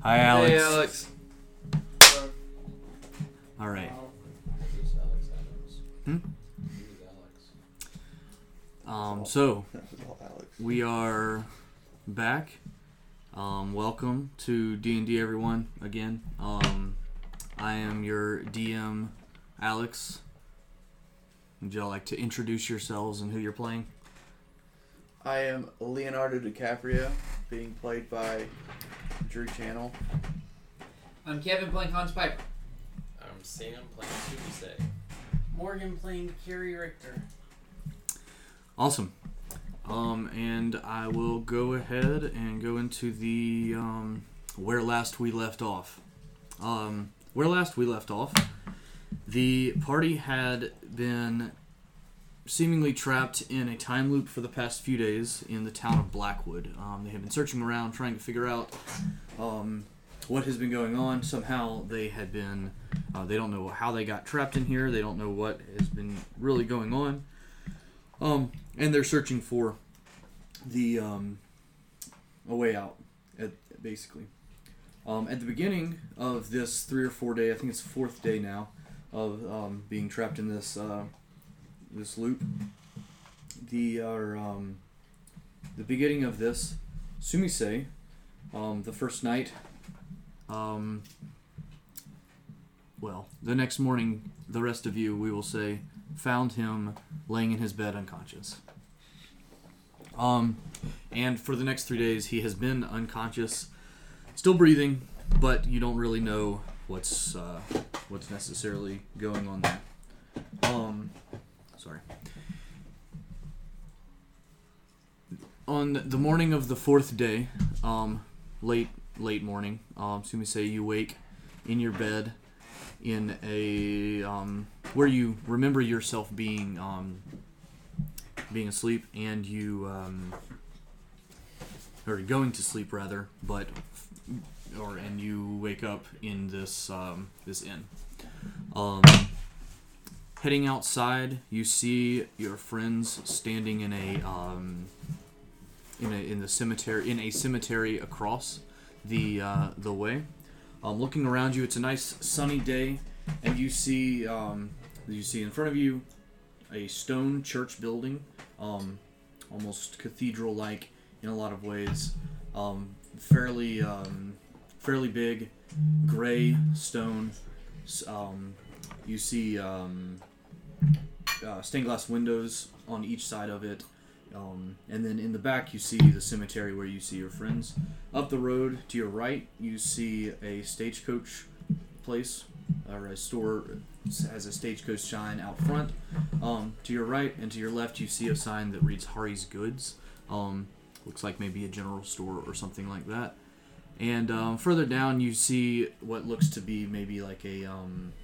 Hi, Alex. Hey, Alex. All right. Um, so That was all Alex. we are back. Um, welcome to D and D, everyone. Again, um, I am your DM, Alex. Would y'all like to introduce yourselves and who you're playing? I am Leonardo DiCaprio, being played by Drew Channel. I'm Kevin playing Hans Piper. I'm Sam playing Tuesday. Morgan playing Carrie Richter. Awesome. Um, and I will go ahead and go into the um, where last we left off. Um, where last we left off, the party had been seemingly trapped in a time loop for the past few days in the town of Blackwood. Um, they had been searching around trying to figure out um, what has been going on. Somehow they had been, uh, they don't know how they got trapped in here, they don't know what has been really going on. Um, and they're searching for the um, a way out, at, basically. Um, at the beginning of this three or four day, I think it's the fourth day now, of um, being trapped in this uh, this loop. The are um, the beginning of this, Sumise, um, the first night. Um, well, the next morning, the rest of you, we will say, found him laying in his bed unconscious. Um, and for the next three days, he has been unconscious, still breathing, but you don't really know what's uh, what's necessarily going on there. Um, sorry. On the morning of the fourth day, um, late late morning, um, Sumise, you wake in your bed in a um, where you remember yourself being um, being asleep and you um, or going to sleep rather, but or and you wake up in this um, this inn. Um, heading outside, you see your friends standing in a um, in a in the cemetery in a cemetery across the uh, the way. Um, looking around you, it's a nice sunny day, and you see um, you see in front of you a stone church building, um, almost cathedral-like in a lot of ways. Um, fairly um, fairly big, gray stone. S- Um, you see um, uh, stained glass windows on each side of it. Um, and then in the back, you see the cemetery where you see your friends. Up the road to your right, you see a stagecoach place or a store has a stagecoach sign out front. Um, to your right and to your left, you see a sign that reads Hari's Goods. Um, looks like maybe a general store or something like that. And um, further down, you see what looks to be maybe like a um,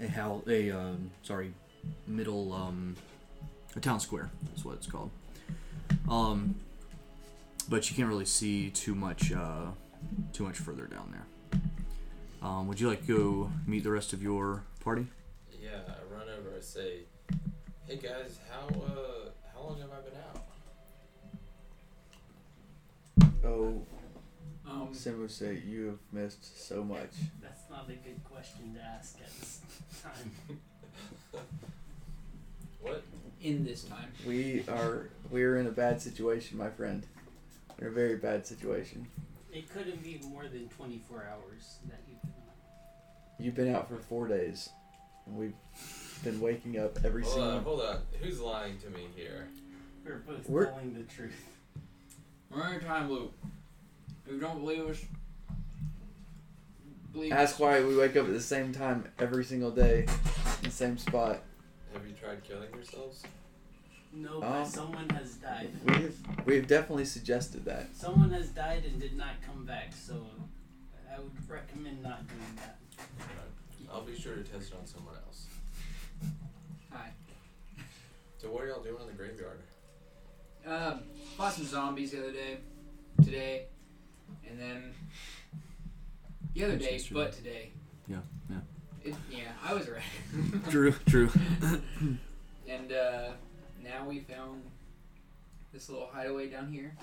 a how a um, sorry middle um, a town square is what it's called. Um, but you can't really see too much uh, too much further down there. Um, would you like to go meet the rest of your party? Yeah, I run over. I say, "Hey guys, how uh, how long have I been out?" Oh, Um, Simuse, you have missed so much. That's not a good question to ask at this time. What? in this time. We are we are in a bad situation, my friend. In a very bad situation. It couldn't be more than 24 hours that you've been on. You've been out for four days, and we've been waking up every Hold single. on, hold on. Who's lying to me here? We're both We're- telling the truth. We're in a time loop. If you don't believe us, believe Ask us. why we wake up at the same time every single day, in the same spot. Have you tried killing yourselves? No, Oh. but someone has died. We've we've definitely suggested that. Someone has died and did not come back, so I would recommend not doing that. I'll be sure to test it on someone else. Hi. So what are y'all doing in the graveyard? Uh, fought some zombies the other day, today, and then the other That's day, yesterday. but today. Yeah, yeah. It, yeah, I was right. True, true. and uh, now we found this little hideaway down here.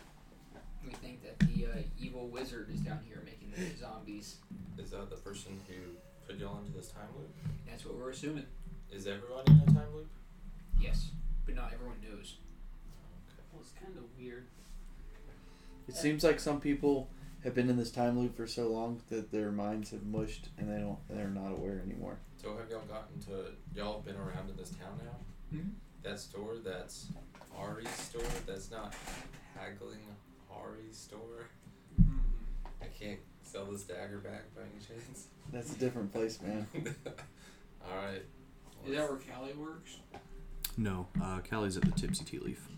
We think that the uh, evil wizard is down here making the zombies. Is that the person who put y'all into this time loop? That's what we're assuming. Is everyone in a time loop? Yes, but not everyone knows. Well, it's kind of weird. It seems like some people have been in this time loop for so long that their minds have mushed and they don't they're not aware anymore. So have y'all gotten to y'all been around in this town now? Mhm. That store that's Ari's store that's not haggling Ari's store. Mm-hmm. I can't sell this dagger back by any chance. That's a different place, man. All right. Is that where Callie works? No, uh, Callie's at the Tipsy Tea Leaf.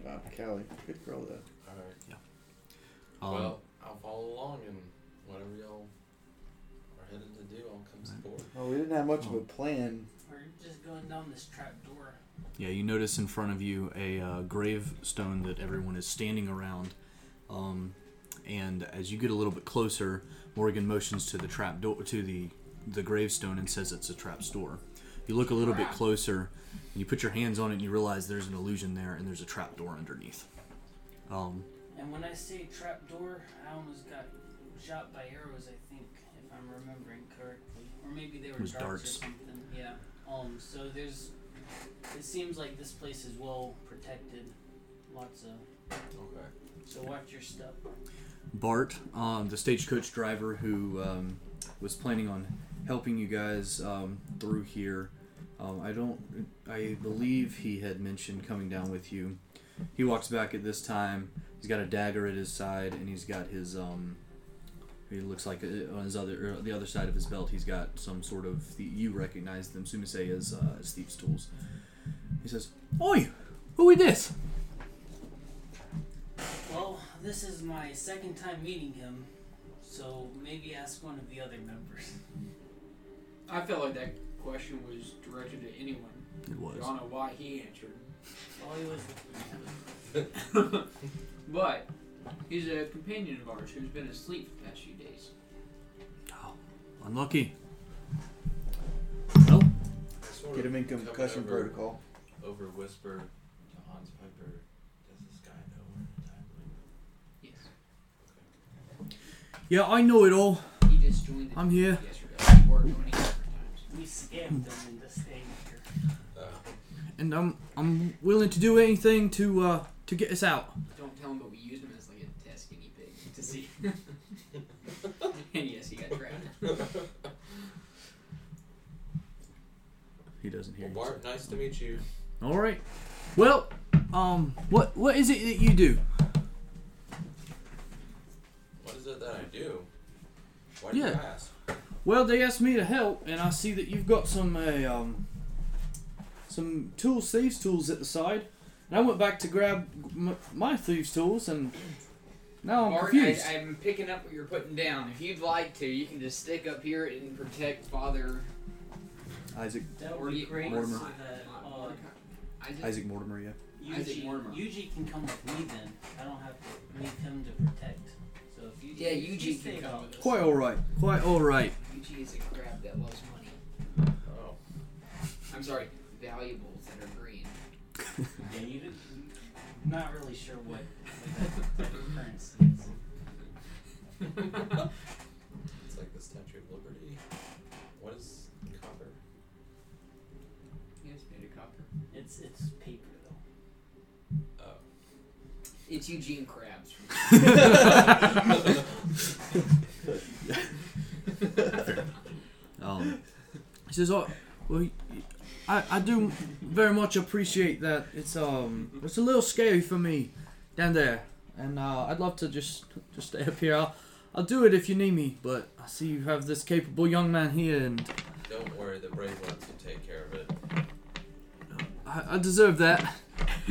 Mm-hmm. Wow, Callie, good girl though. All right. Um, well, I'll follow along and whatever y'all are headed to do, I'll come support. Well, we didn't have much of a plan. We're just going down this trap door. Yeah, you notice in front of you a uh, gravestone that everyone is standing around. Um, and as you get a little bit closer, Morgan motions to the trap door to the the gravestone and says it's a trap door. You look a little bit closer, and you put your hands on it, and you realize there's an illusion there, and there's a trap door underneath. Um, And when I say trap door, I almost got shot by arrows, I think, if I'm remembering correctly. Or maybe they were was darts, or darts. something. Yeah. Um, so there's. It seems like this place is well protected. Lots of. Okay. So watch your step. Bart, um, the stagecoach driver who um, was planning on helping you guys um, through here, um, I don't, I believe he had mentioned coming down with you. He walks back at this time. He's got a dagger at his side, and he's got his. Um, he looks like uh, on his other, or the other side of his belt, he's got some sort of. The, you recognize them, Sumisei, as uh, as thieves' tools. He says, "Oi, who is this?" Well, this is my second time meeting him, so maybe ask one of the other members. I felt like that question was directed to anyone. It I was. don't know why he answered. Oh, he was. but he's a companion of ours who's been asleep the past few days. Oh, unlucky. Well, I sort of Get him in come concussion over- protocol. Over whisper to Hans Piper. Does this guy know we're in a time loop? Yes. yeah, I know it all. He just joined the I'm here. yesterday. Or joining different times. We scammed him into staying here. Uh, And I'm I'm willing to do anything to uh to get us out. Don't tell him, but we used him as like a test guinea pig to see. and yes, he got trapped. He doesn't hear well, Bart, nice to meet you. you. All right. Well, um, what what is it that you do? What is it that I do? Why do you Yeah. ask? Well, they asked me to help, and I see that you've got some uh, um some tools, thieves' tools at the side. And I went back to grab m- my thieves' tools, and now Oh, I'm Bart, I, confused. I'm picking up what you're putting down. If you'd like to, you can just stick up here and protect Father Isaac That Or would be you- great. Mortimer. So that, uh, I just, Isaac Mortimer, yeah. Isaac Yuji, Mortimer. Yuji can come with me then. I don't have to leave him to protect. So if Yuji, yeah, if you Yuji stay can come with with us. Quite all right. Quite all right. Yuji is a crab that loves money. Oh, I'm sorry, valuables that are green. us- Yeah, you did not really sure what, what that type of currency is. it's like the Statue of Liberty. What is copper? Yes, made a copper. It's it's paper though. Oh. It's Eugene Krabs. Um, he says, "Oh, well, I, I do very much appreciate that. It's um, it's a little scary for me down there, and uh, I'd love to just just stay up here. I'll, I'll do it if you need me, but I see you have this capable young man here, and Don't worry, the brave ones can take care of it. I, I deserve that.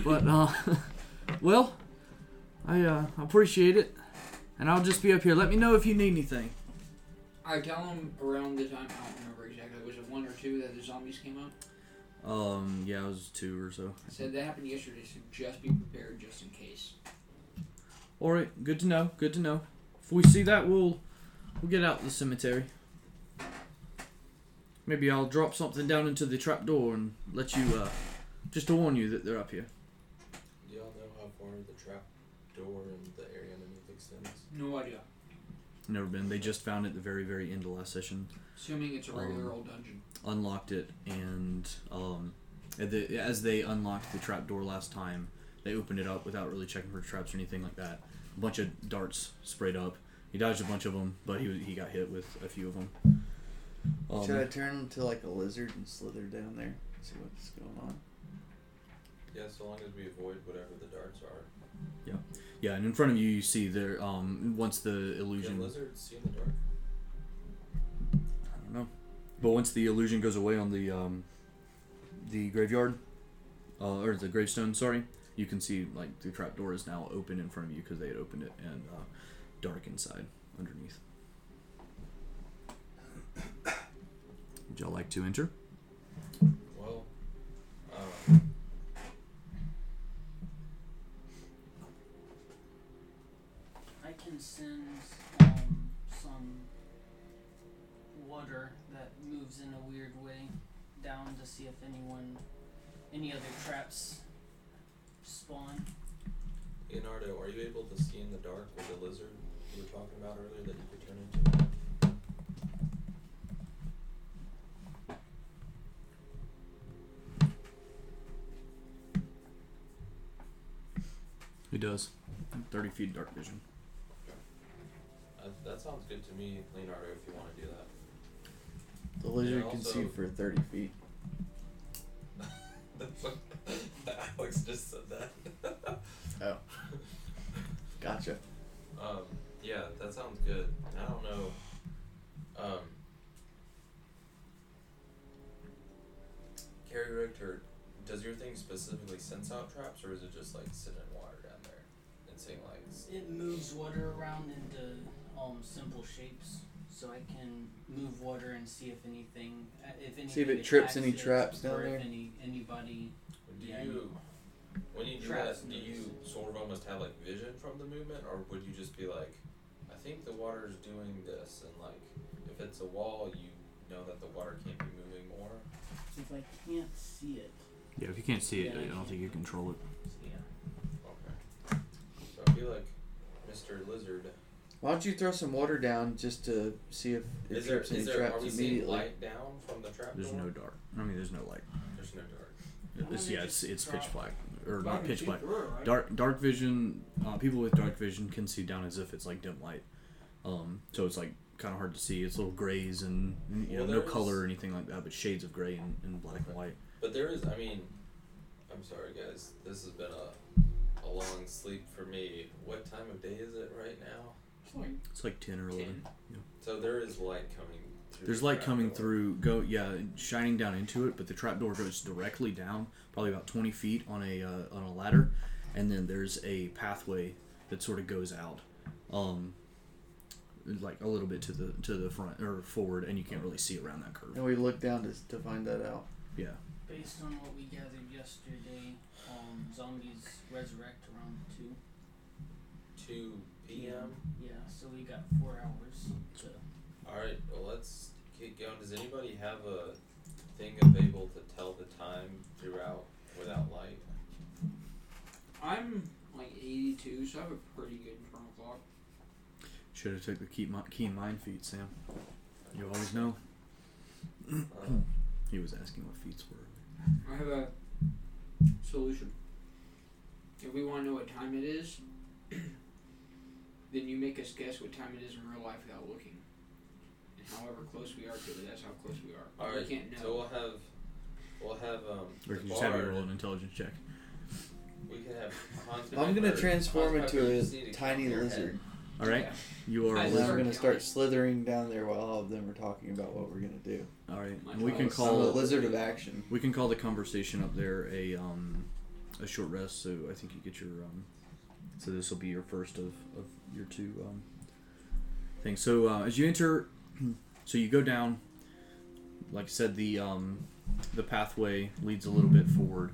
But uh, well, I uh, appreciate it, and I'll just be up here. Let me know if you need anything. I tell him around the time, I don't remember exactly, was it one or two that the zombies came up? Um, yeah, it was two or so. Said that happened yesterday, so just be prepared just in case. All right, good to know. Good to know. If we see that, we'll we'll get out of the cemetery. Maybe I'll drop something down into the trap door and let you uh, just to warn you that they're up here. Do y'all know how far the trap door and the area underneath extends? No idea. Never been. They just found it at the very, very end of last session. Assuming it's a regular Um, old dungeon. Unlocked it, and um, at the, as they unlocked the trap door last time, they opened it up without really checking for traps or anything like that. A bunch of darts sprayed up. He dodged a bunch of them, but he, was- he got hit with a few of Um, them. Should I turn into like a lizard and slither down there? See what's going on. Yeah, so long as we avoid whatever the darts are. yeah, and in front of you, you see there. Um, once the illusion. Can lizards see in the dark? I don't know. But once the illusion goes away on the um, the graveyard, uh, or the gravestone, sorry, you can see like the trap door is now open in front of you because they had opened it and uh, dark inside underneath. Would y'all like to enter? Well, um, I can send um, some water that moves in a weird way down to see if anyone, any other traps spawn. Leonardo, are you able to see in the dark with the lizard you were talking about earlier that you could turn into? He does. Thirty feet dark vision. Uh, that sounds good to me, Leonardo, if you want to do that. The lizard can also- see for 30 feet. That's what Alex just said that. Oh. Gotcha. um, yeah, that sounds good. I don't know. Um, Carrie Richter, does your thing specifically sense out traps, or is it just like sit in water down there and seeing like? s- It moves water around into um, simple shapes, so I can move water and see if anything, uh, if anything. See if it trips attacks any it traps down or there. If any anybody. Do Yeah. you when you do Traps that, do and you sort of almost have like vision from the movement, or would you just be like, I think the water's doing this, and like if it's a wall, you know that the water can't be moving more. If I can't see it, Yeah, if you can't see it, I don't think you control it. so yeah. Okay. So I feel like Mr. Lizard. Why don't you throw some water down just to see if it Is there trips any is there are traps we seeing immediately? light down from the trap There's door? no dark. I mean, there's no light. There's no dark. It's, yeah, it's it's pitch black or not pitch black. Right? Dark dark vision. Uh, people with dark vision can see down as if it's like dim light. Um, so it's like kind of hard to see. It's little grays and you know Well, no there's- color or anything like that, but shades of gray and, and black and white. But there is, I mean, I'm sorry guys, this has been a a long sleep for me. What time of day is it right now? It's like It's like ten or eleven. 10. So there is light coming. through There's the light trap coming door. through. Go yeah, shining down into it, but the trap door goes directly down, probably about twenty feet on a uh, on a ladder, and then there's a pathway that sort of goes out. Um, like a little bit to the to the front or forward, and you can't really see around that curve. And we look down to, to find that out. Yeah. Based on what we gathered yesterday, um, zombies resurrect around two. 2 p.m. Yeah, so we got four hours to. All right, well let's keep going. Does anybody have a thing of able to tell the time throughout without light? I'm like 82, so I have a pretty good internal clock. Should have took the keep mi- keen mind feat, Sam. You always know. Um, He was asking what feats were. I have a solution. If we want to know what time it is, then you make us guess what time it is in real life without looking. And however close we are to it, that's how close we are. all we right, can't know. so we'll have we'll have um. Or the you just have you bard- roll an intelligence check. We can have Hans. I'm gonna Pepper- transform Hans into Pepper a just need to tiny calm your head. lizard. All right, Yeah. you are. I a just And then lizard. I'm heard gonna counting. start slithering down there while all of them are talking about what we're gonna do. All right, My and we can trials. I'm a call lizard of action. we can call the conversation up there a um a short rest. So I think you get your um. So this will be your first of of your two um things. So uh, as you enter, so you go down. Like I said, the um the pathway leads a little bit forward.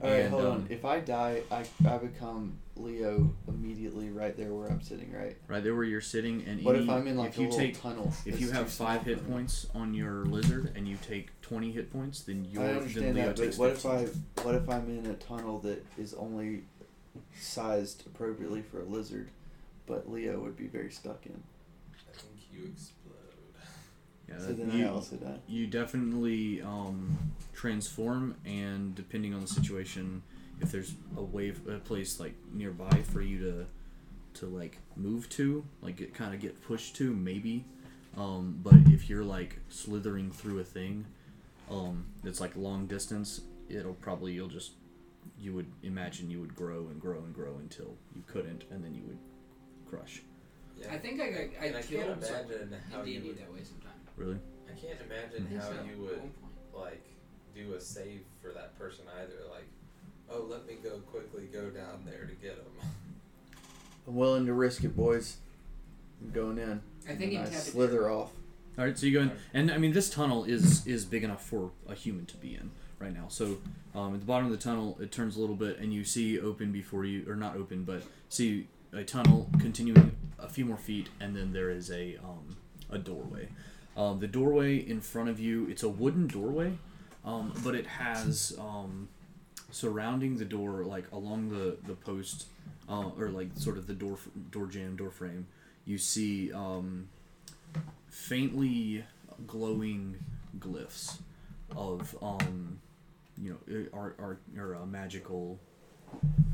All right, And, hold um, on. If I die, I I become Leo immediately right there where I'm sitting. Right. right there where you're sitting and What any- if I'm in like if a you little take tunnel? if that's you have too five small for hit me? points on your lizard and you take 20 hit points then your I then understand Leo that, but takes what 15. if I what if I'm in a tunnel that is only sized appropriately for a lizard, but Leo would be very stuck in. I think you explode. Yeah, so that- then I you, also die. you definitely um, transform, and depending on the situation, if there's a wave, a place like nearby for you to to like move to, like get kind of get pushed to, maybe. Um, but if you're like slithering through a thing, um, that's like long distance, it'll probably you'll just you would imagine you would grow and grow and grow until you couldn't, and then you would crush. Yeah. I think I got- I and I can't killed someone imagine how in you D&D would. that way sometimes. Really? I can't I imagine think how so, you at would one point. like do a save for that person either. Like, oh, let me go quickly go down there to get him. I'm willing to risk it, boys. I'm going in. I think and you'd I have to- slither off. All right, so you go in, and I mean this tunnel is is big enough for a human to be in right now. So um, at the bottom of the tunnel, it turns a little bit, and you see open before you, or not open, but see a tunnel continuing a few more feet, and then there is a um, a doorway. Um, the doorway in front of you, it's a wooden doorway, um, but it has um, surrounding the door, like along the the post, uh, or like sort of the door door jam door frame. You see. Um, faintly glowing glyphs of um you know are are or uh, magical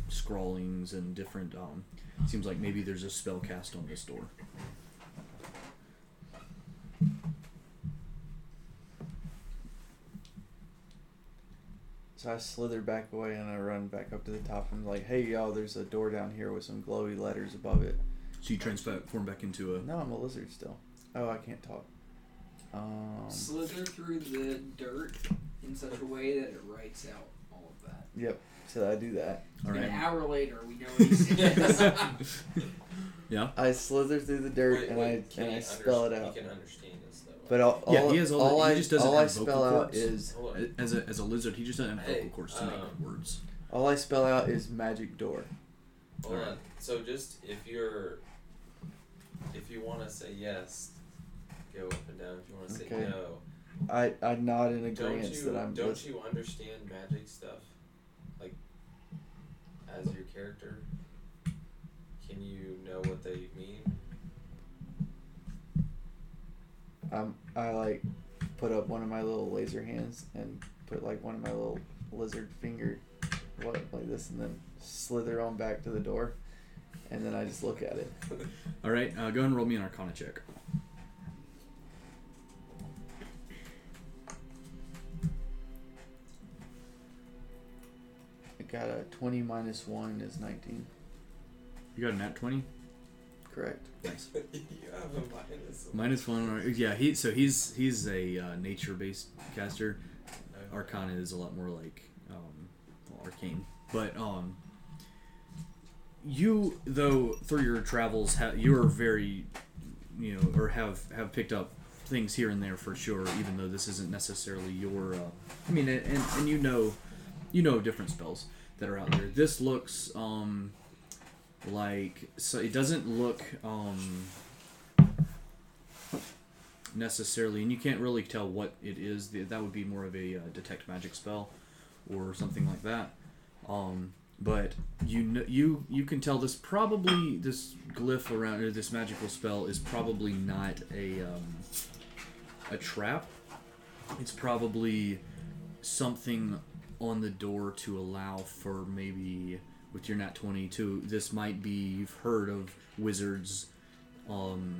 scrawlings and different um seems like maybe there's a spell cast on this door So I slither back away and I run back up to the top. I'm like, hey, y'all, there's a door down here with some glowy letters above it. so you transform back into a No, I'm a lizard still. Oh, I can't talk. Um, slither through the dirt in such a way that it writes out all of that. yep, so I do that. all An right hour later, we know what he says. I slither through the dirt Wait, and wait, I can and he I spell it underst- out. He can understand this though. But all, all, Yeah, he has all all that- he I, just doesn't all I have vocal spell out cords. is Hold on. as a, as a lizard he just doesn't have vocal Hey, cords to make um, words all I spell out is magic door. Hold Alright. on. So just if you're, if you want to say yes, go up and down. If you want to say Okay. no, I, I nod in don't agreement you that I'm don't liz- you understand magic stuff, like as your character? Can you know what they mean? I'm I like put up one of my little laser hands and put like one of my little lizard finger what like this and then slither on back to the door and then I just look at it. all right uh, go ahead and roll me an arcana check I got a twenty minus one is nineteen, you got a nat 20 correct? nice you have a minus. one. minus one or, yeah he so he's he's a uh, nature based caster Okay. uh, Arcana is a lot more like um, well, arcane, but um, you though through your travels ha- you're very you know or have have picked up things here and there for sure. Even though this isn't necessarily your, uh, I mean, and, and and you know, you know different spells that are out there. This looks um like so it doesn't look um necessarily, and you can't really tell what it is. Th- That would be more of a uh, detect magic spell or something like that. Um, but you kn- you you can tell this probably this glyph around or this magical spell is probably not a um, a trap. It's probably something on the door to allow for maybe with your nat 22 this might be you've heard of wizards um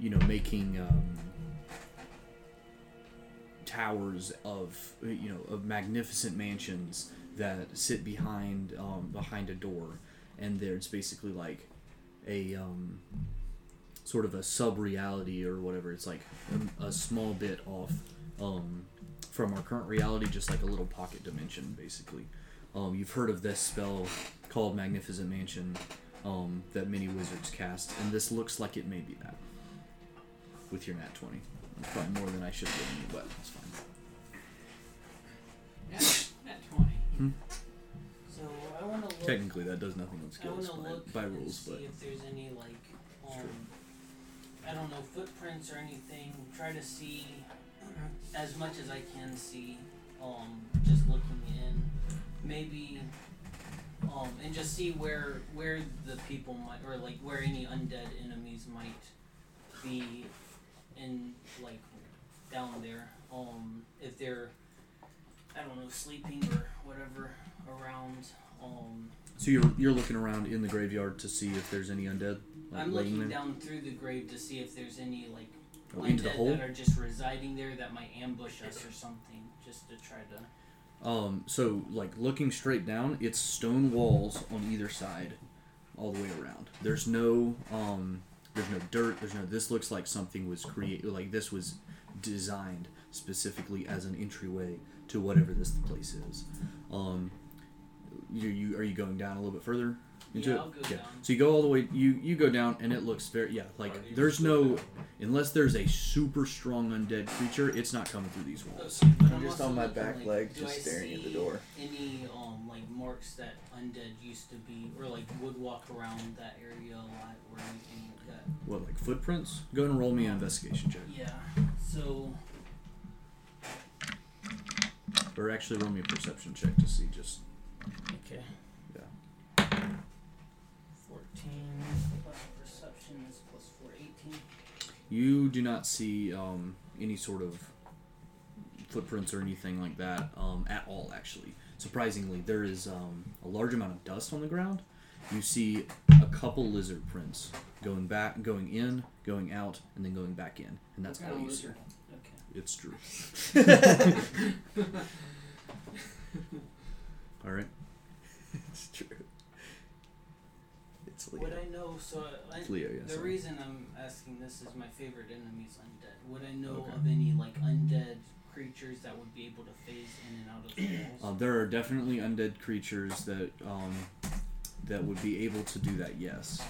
you know making um, towers of you know of magnificent mansions that sit behind um, behind a door and there's basically like a um, sort of a sub reality or whatever it's like a, a small bit off um, from our current reality just like a little pocket dimension basically um, you've heard of this spell called magnificent mansion um, that many wizards cast and this looks like it may be that with your nat 20. That's probably more than I should have given you, but that's fine. Nat, nat 20. Hmm. So I want to look. Technically, that does nothing with I want skills to look by, by and rules, see but if there's any like, um, true. I don't know, footprints or anything. Try to see as much as I can see. Um, just looking in. Maybe um, and just see where where the people might, or like where any undead enemies might be, in like down there. Um, if they're, I don't know, sleeping or whatever around. Um, So you're you're looking around in the graveyard to see if there's any undead like laying I'm looking there down through the grave to see if there's any like Oh, into the undead hole. that are just residing there that might ambush us or something, just to try to. Um, so like looking straight down, it's stone walls on either side, all the way around. There's no um, there's no dirt. There's no. This looks like something was created. Like this was designed specifically as an entryway to whatever this place is. Um, you, you are you going down a little bit further? Into Yeah, it? I'll go yeah. down. So you go all the way. You you go down, and it looks very yeah. Why do Like you there's sit no down? unless there's a super strong undead creature, it's not coming through these walls. Okay, but Oh, I'm just also on my looking, back like, leg, do just I staring at the see door. Any um like marks that undead used to be, or like would walk around that area a lot, or anything like that. What like footprints? Go and roll me an investigation check. Yeah. So Or actually, roll me a perception check to see just. okay. Yeah. Fourteen plus perception is plus four, eighteen. You do not see um, any sort of footprints or anything like that um, at all, actually. Surprisingly, there is um, a large amount of dust on the ground. You see a couple lizard prints going back, going in, going out, and then going back in. And that's What kind all of you see. lizard? Okay. It's true. all right. It's true. It's Would Leo. I know? So I, It's Leo, yes. the reason I'm asking this is my favorite enemy's undead. Would I know Okay. of any like undead creatures that would be able to phase in and out of the walls? Uh, there are definitely undead creatures that um, that would be able to do that. Yes,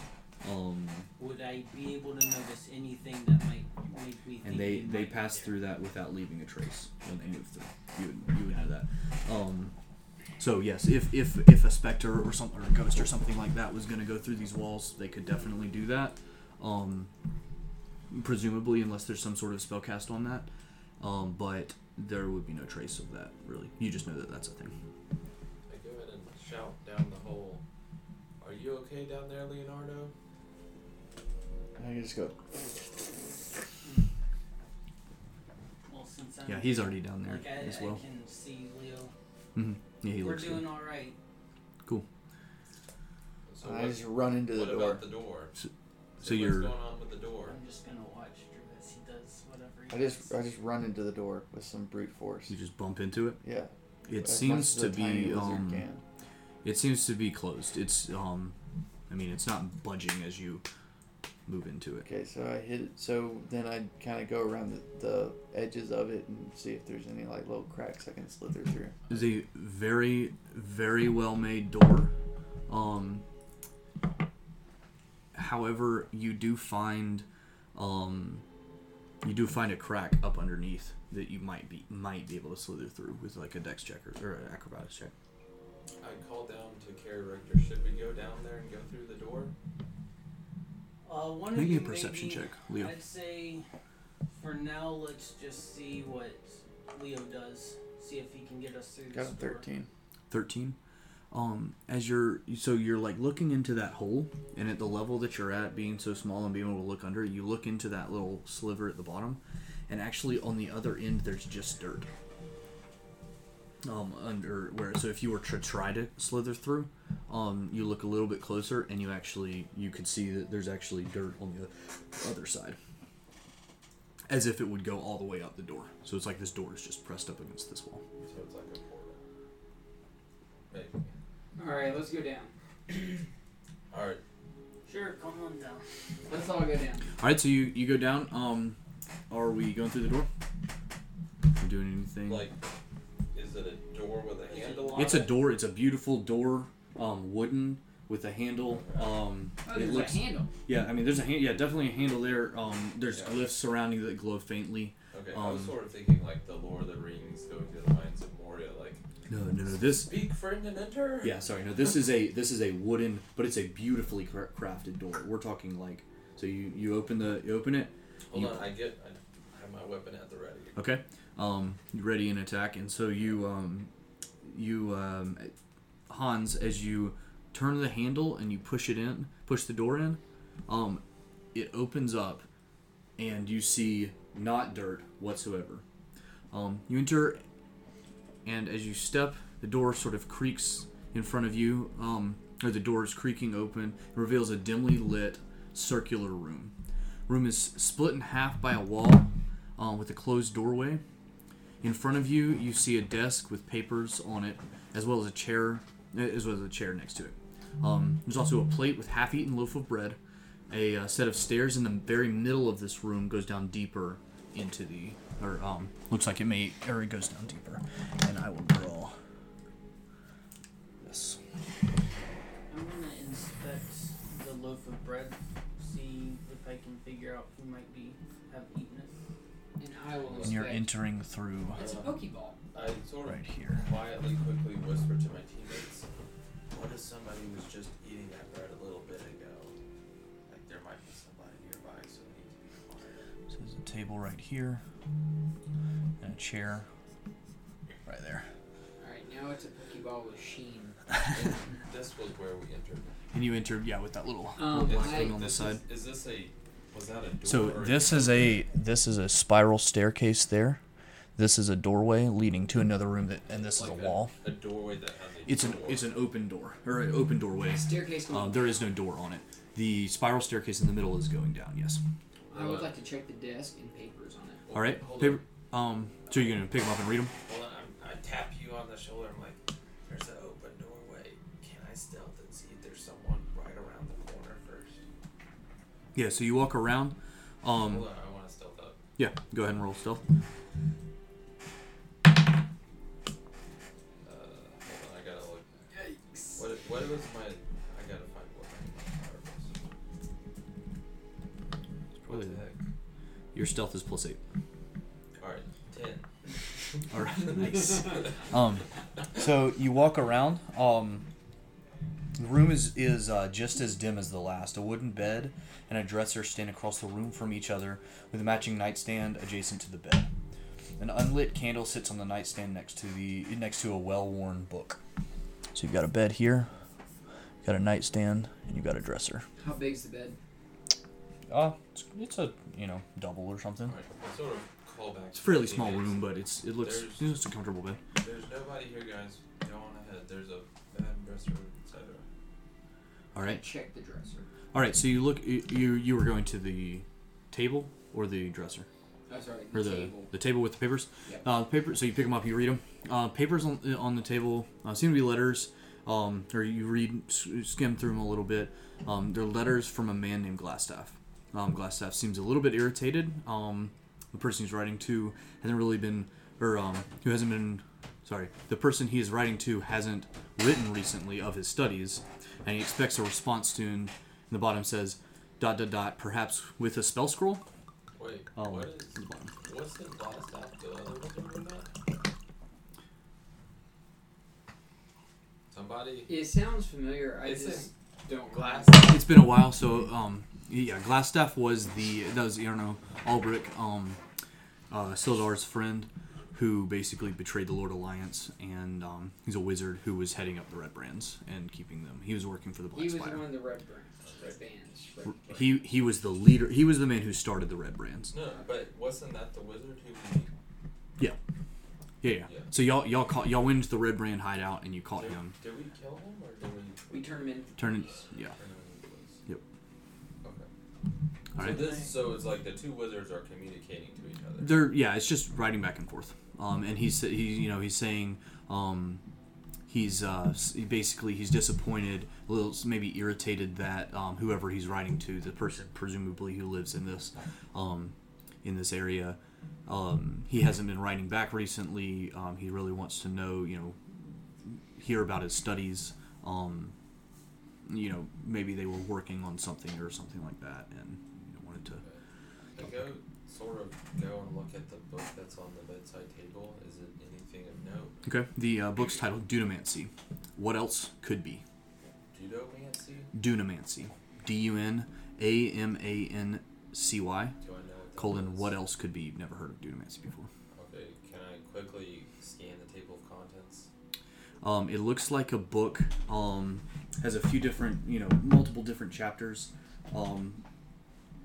um, Would I be able to notice anything that might make me think and they he they might be pass there? through that without leaving a trace when they move through. You would, you would know that. Um, so yes, if, if if a specter or something or a ghost or something like that was going to go through these walls, they could definitely do that. Um, presumably, unless there's some sort of spell cast on that. Um, but there would be no trace of that really. You just know that that's a thing. I go in and shout down the hole. Are you okay down there, Leonardo? I just go. Well, since I'm, Yeah, he's already down there like, I, as well. I can see Leo. hmm Yeah, he We're looks good. doing all right. So I what, just run into the what door. about the door? So- Is so it you're- what's going on with the door? I'm just gonna watch Drew as he does whatever. He I just does. I just run into the door with some brute force. You just bump into it. Yeah. It as much seems as to a tiny be. lizard Um, can. it seems to be closed. It's. Um, I mean, it's not budging as you move into it. Okay, so I hit it. So then I kind of go around the, the edges of it and see if there's any like little cracks I can slither through. It's a very, very well made door. Um, however, you do find, um, you do find a crack up underneath that you might be might be able to slither through with like a dex check or, or an acrobatics check. I call down to Carrie Richter. Should we go down there and go through the door? Uh, one of Maybe you a perception maybe, check, Leo. I'd say for now, let's just see what Leo does. See if he can get us through Got this a door. thirteen. 13 um as you're so you're like looking into that hole and at the level that you're at being so small and being able to look under you look into that little sliver at the bottom and actually on the other end there's just dirt um under where so if you were to try to slither through um you look a little bit closer and you actually you could see that there's actually dirt on the other side as if it would go all the way out the door so it's like this door is just pressed up against this wall So it's like a portal. Maybe. All right, let's go down. All right. Sure, come on down. Let's all go down. All right, so you you go down. Um, are we going through the door? Are we doing anything? Like, is it a door with a Is it handle on it's a it? door. It's a beautiful door, um, wooden with a handle. Um, Oh, it there's looks. a handle. Yeah, I mean, there's a hand. Yeah, definitely a handle there. Um, there's Yeah. glyphs surrounding that glow faintly. Okay, I was um, sort of thinking like the Lord of the Rings going through the mines of Moria, like No, no, no. This. speak friend and enter. Yeah, sorry. No, this is a this is a wooden, but it's a beautifully cra- crafted door. We're talking like, so you you open the you open it. Hold you- on, I get. I have my weapon at the ready. Okay. Um, you ready in attack, and so you um, you um, Hans, as you turn the handle and you push it in, push the door in, um, it opens up, and you see not dirt whatsoever. Um, you enter, and as you step, the door sort of creaks in front of you, um, or the door is creaking open, and reveals a dimly lit circular room. Room is split in half by a wall, um, with a closed doorway. In front of you, you see a desk with papers on it, as well as a chair, eh, as well as a chair next to it. Um, there's also a plate with half-eaten loaf of bread. A uh, set of stairs in the very middle of this room goes down deeper into the, or um, looks like it may, or it goes down deeper. And I will draw this. I'm gonna inspect the loaf of bread, see if I can figure out who might be have eaten it. And I will And you're inspect. entering through It's a Pokeball. I sort of right here. quietly, quickly whisper to my teammates, "What if somebody was just eating that bread a little bit ago? Like there might be somebody nearby, so we need to be quiet." So there's a table right here, and a chair right there. Alright, now it's a Pokeball with Sheen. And this was where we entered. And you entered, yeah, with that little Um, Is- I, on the this side. Is, is this a? Was that a door? So or a- this is a this is a spiral staircase there. This is a doorway leading to another room that, and this is a like wall. A, doorway that has a. It's an door. it's an open door or an open doorway. staircase going Um, there is no door on it. The spiral staircase in the middle is going down. Yes. I would like to check the desk and papers on it. Hold- All right. Hold Paper. Um. So you're gonna pick them up and read them. on. Hold on. I'm, I tap you on the shoulder. I'm like, "There's an open doorway. Can I stealth and see if there's someone right around the corner first? Yeah. So you walk around. Um. Hold on. I want to stealth up. Yeah. Go ahead and roll stealth. Uh, hold on. I gotta look. What what was my? I gotta find what my modifier was. What the heck? Your stealth is plus eight. All right, ten. All right. Um, so you walk around. Um, the room is is uh, just as dim as the last. A wooden bed and a dresser stand across the room from each other, with a matching nightstand adjacent to the bed. An unlit candle sits on the nightstand next to the next to a well-worn book. So you've got a bed here, you've got a nightstand, and you've got a dresser. How big's the bed? Uh, it's, it's a you know double or something. All right, I sort of call back. It's to a fairly the small teammates. room, but it's it looks There's- it's a comfortable bed. There's nobody here, guys. Go on ahead. There's a bad dresser, etc. All right. Check the dresser. All right, so you look you you- you were going to the table or the dresser Oh, sorry, the, or the table. the table with the papers. Yep. Uh, paper. So you pick them up, you read them. Uh, papers on on the table uh, seem to be letters. Um, or you read s- skim through them a little bit. Um, they're letters from a man named Glassstaff. Um, Glassstaff seems a little bit irritated. Um, the person he's writing to hasn't really been, or um, who hasn't been. Sorry, the person he is writing to hasn't written recently of his studies, and he expects a response soon. And the bottom says, dot dot dot, perhaps with a spell scroll. Wait, Oh, what at is? the bottom. What's the last app? The other one's over that? Somebody. It sounds familiar. I It's just don't Glass. it's been a while, so um, yeah, Glassstaff was the that was Erno Albrick, um, uh, Sildar's friend, who basically betrayed the Lord Alliance, and um, he's a wizard who was heading up the Red Brands and keeping them. He was working for the He Black was Spire. one of the red brands. Red bands. Red he he was the leader. He was the man who started the Red Brands. No, but wasn't that the wizard who? we- Yeah, yeah. Yeah. So y'all y'all caught y'all went into the Red Brand hideout and you caught Did, him. did we kill him or did we? we turn him in. Turn in- yeah. turn him into police? Yep. Okay. All so right. this, so it's like the two wizards are communicating to each other. They're yeah, it's just riding back and forth. Um, and he's he's you know he's saying um, he's uh, s- basically he's disappointed, a little maybe irritated that um, whoever he's writing to, the person presumably who lives in this um, in this area, um, he hasn't been writing back recently. Um, he really wants to know you know hear about his studies. Um, you know maybe they were working on something or something like that, and you know, wanted to. I go sort of go and look at the book that's on the bedside table. Is it anything of note? Okay. The uh, book's titled Dunamancy. What else could be? Judomancy? Dunamancy. D U N A M A N C Y. Do I know what that Colon, is? what else could be? You've never heard of Dunamancy before. Okay, can I quickly scan the table of contents? Um, it looks like a book. Um, has a few different, you know, multiple different chapters. Um,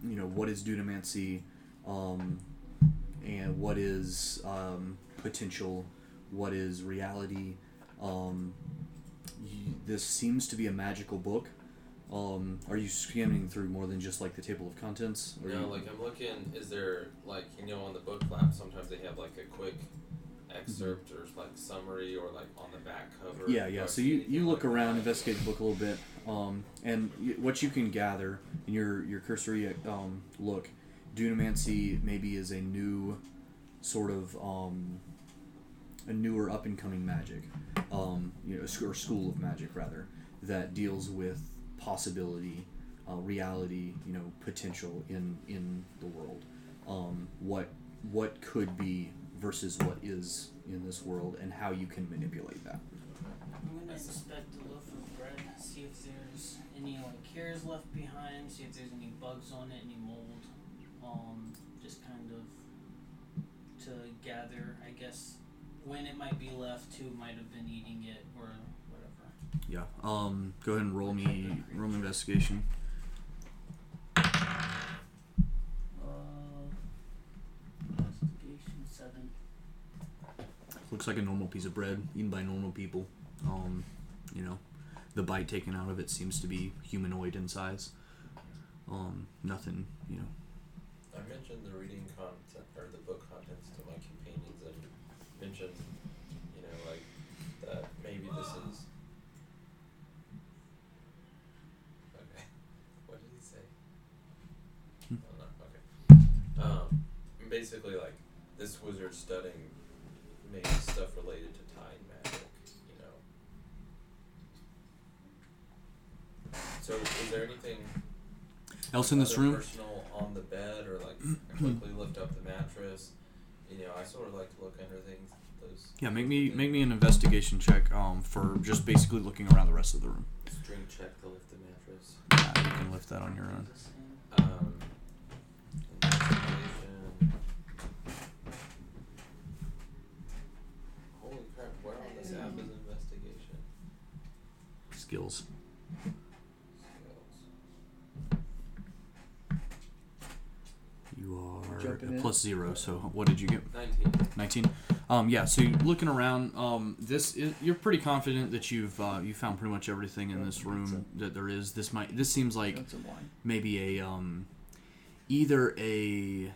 you know, what is dunamancy, um, and what is um, potential, what is reality. Um, y this seems to be a magical book. Um, are you scanning through more than just like the table of contents? Or No, you- like I'm looking. Is there like you know on the book flap? Sometimes they have like a quick Mm-hmm. excerpt or like summary or like on the back cover. Yeah, of yeah. books, So you, anything you look like around, that. investigate the book a little bit, um, and y- what you can gather in your your cursory um, look, Dunamancy maybe is a new sort of um, a newer up and coming magic, um, you know, sc- or school of magic rather that deals with possibility, uh, reality, you know, potential in in the world. Um, what what could be versus what is in this world, and how you can manipulate that. I'm gonna suspect a loaf of bread, see if there's any like hairs left behind, see if there's any bugs on it, any mold. Um, just kind of to gather, I guess, when it might be left, who might have been eating it, or whatever. Yeah. Um. Go ahead and roll me roll me investigation. Uh, investigation seven. Looks like a normal piece of bread eaten by normal people. Um, you know, the bite taken out of it seems to be humanoid in size. Um, nothing. You know. I mentioned the reading content or the book contents to my companions and mentioned, you know, like that maybe this is. Okay, what did he say? Hmm. Oh, no. Okay. Um, basically, like this wizard studying maybe stuff related to time magic, you know. So, is there anything Else in this other room? Personal on the bed or like I quickly lift up the mattress. You know, I sort of like to look under things. Those Yeah. Make me make me an investigation check. Um, for just basically looking around the rest of the room. string check to lift the mattress. Yeah, you can lift that on your own. The same. Um, investigation. Holy crap! Where on this app is investigation? Skills. Skills. You are Jumping a in. plus zero. So what did you get? Nineteen. 19 um, yeah so you're looking around um, this is, you're pretty confident that you've uh, you found pretty much everything in this room that there is this might this seems like Want some wine? maybe a um, either a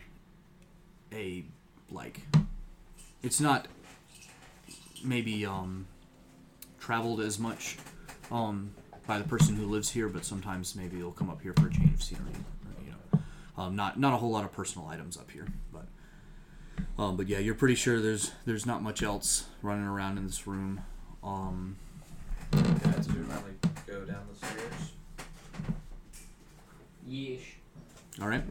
a like it's not maybe um, traveled as much um, by the person who lives here but sometimes maybe they'll come up here for a change of scenery or, you know um, not not a whole lot of personal items up here but um, but yeah you're pretty sure there's there's not much else running around in this room um, Yeah, so we finally go down the stairs. Yeesh. All right.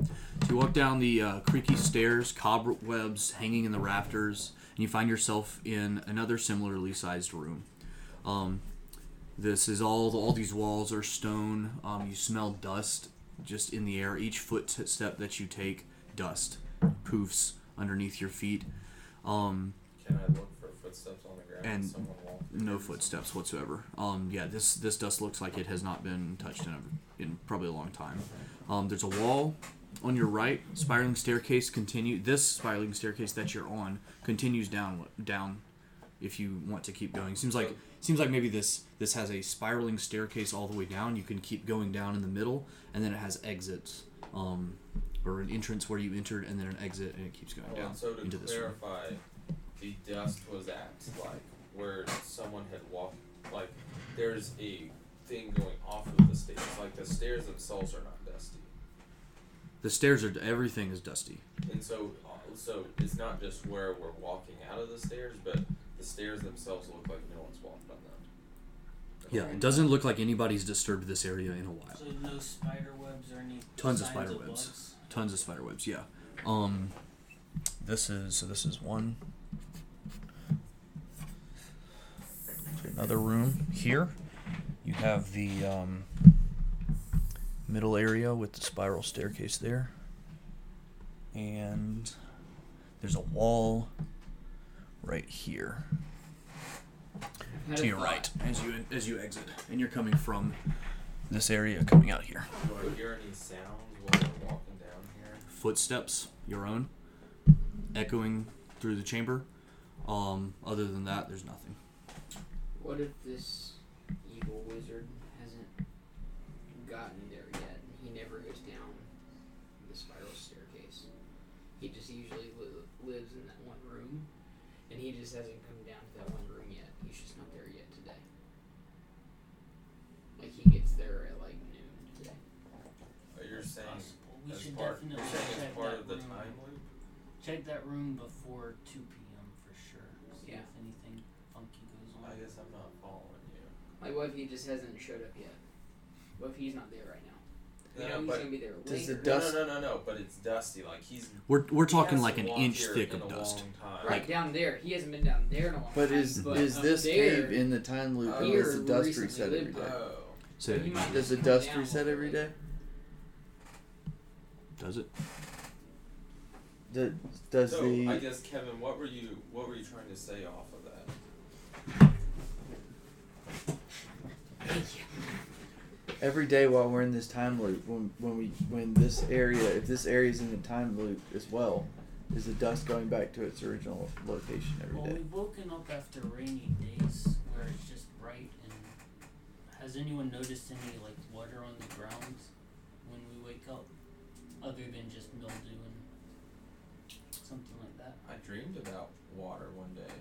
So you walk down the uh, creaky stairs, cobwebs hanging in the rafters, and you find yourself in another similarly sized room. Um, this is all all these walls are stone. Um, you smell dust just in the air. Each footstep that you take, dust poofs underneath your feet. Um, Can I look for footsteps on the ground? And someone walk no footsteps whatsoever. Um, yeah, this this dust looks like it has not been touched in, a, in probably a long time. Um, there's a wall on your right. Spiraling staircase continue. This spiraling staircase that you're on continues down down. If you want to keep going, seems like seems like maybe this this has a spiraling staircase all the way down. You can keep going down in the middle, and then it has exits, um, or an entrance where you entered, and then an exit, and it keeps going Hold down on, Oh, so to into this room. clarify, the dust was at like where someone had walked. Like there's a thing going off of the stairs. Like the stairs themselves are not dusty, The stairs are everything is dusty. and so uh, so it's not just where we're walking out of the stairs, but the stairs themselves look like no one's walked on them. Yeah, it doesn't look like anybody's disturbed this area in a while. So no spider webs or any Tons of signs spider webs. Tons of spider webs. Yeah. Um, this is so. This is one. To Another room here. You have the um, middle area with the spiral staircase there, and there's a wall right here. Had to a your thought. right as you as you exit, and you're coming from this area, coming out here. Do I hear any sounds while I'm walking down here? Footsteps, your own, echoing through the chamber. Um, other than that, there's nothing. What if this evil wizard hasn't gotten there yet? He never goes down the spiral staircase. He just usually li- lives in that one room, and he just hasn't come down to that one room yet. He's just not there yet today. Like he gets there at like noon today. Oh, you're saying Possible. We as should part, you're definitely saying check it's part that of the room. time loop? Check that room before 2 p.m. for sure. See Yeah. if anything funky goes on. I guess I'm not following you. Like what if he just hasn't showed up yet? What if he's not there right now? No, You know he's but- gonna be there Does later. the No, Dust- no, no, no, no, but it's dusty. Like he's. We're we're he talking hasn't like an walked inch here thick in of a dust. long time. Right down there, he hasn't been down there in a long But time. is but is up this there, cave in the time loop or Here, does the we dust recently reset every lived day? Oh. Say that You again. might- Does the Come dust down reset one every way. day? Does it? Does, does so I the guess Kevin, what were you what were you trying to say off of that? every day while we're in this time loop, when when we when this area, if this area is in the time loop as well, is the dust going back to its original location Well, every day? we've woken up after rainy days where it's just bright and has anyone noticed any like water on the ground when we wake up other than just mildew and something like that? I dreamed about water one day.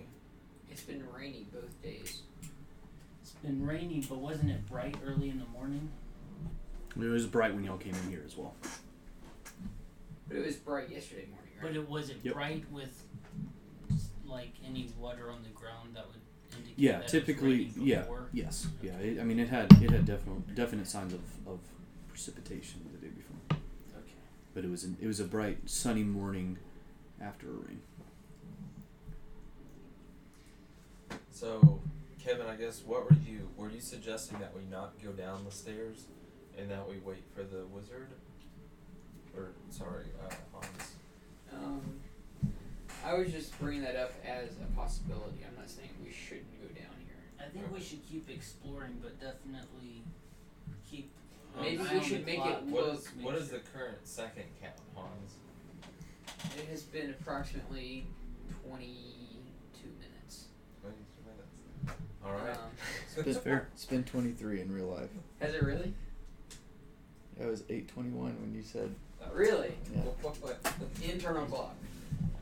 It's been rainy both days. It's been rainy, but wasn't it bright early in the morning? It was bright when y'all came in here as well. But it was bright yesterday morning, right? But it was it Yep. bright with like any water on the ground that would indicate Yeah, that typically, it was raining yeah, before? yes, yeah. Okay. It, I mean, it had it had definite definite signs of, of precipitation the day before, Okay. but it was an, it was a bright sunny morning after a rain. So, Kevin, I guess what were you were you suggesting that we not go down the stairs, and that we wait for the wizard? Or sorry, uh, Hans. Um, I was just bringing that up as a possibility. I'm not saying we shouldn't go down here. I think we should keep exploring, but definitely keep. Um, Maybe an we eye on should the make clock. it What look- is what is the current second count, Hans? It has been approximately 22 minutes. Wait two minutes. All right. Um, It's been, it's been 23 in real life. has it really? It was 8:21 when you said Uh, Really? Yeah. Internal clock.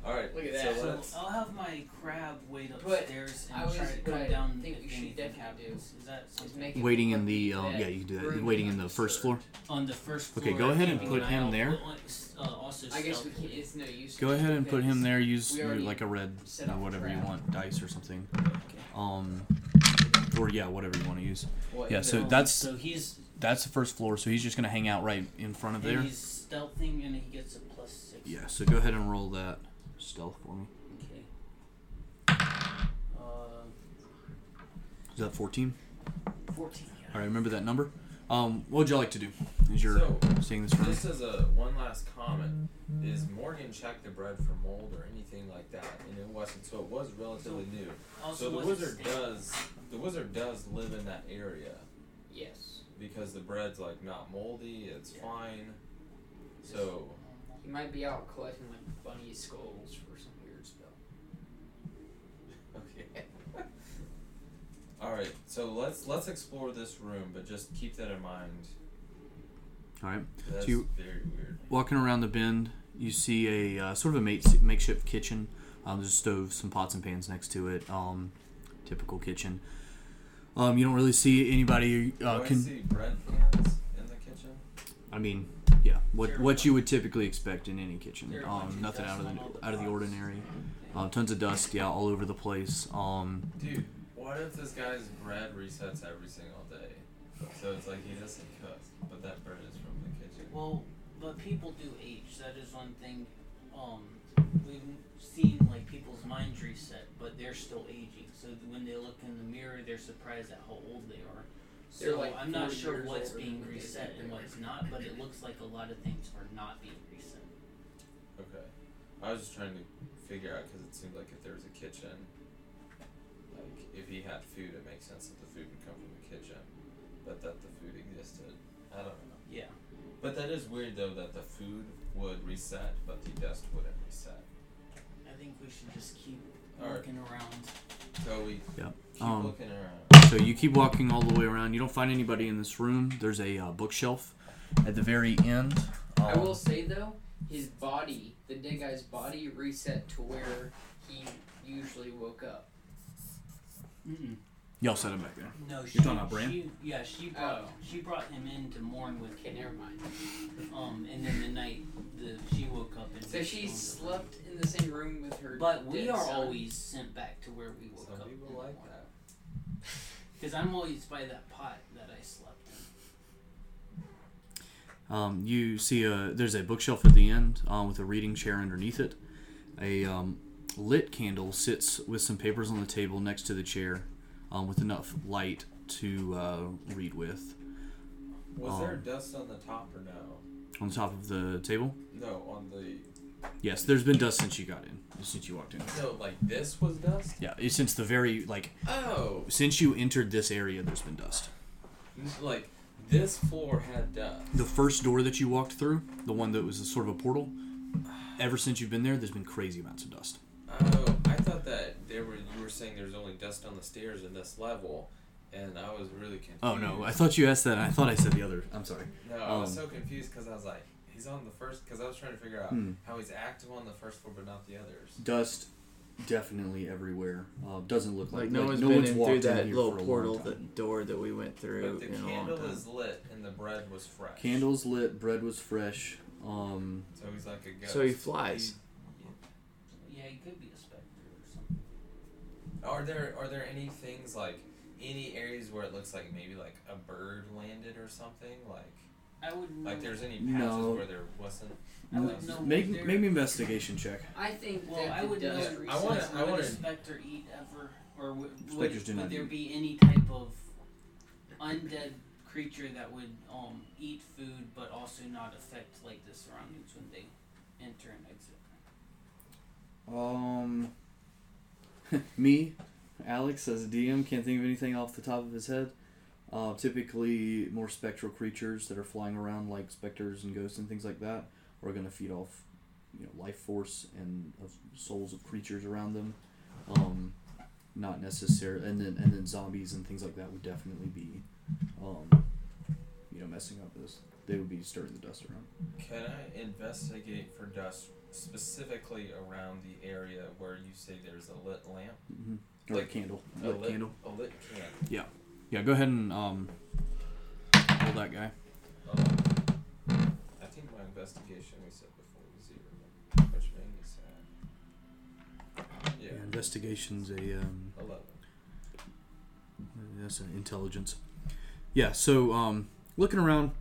All right. Look at that. So So let's. I'll have my crab wait But upstairs I and was- try to what I come down think if we should anything definitely do happens. Is that Is something? make it Waiting look in like the um, that yeah, you can do that. room Waiting is in the first floor. undisturbed. On the first floor. Okay, go ahead and keep put an eye him out. there. Well, it's, Uh, also I guess we stealthy. can, it's no use. Go ahead and put him because there. Use We your, already like a red, you set know, up a whatever you trap. want, dice or something. Um, or yeah, whatever you want to use. What, Yeah, so Um, that's- so he's That's the first floor, so he's just gonna hang out right in front of and there. he's stealthing and he gets a plus six. Yeah, so go ahead and roll that stealth for me. Okay. Uh, Is that fourteen? fourteen. Yeah. All right, remember that number. Um, what would you like to do? Is your So, uh, seeing this room? Just as a one last comment, is Morgan checked the bread for mold or anything like that, and it wasn't. So it was relatively new. Also So the wasn't wizard stealth. does. The wizard does live in that area Yes. because the bread's like not moldy. It's Yeah. fine. So He might be out collecting like bunny skulls for some weird spell. okay. All right. So let's let's explore this room, but just keep that in mind. All right. That's you- very weird. Walking around the bend, you see a uh, sort of a make- makeshift kitchen. Um, there's a stove, some pots and pans next to it. Um, typical kitchen. Um, you don't really see anybody. Uh, Do Oh, I can see bread pans in the kitchen? I mean, yeah, what Sure. what you would typically expect in any kitchen. There are a bunch Um, of nothing dust out of on all the the out of the pots. ordinary. Um, tons of dust, yeah, all over the place. Um, Dude, what if this guy's bread resets every single day? So it's like he doesn't cook, but that bread is from the kitchen. Well, but people do age. That is one thing. Um, we've seen like people's minds reset, but they're still aging. So th- when they look in the mirror, they're surprised at how old they are. They're, So like, I'm not 40 sure years what's older being than they reset think and they what's are. not, but it looks like a lot of things are not being reset. Okay. I was just trying to figure out because it seemed like if there was a kitchen, Like if he had food, it makes sense that the food would come from the kitchen, but that the food existed. I don't know. Yeah. But that is weird though that the food would reset, but the dust wouldn't reset. I think we should just keep All right. looking around. So we Yep. keep Um, looking around. So you keep walking all the way around. You don't find anybody in this room. There's a uh, bookshelf at the very end. I Um, Oh. will say though, his body, the dead guy's body, reset to where he usually woke up. Mm-mm. Y'all set him back there. No, she, talking about Bran? she yeah, she brought Oh. she brought him in to mourn with Okay, him. never mind. Um, and then the night the she woke up and So was she shown the- slept in the same room with her. But we dead are son. always sent back to where we woke Some up. people like that. Because I'm always by that pot that I slept in. Um, you see a there's a bookshelf at the end um, with a reading chair underneath it. A um, lit candle sits with some papers on the table next to the chair, um, with enough light to uh, read with. Was there Um, dust on the top or no? On top of the table, No, on the yes, there's been dust since you got in, since you walked in. no, like this was dust. Yeah, it's since the very like Oh, since you entered this area, there's been dust. like this floor had dust. The first door that you walked through, the one that was a sort of a portal, ever since you've been there, there's been crazy amounts of dust. Oh, I thought that there were. You were saying there's only dust on the stairs in this level, and I was really confused. Oh no, I thought you asked that. And I thought I said the other. I'm sorry. no, I was um, so confused because I was like, he's on the first. Because I was trying to figure out Hmm. how he's active on the first floor but not the others. dust definitely everywhere. Uh, doesn't look like, Like no like, one's no been one's in walked through that here little for a long portal, time. the door that we went through But the in a long candle time. is lit and the bread was fresh. Candles lit, bread was fresh. Um, So he's like a ghost. So he flies. Yeah, it could be a specter or something. Are there are there any things like any areas where it looks like maybe like a bird landed or something like I would know. like there's any patches No. where there wasn't. I would dust? Oh, know make where make me investigation check. I think Well, that I the would know. dust I resets wanna- would I wanna- a specter eat ever, or would, would, Spectres do not would there eat. be any type of undead creature that would um eat food but also not affect like the surroundings when they enter and exit? Um, me, Alex as a DM can't think of anything off the top of his head. Uh, typically, more spectral creatures that are flying around, like specters and ghosts and things like that, are going to feed off, you know, life force and of souls of creatures around them. Um, not necessarily, and then and then zombies and things like that would definitely be, um, you know, messing up this. They would be stirring the dust around. Can I investigate for dust specifically around the area where you say there's a lit lamp? Mm-hmm. Or a Like candle, A lit candle. A lit candle. Yeah, go ahead and um, hold that guy. Um, I think my investigation we said before was zero, which made me sad. Yeah, Yeah, investigation's a um, eleven. that's an intelligence. Yeah, so um, looking around,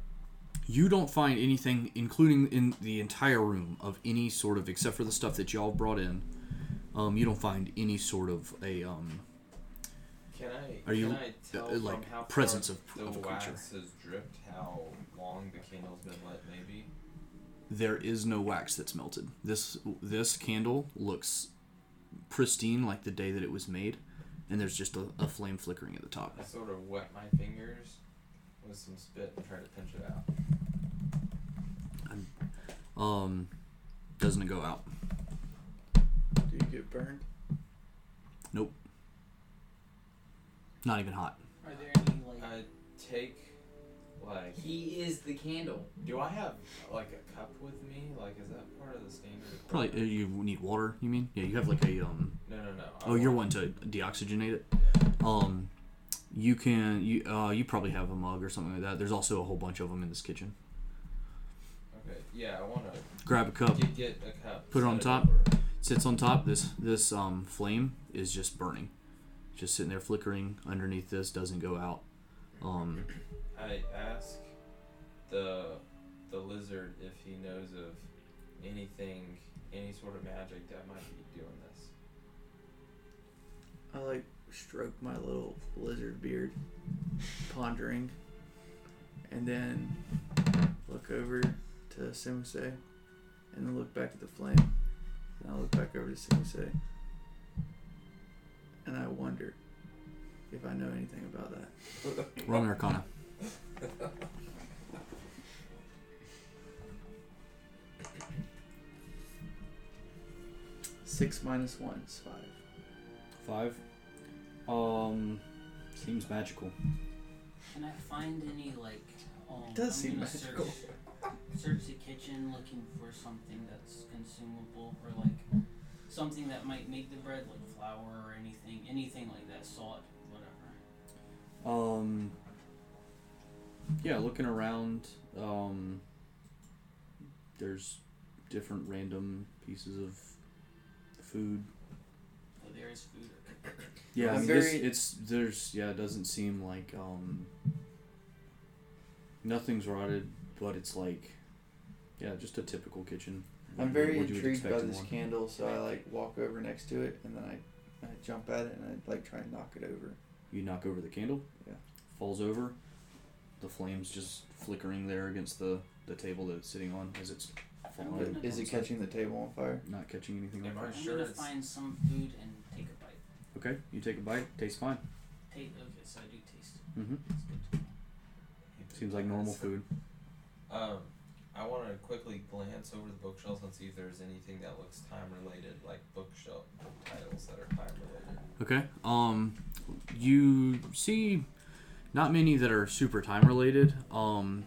you don't find anything, including in the entire room of any sort of, except for the stuff that y'all brought in. Um, you don't find any sort of a um, Can I? Are you, can I tell uh, from like, how presence far of- the of a wax creature? has dripped? How long the candle's been lit? Maybe. there is no wax that's melted. This this candle looks pristine like the day that it was made, and there's just a, a flame flickering at the top. I sort of wet my fingers with some spit and try to pinch it out. Um, doesn't it go out? Do you get burned? Not even hot. Are there any like? I take like He is the candle. Do I have like a cup with me? Like, is that part of the standard? Probably uh, equipment? you need water. You mean? Yeah, you have like a um. No, no, no. I Oh, you're want- one to deoxygenate it. Um, you can you uh you probably have a mug or something like that. There's also a whole bunch of them in this kitchen. Okay, yeah, I want to Grab a cup, get, get a cup. Oh. Put it on set top. over. sits on top. This this um flame is just burning, just sitting there flickering underneath this. Doesn't go out. Um, I ask the the lizard if he knows of anything, any sort of magic that might be doing this. I like stroke my little lizard beard, pondering, and then look over to Simuse, and then look back at the flame. And I look back over to Simuse, and I wonder if I know anything about that. Roll an Arcana. Six minus one is five. Five. Um, seems magical. Can I find any like? Um, It does I'm seem gonna magical. Search, search the kitchen looking for something that's consumable or like something that might make the bread, like flour or anything, anything like that, salt, whatever. Um, yeah, looking around, um, there's different random pieces of food. So there is food. Yeah, I I'm mean, this, very- it's there's yeah, it doesn't seem like um, nothing's rotted, but it's like yeah, just a typical kitchen. I'm What- very what you would intrigued expect by in this one. candle, so I like walk over next to it and then I, I jump at it and I like try and knock it over. You knock over the candle. Yeah. Falls over. The flames just flickering there against the the table that it's sitting on as it's falling. But Is it catching? catching the table on fire? Not catching anything on Am I fire. I'm sure gonna it's- find some food and take a bite. Okay, you take a bite. Tastes fine. Taste. Okay, so I do taste. Mm-hmm. It's good. Seems like normal food. Um, I want to quickly glance over the bookshelves and see if there's anything that looks time related, like bookshelf titles that are time related. Okay. Um, you see, not many that are super time related. Um,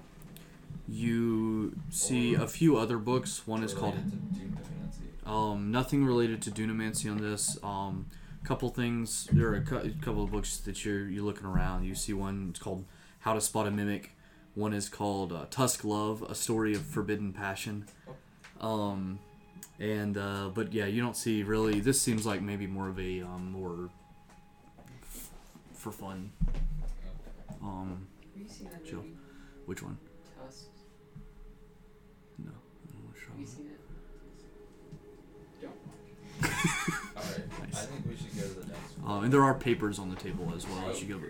you see a few other books. One is called Related to Dunamancy. um, nothing related to Dunamancy on this. Um, couple things. There are a cou- couple of books that you're you're looking around. You see one. It's called How to Spot a Mimic. One is called uh, Tusk Love: A Story of Forbidden Passion. Um, and uh, but yeah, you don't see really. This seems like maybe more of a um, more f- for fun. Um, Have you seen that Chill. movie? which one? Tusk. No. I don't know which Have one. you seen it? Don't watch. All right, I Nice. think we should go to the next Um, one. and there are papers on the table as well. as you go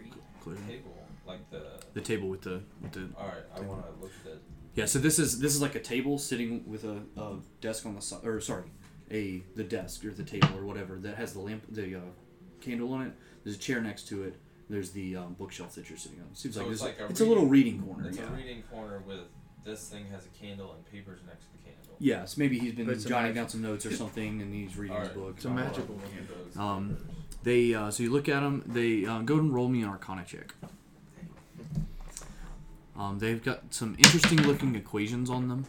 clear them. table, like the. the table with the with the All right, I Table. want to look at the. Yeah. So this is this is like a table sitting with a, a desk on the side, or sorry, a the desk or the table or whatever that has the lamp, the uh, candle on it. There's a chair next to it. There's the um, bookshelf that you're sitting on. Seems So like it's this. like a it's a little reading corner. It's yeah. a reading corner with this thing has a candle and papers next to the candle. Yes, maybe he's been But it's a jotting magic- down some notes or something, and he's reading his Alright. book. It's a blah, blah, blah. magical one. Candles, Um, papers. They uh, so you look at them. They uh, go and roll me an Arcana check. Um, they've got some interesting looking equations on them.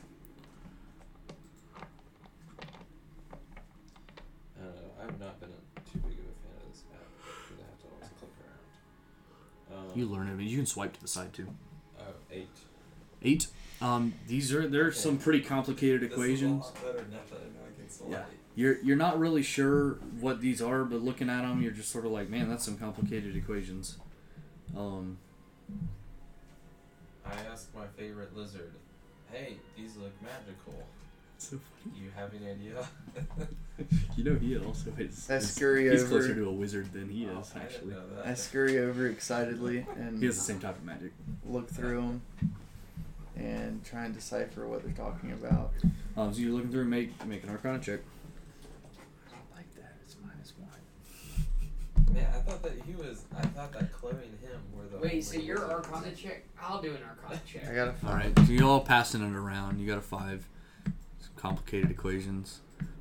I don't know. Uh, I've not been a, too big of a fan of this app because I have to always click around. Um, You learn it, but you can swipe to the side too. Oh, eight. Eight. Um, These are there's some pretty complicated equations. This is a lot better now that I know I can select Yeah. it. You're you're not really sure what these are, but looking at them, you're just sort of like, man, that's some complicated equations. Um, I asked my favorite lizard, "Hey, these look magical. so funny. You have any idea?" You know, he also is. I is- scurry he's over. closer to a wizard than he is Oh, I didn't actually. know I that. scurry over excitedly He has and the same type of magic. look through them and try and decipher what they're talking about. Um, so you're looking through, make make an Arcana check. I like that. It's minus one. Man, I thought that he was. I thought that Chloe and him were the. only Wait, so your wizards. Arcana check? I'll do an Arcana check. I got a all five. right. So you all passing it around. You got a five. Some complicated equations.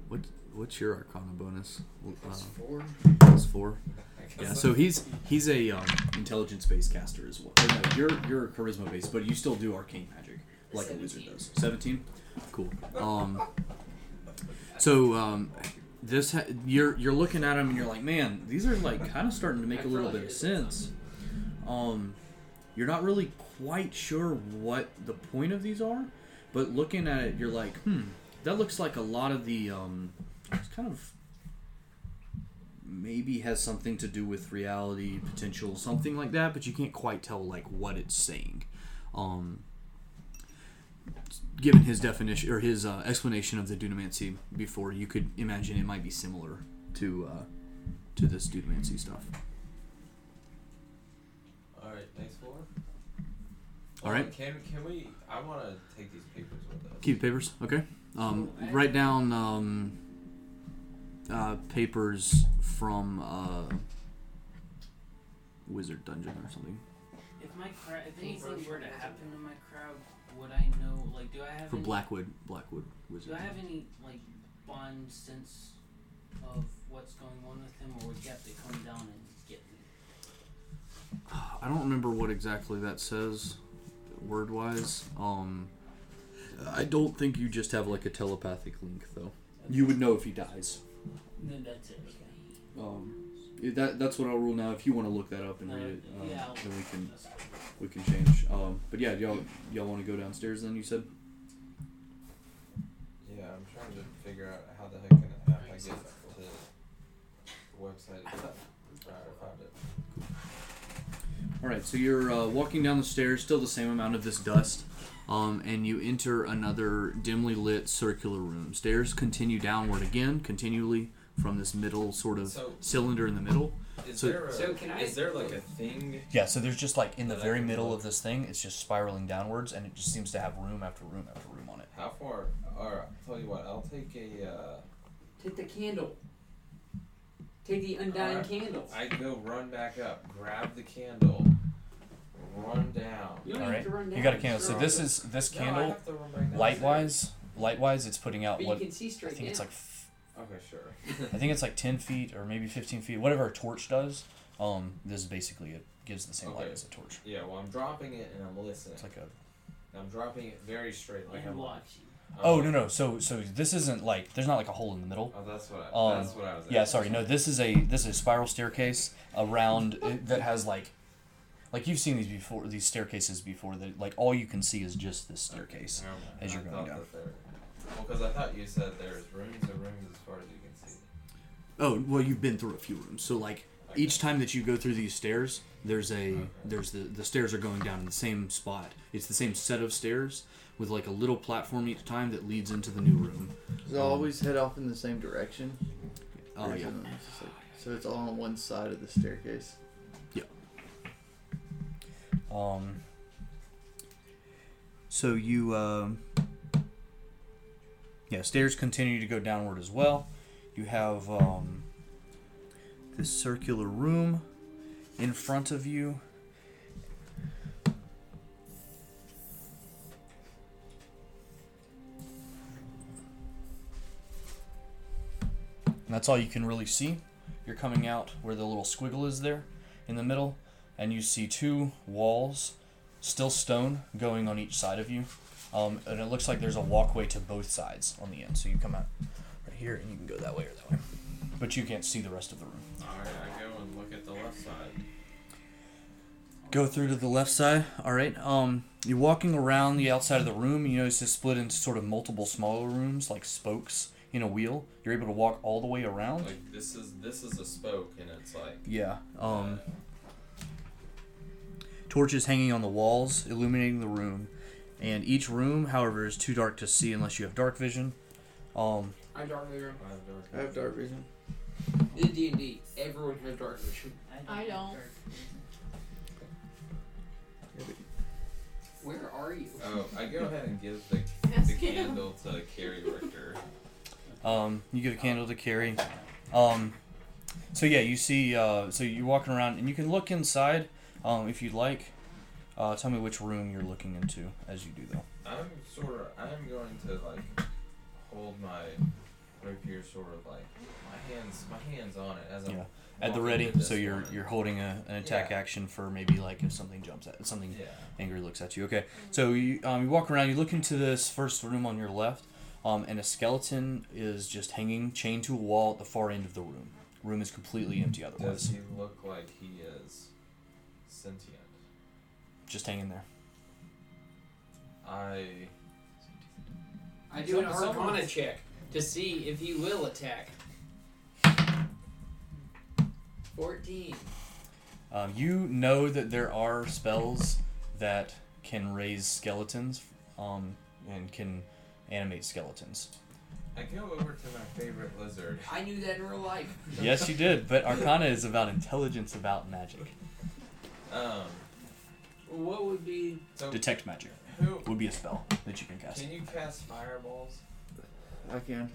What what's your Arcana bonus? Uh, Plus four. plus four. I guess Yeah. that's- So he's he's a um, Intelligence based caster as well. Or no, you're you're charisma based, but you still do arcane magic like a wizard Seventeen. does. Seventeen. Cool. Um, so um, this ha- you're you're looking at them and you're like, man, These are like kind of starting to make a little bit of sense. Um, you're not really quite sure what the point of these are, but looking at it, you're like, hmm, that looks like a lot of the um, it's kind of maybe has something to do with reality potential, something like that, but you can't quite tell like what it's saying. Um, given his definition or his uh, explanation of the dunamancy before, you could imagine it might be similar to uh, to this dunamancy stuff. All right, next floor. All right. Um, Can can we? I want to take these papers with us. Keep the papers, okay? Um, write down um, uh, papers from uh, wizard dungeon or something. If my crowd, if Any anything were version of to happen it. to my crowd, would I know? Like, do I have For any, Blackwood, Blackwood do wizard. I have any like bond sense of what's going on with him, or would you have to come down and get me? I don't remember what exactly that says, word wise. Um, I don't think you just have like a telepathic link though. You would know if he dies. Then that's it. Okay. Um, that that's what I'll rule now. If you want to look that up and No, read it, um, yeah, I'll- then we can that's fine. we can change. Um, but yeah, y'all y'all want to go downstairs? Then you said Yeah, I'm trying to figure out how the heck can I, I get to the website itself. Or if I have it. All right, so you're uh, walking down the stairs, still the same amount of this dust, um, and you enter another dimly lit circular room. Stairs continue downward again, continually from this middle sort of So- cylinder in the middle. Is So- there a, So can I- is there like a thing? Yeah, so there's just like in the very middle of this thing, it's just spiraling downwards, and it just seems to have room after room after room on it. How far? Or I'll tell you what, I'll take a. Uh, Take the candle. Take the undying Alright. candle. I go run back up, grab the candle, run down. you don't All have right, to run down. you got a candle. So Sure. this is this No, I candle, have to run back down. light wise, light wise, it's putting out But what you can see I straight think it's down. like f- Okay, sure. I think it's like ten feet or maybe fifteen feet, whatever a torch does. Um, this is basically it gives the same light Okay. as a torch. Yeah, well, I'm dropping it and I'm listening. It's like a I'm dropping it very straight, like and I'm. watching. I'm oh like- no no so so this isn't like there's not like a hole in the middle. Oh, that's what I. Um, that's what I was. Yeah, asking. sorry. No, this is a this is a spiral staircase around it, that has like, like you've seen these before. These staircases before that like all you can see is just this staircase. Never mind. as you're I going thought down. that there- Well, because I thought you said there's rooms and rooms as far as you can see. Oh well, you've been through a few rooms, so like each time that you go through these stairs, there's a there's the the stairs are going down in the same spot. It's the same set of stairs with like a little platform each time that leads into the new room. Does it always head off in the same direction? Oh Or is yeah. it- it's just like- so it's all on one side of the staircase. Um, So you um, yeah, stairs continue to go downward as well. You have um, this circular room in front of you. And that's all you can really see. You're coming out where the little squiggle is there in the middle, and you see two walls, still stone, going on each side of you. Um, and it looks like there's a walkway to both sides on the end. So you come out right here, and you can go that way or that way. But you can't see the rest of the room. All right, I go and look at the left side. Go through to the left side. All right. Um, you're walking around the outside of the room. You notice it's split into sort of multiple smaller rooms, like spokes in a wheel. You're able to walk all the way around. Like this is this is a spoke, and it's like. Yeah. Um, torches hanging on the walls, illuminating the room. And each room, however, is too dark to see unless you have dark vision. Um, I have dark vision. I have no- I have dark vision. This is D and D. Everyone has dark vision. I don't. Where are you? Oh, I go ahead and give the, the Ask him. candle to Carrie Richter. Um, you give a candle to carry. Um, so yeah, you see. Uh, so you're walking around, and you can look inside um, if you'd like. Uh, tell me which room you're looking into as you do, though. I'm sort of. I'm going to like hold my rapier sort of like my hands my hands on it as I'm Yeah. At the walking ready, to this so you're one. you're holding a, an attack Yeah. action for maybe like if something jumps at something yeah. angry looks at you. Okay, so you um, you walk around, you look into this first room on your left, um, and a skeleton is just hanging chained to a wall at the far end of the room. Room is completely empty Does otherwise, he look like he is sentient? just hanging there. I I do an Someone- Arcana someone- check to see if he will attack. Fourteen. Um, you know that there are spells that can raise skeletons um, and can animate skeletons. I go over to my favorite lizard. I knew that in real life. yes, you did, but Arcana is about intelligence, about magic. Um. What would be? So Detect magic who would be a spell that you can cast. can you cast fireballs? I can.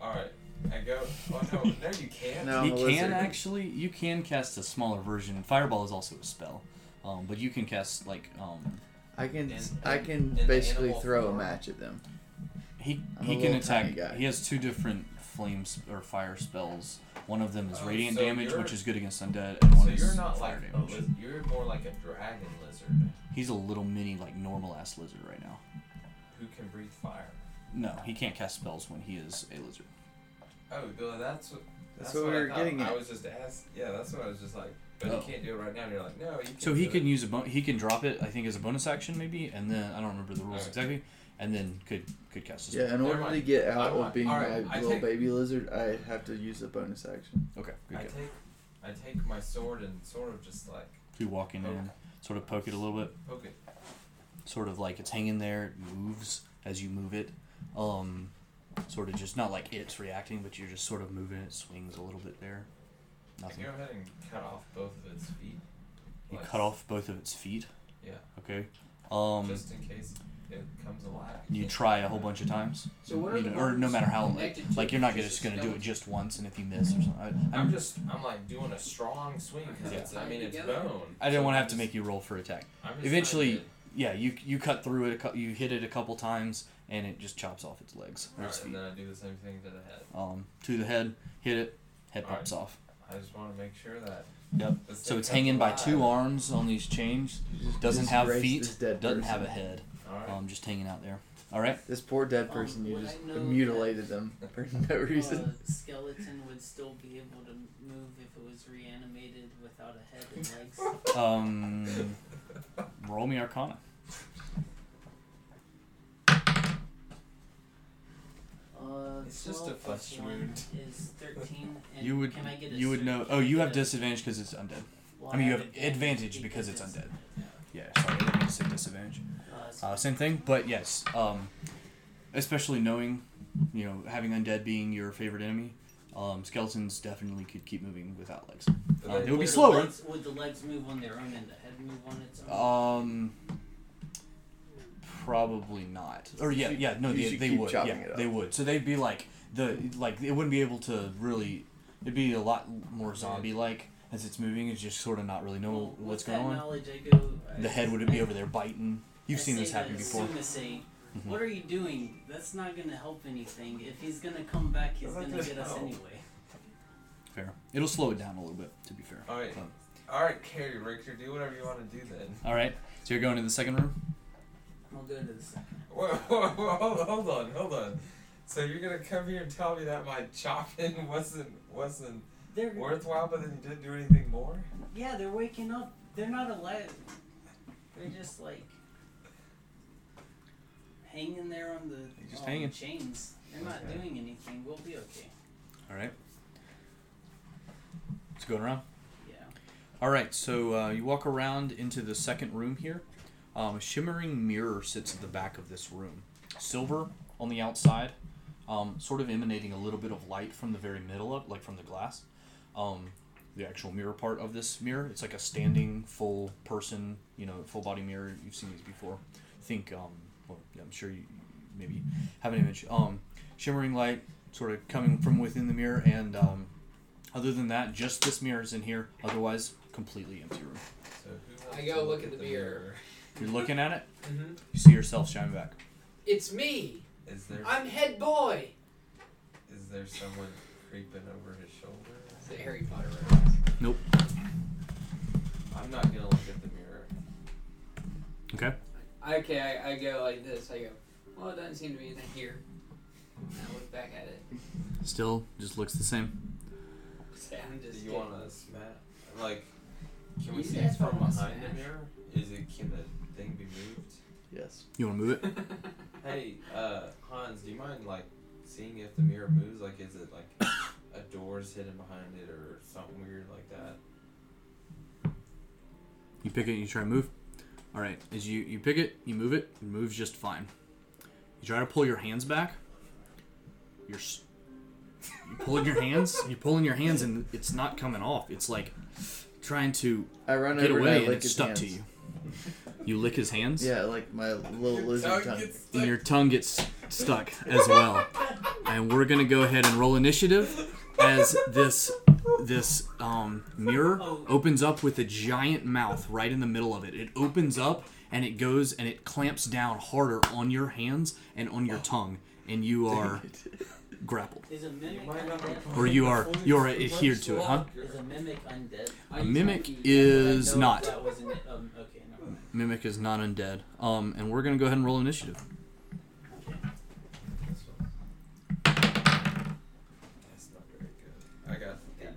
All right. I go. Oh no, no, you can't. No. I'm you a can wizard. actually. You can cast a smaller version. Fireball is also a spell, um, but you can cast like um, I can And- I and- can and the basically animal throw a form. match at them. he I'm a he can little tiny attack. guy. He has two different flames or fire spells. One of them is Oh, radiant so damage, you're- which is good against undead, and one So is you're not like fire a damage. lizard. You're more like a dragon lizard He's a little mini like normal ass lizard right now. who can breathe fire. No, he can't cast spells when he is a lizard. Oh, Bill, that's what. That's what we I were thought. getting I at. was just asked. Yeah, that's what I was just like. But Oh. you can't do it right now. And you're like, no, you can't. So he do can It. use a bon- he can drop it I think as a bonus action maybe, and then I don't remember the rules Alright. exactly, and then could could cast a spell. Yeah, in Never order to mind. get out Never of mind. being All right, I my little take- baby lizard, I have to use a bonus action. Okay, good. I good. take, I take my sword and sort of just like You walk in Okay. and sort of poke it a little bit, poke it. sort of like it's hanging there, it moves as you move it. Um, sort of just not like it's reacting, but you're just sort of moving it, swings a little bit there. I Nothing. go ahead and cut off both of its feet. You Like, cut off both of its feet. Yeah. Okay. Um, just in case it comes alive. you try a whole bunch of times. So what are you the know, or no ones matter how like, connected to like it? you're not Just just the gonna do it skeleton? just once, and if you miss or something, I, I'm, I'm just, I'm like doing a strong swing because Yeah. it's, I mean, it's Together. bone. I didn't want to have to So make you roll for attack. I'm just- I'm just Eventually, trying yeah, you you cut through it, a cou- you hit it a couple times, and it just chops off its legs to- or its Alright, and feet. then I do the same thing to the head. Um, to the head, hit it, head Alright. pops off. I just want to make sure that. Yep. this So thing it's comes hanging by two alive. arms on these chains. Doesn't Just have race feet. This dead Doesn't person. have a head. Alright. Um, just hanging out there. All right. This poor dead Um, person, you would just I know Uh, mutilated them for no reason. A skeleton would still be able to move if it was reanimated without a head and legs. Um, roll me Arcana. Uh, It's just 12 a plus flesh one wound. Is thirteen. And You would Can I get a you would search? know. Oh, you have Get a- disadvantage because it's undead. well, I mean, you have advantage because it's undead. Yeah. Sorry, I didn't say disadvantage. Uh, it's Uh, same thing, but yes, um, especially knowing, you know, having undead being your favorite enemy, um, skeletons definitely could keep moving without legs. But um, they- it would be Would the slower. legs- would the legs move on their own and the head move on its own? Um, probably not. Or yeah, You- yeah, no, you they, should they keep would. chopping Yeah, it up. they would. So they'd be like the like it wouldn't be able to really. It'd be a lot more zombie like as it's moving. It's just sort of not really know Well, with what's that going on. Knowledge, I go, I- The head would I- be over there biting. You've I seen say this happen to before. Sumase, Mhm. What are you doing? That's not gonna help anything. If he's gonna come back, he's That's not gonna gonna get us help. anyway. Fair. It'll slow it down a little bit. To be fair. Alright, Um, alright, Carrie Richter, do whatever you want to do then. All right. So you're going to the second room. I'll go to the second. Whoa, whoa, whoa, hold, hold on, hold on. So you're gonna come here and tell me that my chopping wasn't wasn't They're worthwhile, but then you didn't do anything more? yeah, they're waking up. They're not alive. They're just like hanging there on the They're just on hanging. chains. They're not Okay. doing anything. We'll be okay. All right. It's going around. Yeah. All right, so uh, you walk around into the second room here. Um, a shimmering mirror sits at the back of this room, silver on the outside, um, sort of emanating a little bit of light from the very middle of, like from the glass. Um, the actual mirror part of this mirror, it's like a standing full person, you know, full body mirror. You've seen these before. Think, um, well, yeah, I'm sure you maybe have an image. Um, shimmering light, sort of coming from within the mirror, and um, other than that, just this mirror is in here. Otherwise, completely empty room. So who wants I to go look at the mirror. You're looking at it. Mm-hmm. You see yourself shining back. It's me. Is there I'm head boy. is there someone creeping over his shoulder? It's a Harry Potter reference. I'm not gonna look at the mirror. Okay. Okay, I, I go like this. I go. Well, it doesn't seem to be anything here. And I look back at it. Still, just looks the same. Say, I'm Do just. you kidding. wanna smash? Like, can we You see said I from wanna behind the smash. mirror? Is it can the thing be moved? Yes. You want to move it? Hey, uh, Hans, do you mind like seeing if the mirror moves? Like, is it like a door's hidden behind it or something weird like that? You pick it and you try to move. All right, as you you pick it, you move it, it moves just fine. You try to pull your hands back. You're s- you pulling your hands, you're pulling your hands, and it's not coming off. It's like trying to I run get over away, and I and lick it's his stuck hands. to you. You lick his hands, Yeah, like my little lizard tongue. and your tongue gets stuck as well. and we're gonna go ahead and roll initiative as this this um, mirror opens up with a giant mouth right in the middle of it. It opens up and it goes and it clamps down harder on your hands and on your tongue, and you are grappled Is a mimic might not be undead? or you are you are adhered to it, huh? Is a mimic undead? I A used mimic to be- I is know not. That wasn't it. Um, okay, never mind. Mimic is not undead. Um, and we're gonna go ahead and roll initiative. That's not very good. I got eight.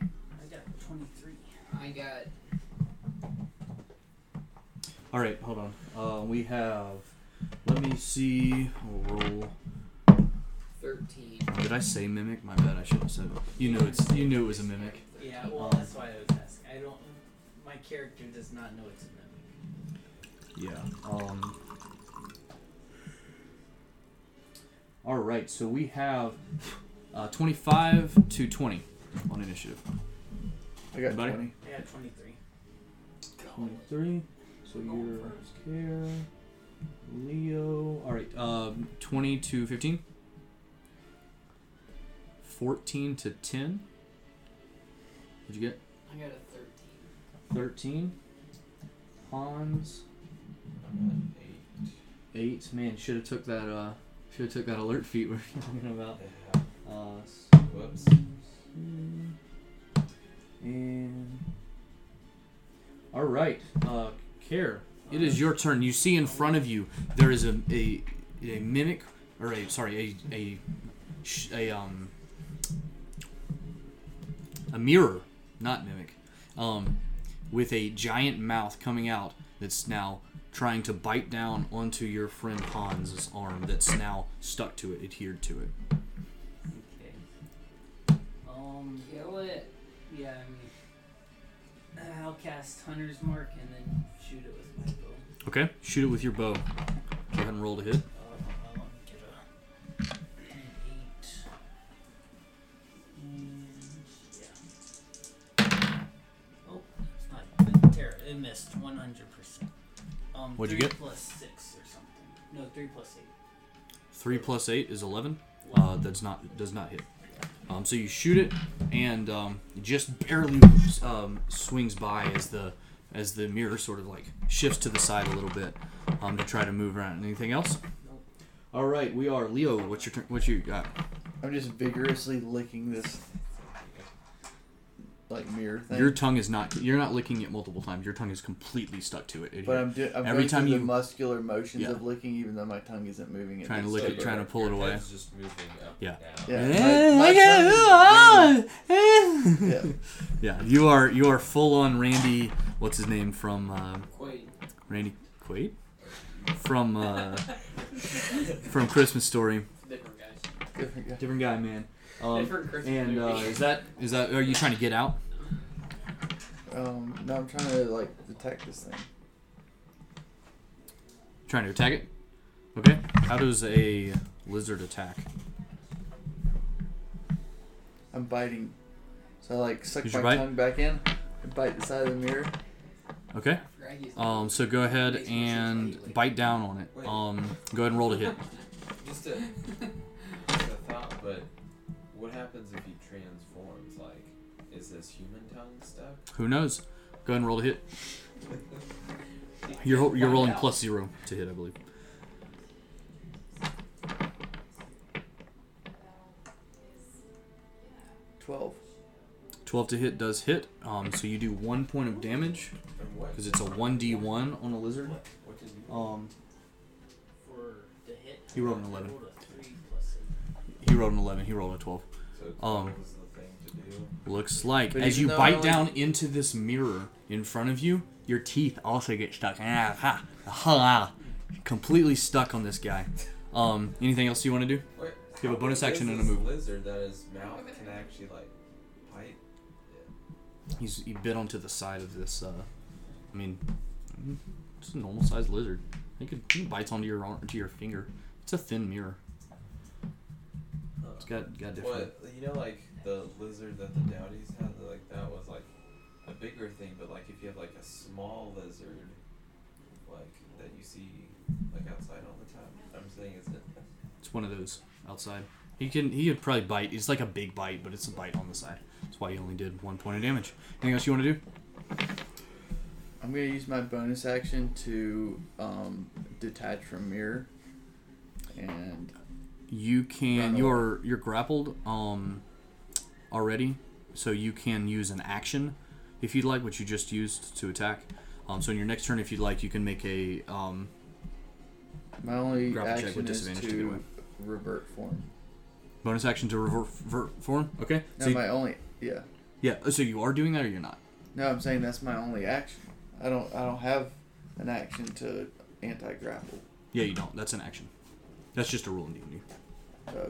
I got 23. I got All right, hold on. Uh, we have. Let me see. I'll roll. thirteen. Did I say mimic? My bad. I should have said. You know it's. You knew it was a mimic. Yeah, well, Um, that's why I was asking. I don't. My character does not know it's a mimic. Yeah. Um. All right. So we have uh, twenty-five to twenty on initiative. I got Buddy? 20. I got 23. Twenty-three. So you're care. Leo. All right. Um, twenty to fifteen. Fourteen to ten. What'd you get? I got a 13. thirteen. Hans. I'm at eight. 8. Man, should have took that uh should have took that alert feat we were talking about. Yeah. Uh s- Whoops. and all right. Uh care. It is your turn. You see in front of you there is a a, a mimic or a sorry, a a sh- a um a mirror, not mimic. Um with a giant mouth coming out that's now trying to bite down onto your friend Hans's arm that's now stuck to it, adhered to it. Okay. Um. Kill it. Yeah, I mean, uh, I'll cast Hunter's Mark and then shoot it with my bow. Okay. Shoot it with your bow. Go ahead and roll to hit. Uh, I'll get a an eight. And yeah. Oh, it's not it's terrible. It missed one hundred percent. Um, What'd you three get? Plus six or something. No, three plus eight. Three plus eight is eleven. Uh, that's not does not hit. Um, so you shoot it, and um, it just barely um, swings by as the as the mirror sort of like shifts to the side a little bit um, to try to move around. Anything else? Nope. All right, we are Leo. What's your turn? What you got? I'm just vigorously licking this like mirror thing. Your tongue is not. You're not licking it multiple times. Your tongue is completely stuck to it. but I'm, do- I'm Every going time through you- the muscular motions Yeah. of licking, even though my tongue isn't moving. It Trying to needs lick it, be. trying to pull it Your away. head's just moving up Yeah. and down. Yeah. Eh, my- my I tongue got- Yeah. Yeah, you are you are full on Randy. What's his name from uh, Quite. Randy Quaid? From uh, from Christmas Story. Different guys. Different guy. Different guy, man. Um, Different Christmas and uh, movie. is that is that are you trying to get out? Um, no, I'm trying to like detect this thing. Trying to attack it? Okay. How does a lizard attack? I'm biting, so I like suck Use my your bite. tongue back in, and bite the side of the mirror. Okay. I forgot he's- Um, so go ahead and bite down on it. Um, go ahead and roll to hit. Just a, just a thought, but what happens if he transforms? Like, is this human tongue stuck? Who knows? Go ahead and roll to hit. You're you're rolling plus zero to hit, I believe. Twelve. 12 to hit does hit, um, so you do one point of damage And what? because it's a 1d1 on a lizard. What did you? Um, For the hit. He rolled an I 11. rolled a three plus eight. he rolled an 11, he rolled a 12. So it's um, what was the thing to do? Looks like But as even you though I bite only- down into this mirror in front of you, your teeth also get stuck. Ah, ha, ha, completely stuck on this guy. Um, anything else you want to do? Wait, You have a how bonus big action is and a this move. Lizard that his mouth can actually like bite. He's he bit onto the side of this. Uh, I mean, mm, it's a normal sized lizard. He could he bites onto your arm, to your finger. It's a thin mirror. It's got got different. Um, What you know, like the lizard that the Dowdies had, like that was like a bigger thing. But like if you have like a small lizard, like that you see like outside all the time, I'm saying is it It's one of those outside. He can he could probably bite. It's like a big bite, but it's a bite on the side. That's why he only did one point of damage. Anything else you want to do? I'm gonna use my bonus action to um, detach from mirror, and You can Grapple. you're you're grappled um already, so you can use an action if you'd like, which you just used to attack. Um, so in your next turn, if you'd like, you can make a um my only Grapple check with action is disadvantage to get away. to revert form. bonus action to revert, revert form. Okay. No, so you- my only yeah. yeah. So you are doing that, or you're not. No, I'm saying that's my only action. I don't I don't have an action to anti grapple. Yeah, you don't. That's an action. That's just a rule in D&D. Oh gotcha.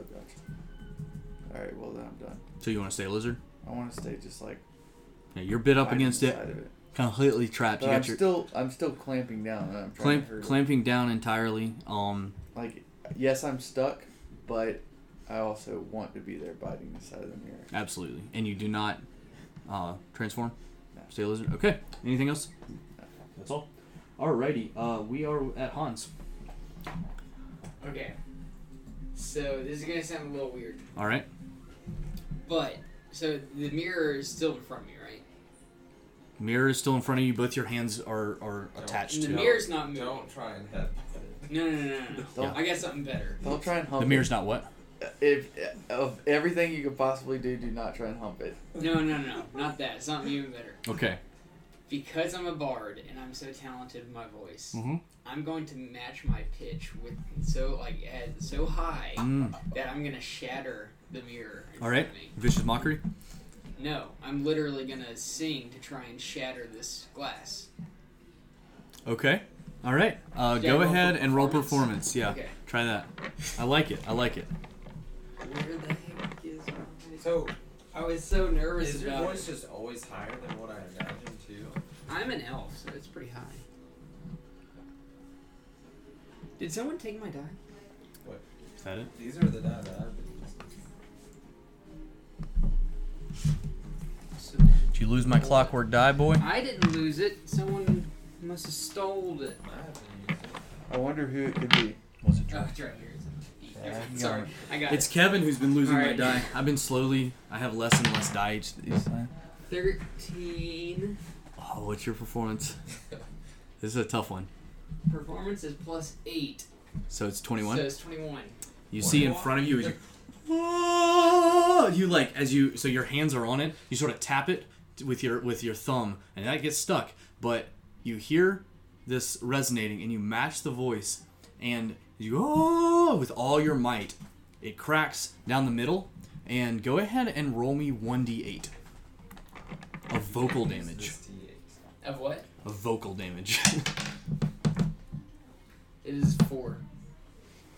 All right, well then I'm done. So you want to stay a lizard? I want to stay just like Yeah, you're bit up fighting against the it, side of it. completely trapped. But you I'm got your still I'm still clamping down and I'm trying to clamp, hurt it. clamping down entirely. Um, like yes I'm stuck, but I also want to be there biting the side of the mirror. absolutely. And you do not uh, transform. No. Stay a lizard. Okay. Anything else? That's all. Alrighty. Uh, we are at Hans. Okay. So this is gonna sound a little weird, All right. but so the mirror is still in front of me, right? Mirror is still in front of you. Both your hands are are Don't. attached And the to. it. mirror's not moving. Don't try and head. No, no, no, no, no. Don't I got something better. don't try and hump The mirror's not what? it. If of everything you could possibly do, do not try and hump it. No, no, no, not that. Something even better. Okay. Because I'm a bard and I'm so talented with my voice, Mhm. I'm going to match my pitch with so like at so high Mm. that I'm gonna shatter the mirror. in All front right. of me. Vicious mockery. No, I'm literally gonna sing to try and shatter this glass. Okay. All right. Uh, Yeah, go roll ahead and roll performance. performance. Yeah. Okay. Try that. I like it. I like it. Where the heck is my voice? So I was so nervous is your about voice it. just always higher than what I imagined too? I'm an elf, so it's pretty high. Did someone take my die? Is that it? These are the die that I've been using. So- Did you lose my clockwork die, boy? I didn't lose it. Someone must have stole it. I have been using. I wonder who it could be. Was it Oh, Drew? it's right here. It's- Yeah, I got Sorry, I got It's it. Kevin who's been losing my Alright. die. I've been slowly. I have less and less die each, each time. Thirteen. Oh, what's your performance? this is a tough one. Performance is plus eight. So it's 21. So it's twenty-one. you see in front of you as you. Oh, you like as you so your hands are on it. You sort of tap it with your with your thumb, and that gets stuck. But you hear this resonating, and you match the voice, and you go oh, with all your might. It cracks down the middle, and go ahead and roll me 1d8 of vocal damage. This D8. Of what? of vocal damage. It is four.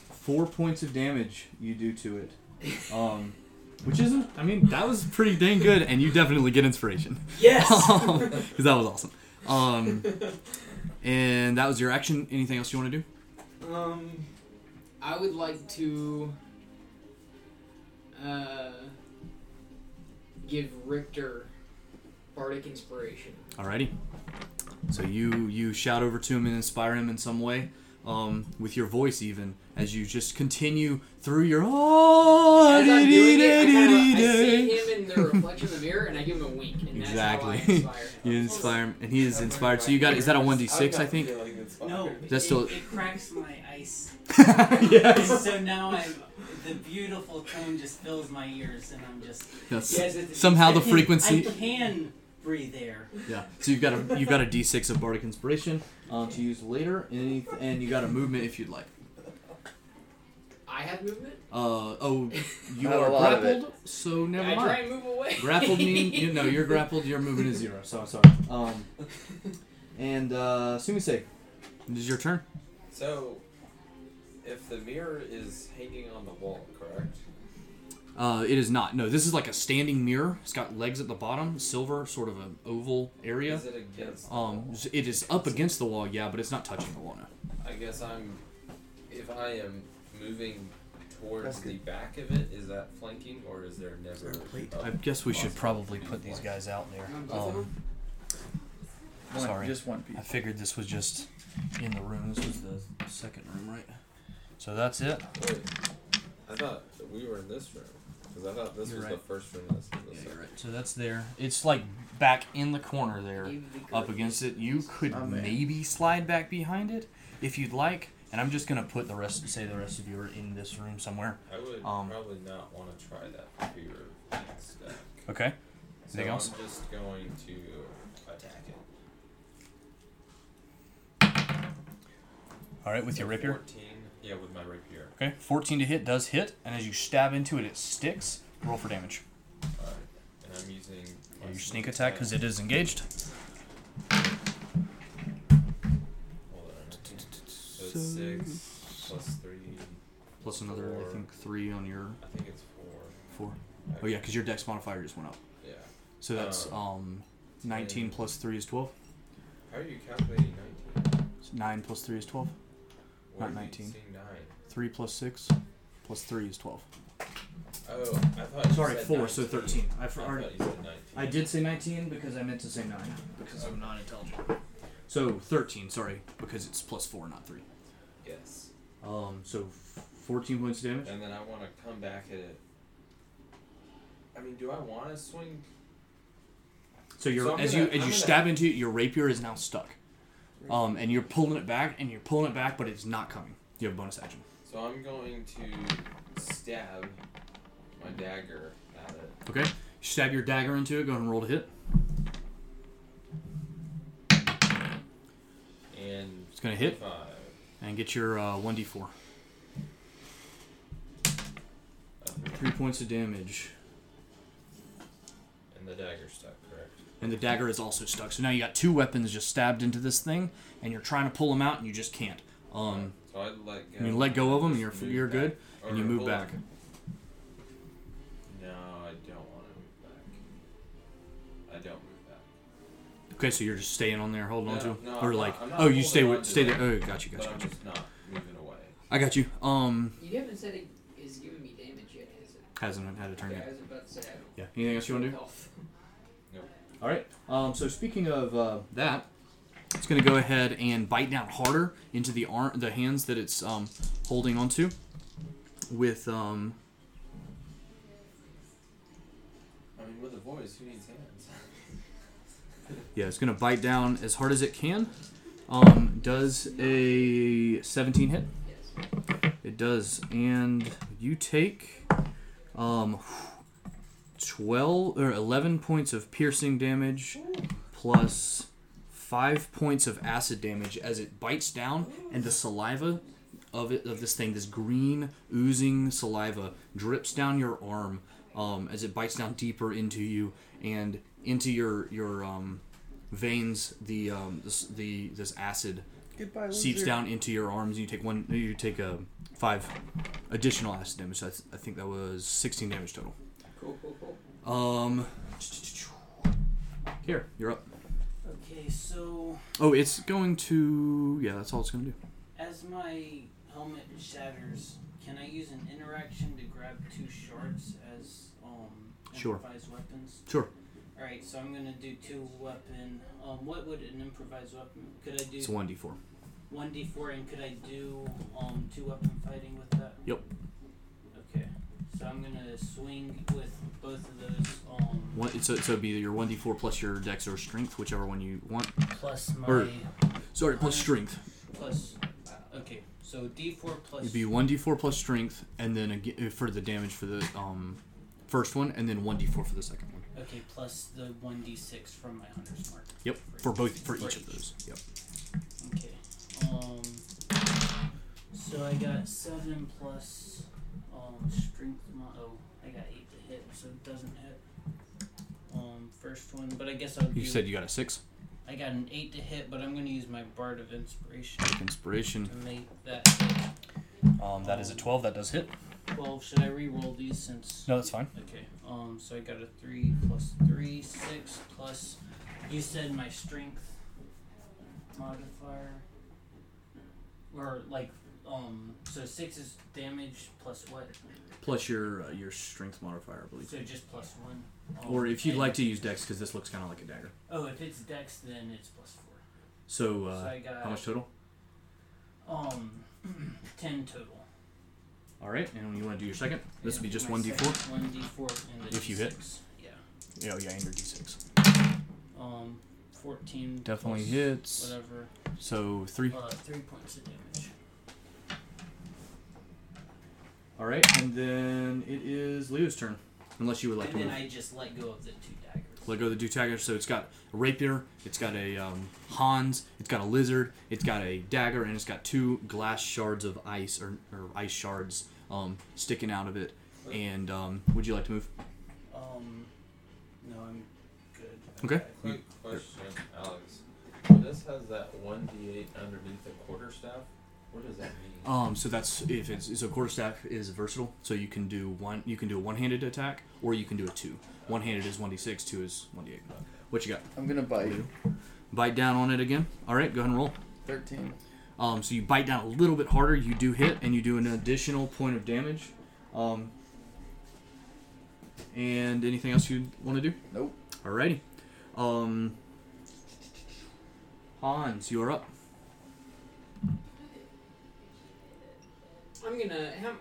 Four points of damage you do to it. Um, which isn't, I mean, that was pretty dang good, and you definitely get inspiration. Yes. Um, Because that was awesome. Um, and that was your action. Anything else you want to do? um, I would like to. Uh, give Richter bardic inspiration. Alrighty. So you you shout over to him and inspire him in some way, um, with your voice even, as you just continue through your oh. As I'm doing it, I, kinda, I see him in the reflection in the mirror, and I give him a wink, and that's how Exactly. I inspire him. You inspire him, and he is inspired. So you got is that a one d six? I got think. feeling inspired. No, That's it, still- it cracks my ice. yes. so now I'm the beautiful tone just fills my ears, and I'm just yes. yes, it's- Somehow the I can- frequency- I can breathe air. Yeah. So you've got a you've got a d six of bardic inspiration um, to use later, and any, and you got a movement if you'd like. I have movement. Uh oh, you Not a are lot of grappled, so never I try mind. and move away. Grappled mean you know you're grappled. Your movement is zero. So I'm sorry. Um, and uh, Sumise, this is your turn. So, if the mirror is hanging on the wall, correct? Uh, it is not. No, this is like a standing mirror. It's got legs at the bottom, silver, sort of an oval area. Is it against? Um, it is up against the wall, yeah, but it's not touching the wall now. I guess I'm. If I am moving That's towards the back of it, is that flanking or is there never? a- I guess we should probably put these guys out there. Um, One, Sorry. just one piece. I figured this was just in the room. This was the second room, right? So that's it. Wait, I thought we were in this room because I thought this You're was right. the first room. This was the Yeah, second. you're right. So that's there. It's like back in the corner there. Even if you up could- against it. You could Oh, man. maybe slide back behind it if you'd like. And I'm just gonna put the rest, say the rest of you are in this room somewhere. I would Um, probably not want to try that for fear of being stuck. Okay. So Anything else? I'm just going to attack it. All right, with So your rapier. 14. Yeah, with my rapier. Okay. 14 to hit does hit, and as you stab into it, it sticks. Roll for damage. All right. And I'm using my Or your sneak attack because it is engaged. Hold on. So it's six plus three. Plus another, four. I think, three on your I think it's four. four. Oh yeah, because your dex modifier just went up. Yeah. So that's Uh, um, 19 ten. plus three is 12. How are you calculating 19? So Nine plus three is 12. Where Not are you 19. seeing nine? Three plus six plus three is 12. Oh, I thought you Sorry, said four, so 19. 13. I I for- thought you said 19. I did say 19 because I meant to say nine because I'm not intelligent. So 13, sorry, because it's plus four, not three. Yes. Um, so 14 points of damage. And then I want to come back at it. I mean, do I want to swing? So you're So I'm as gonna- you as I'm you gonna- stab into it, your rapier is now stuck. Um, and you're pulling it back, and you're pulling it back, but it's not coming. You have a bonus action. So I'm going to stab my dagger at it. Okay, you stab your dagger into it. Go ahead and roll to hit. And It's gonna hit five. and get your uh, 1d4. A three. Three points of damage, And the dagger stuck, correct? and the dagger is also stuck. So now you got two weapons just stabbed into this thing, and you're trying to pull them out, and you just can't. Um, So I let go. I mean, let go of them, Just you're f- move you're back. good, and you Or move hold on. back. No, I don't want to move back. I don't move back. Okay, so you're just staying on there, holding on No, to, 'em? no, or I'm like, not- I'm not oh, you holding stay on with, to stay it. there. Oh, got you, got But you, I'm got you. just not moving away. I got you. Um, You haven't said it is giving me damage yet, has it? hasn't had a turn Okay, I yet. was about to say I don't. Yeah. Anything else you want to do? Health. All right. Um, so speaking of uh, that, it's going to go ahead and bite down harder into the arm, the hands that it's um, holding onto, with um, I mean, with a voice, who needs hands? yeah, it's going to bite down as hard as it can. Um, does a 17 hit? Yes. It does, and you take um, 12 or 11 points of piercing damage plus 5 points of acid damage as it bites down and the saliva of it of this thing this green oozing saliva drips down your arm um, as it bites down deeper into you and into your your um, veins the um, this, the this acid Goodbye, seeps loser. down into your arms and you take one you take a five additional acid damage so I, th- I think that was 16 damage total Cool, cool, cool. um here you're up Okay, so oh it's going to yeah that's all it's going to do as my helmet shatters, can I use an interaction to grab two shards as um Sure. improvised weapons? Sure. All right, so I'm gonna do two weapon. Um, what would an improvised weapon? Could I do it's 1d4 one d four, and could I do um two weapon fighting with that? Yep. Okay, so I'm gonna swing with both of those. Um, one, so, so it'd be your 1d4 plus your dex or strength whichever one you want plus my Or- sorry plus strength plus. uh, Okay, so d four plus. it'd be 1d4 plus strength and then again for the damage for the um first one and then 1d4 for the second one Okay, plus the one d six from my hunter's mark. yep for both for each of those yep Okay. Um. So I got seven plus um strength. Mo- oh, I got eight to hit, so it doesn't hit. Um, first one, but I guess I'll. you do- said you got a 6 I got an eight to hit, but I'm gonna use my bard of inspiration inspiration to make that hit. Um, that is a 12. That does hit. twelve. Should I re-roll these since? No, that's fine. Okay. Um. So I got a three plus three, six plus. You said my strength modifier. Or like, um. So six is damage plus what? plus your uh, your strength modifier, I believe. So just plus one. Um, Or if you'd and- like to use dex, because this looks kind of like a dagger. Oh, if it's dex, then it's plus four. So, so uh, I got how much total? um ten total. All right, and you want to do your second? This And would be just my one d4. second, One d four and the If you hit. D6. Yeah. Yeah, oh, yeah, and your d6. Um, fourteen. Definitely plus hits. Whatever. So three. Uh, three points of damage. All right, and then it is Leo's turn, unless you would like and to then move. I just let go of the two daggers. Let go of the Dutagger. So it's got a rapier, it's got a um, Hans, it's got a lizard, it's got a dagger, and it's got two glass shards of ice or, or ice shards um, sticking out of it. And um, would you like to move? Um, no, I'm good. Okay. Quick question, Alex. When this has that one D eight underneath the quarter staff, what does that mean? Um, so that's if it's so quarterstaff is versatile. So you can do one, you can do a one-handed attack, or you can do a two. One-handed is one d six, two is one d eight. What you got? I'm gonna bite. Bite down on it again. All right, go ahead and roll. Thirteen. Um, so you bite down a little bit harder. You do hit, and you do an additional point of damage. Um, and anything else you want to do? Nope. Alrighty. Um, Hans, you are up. I'm gonna. How,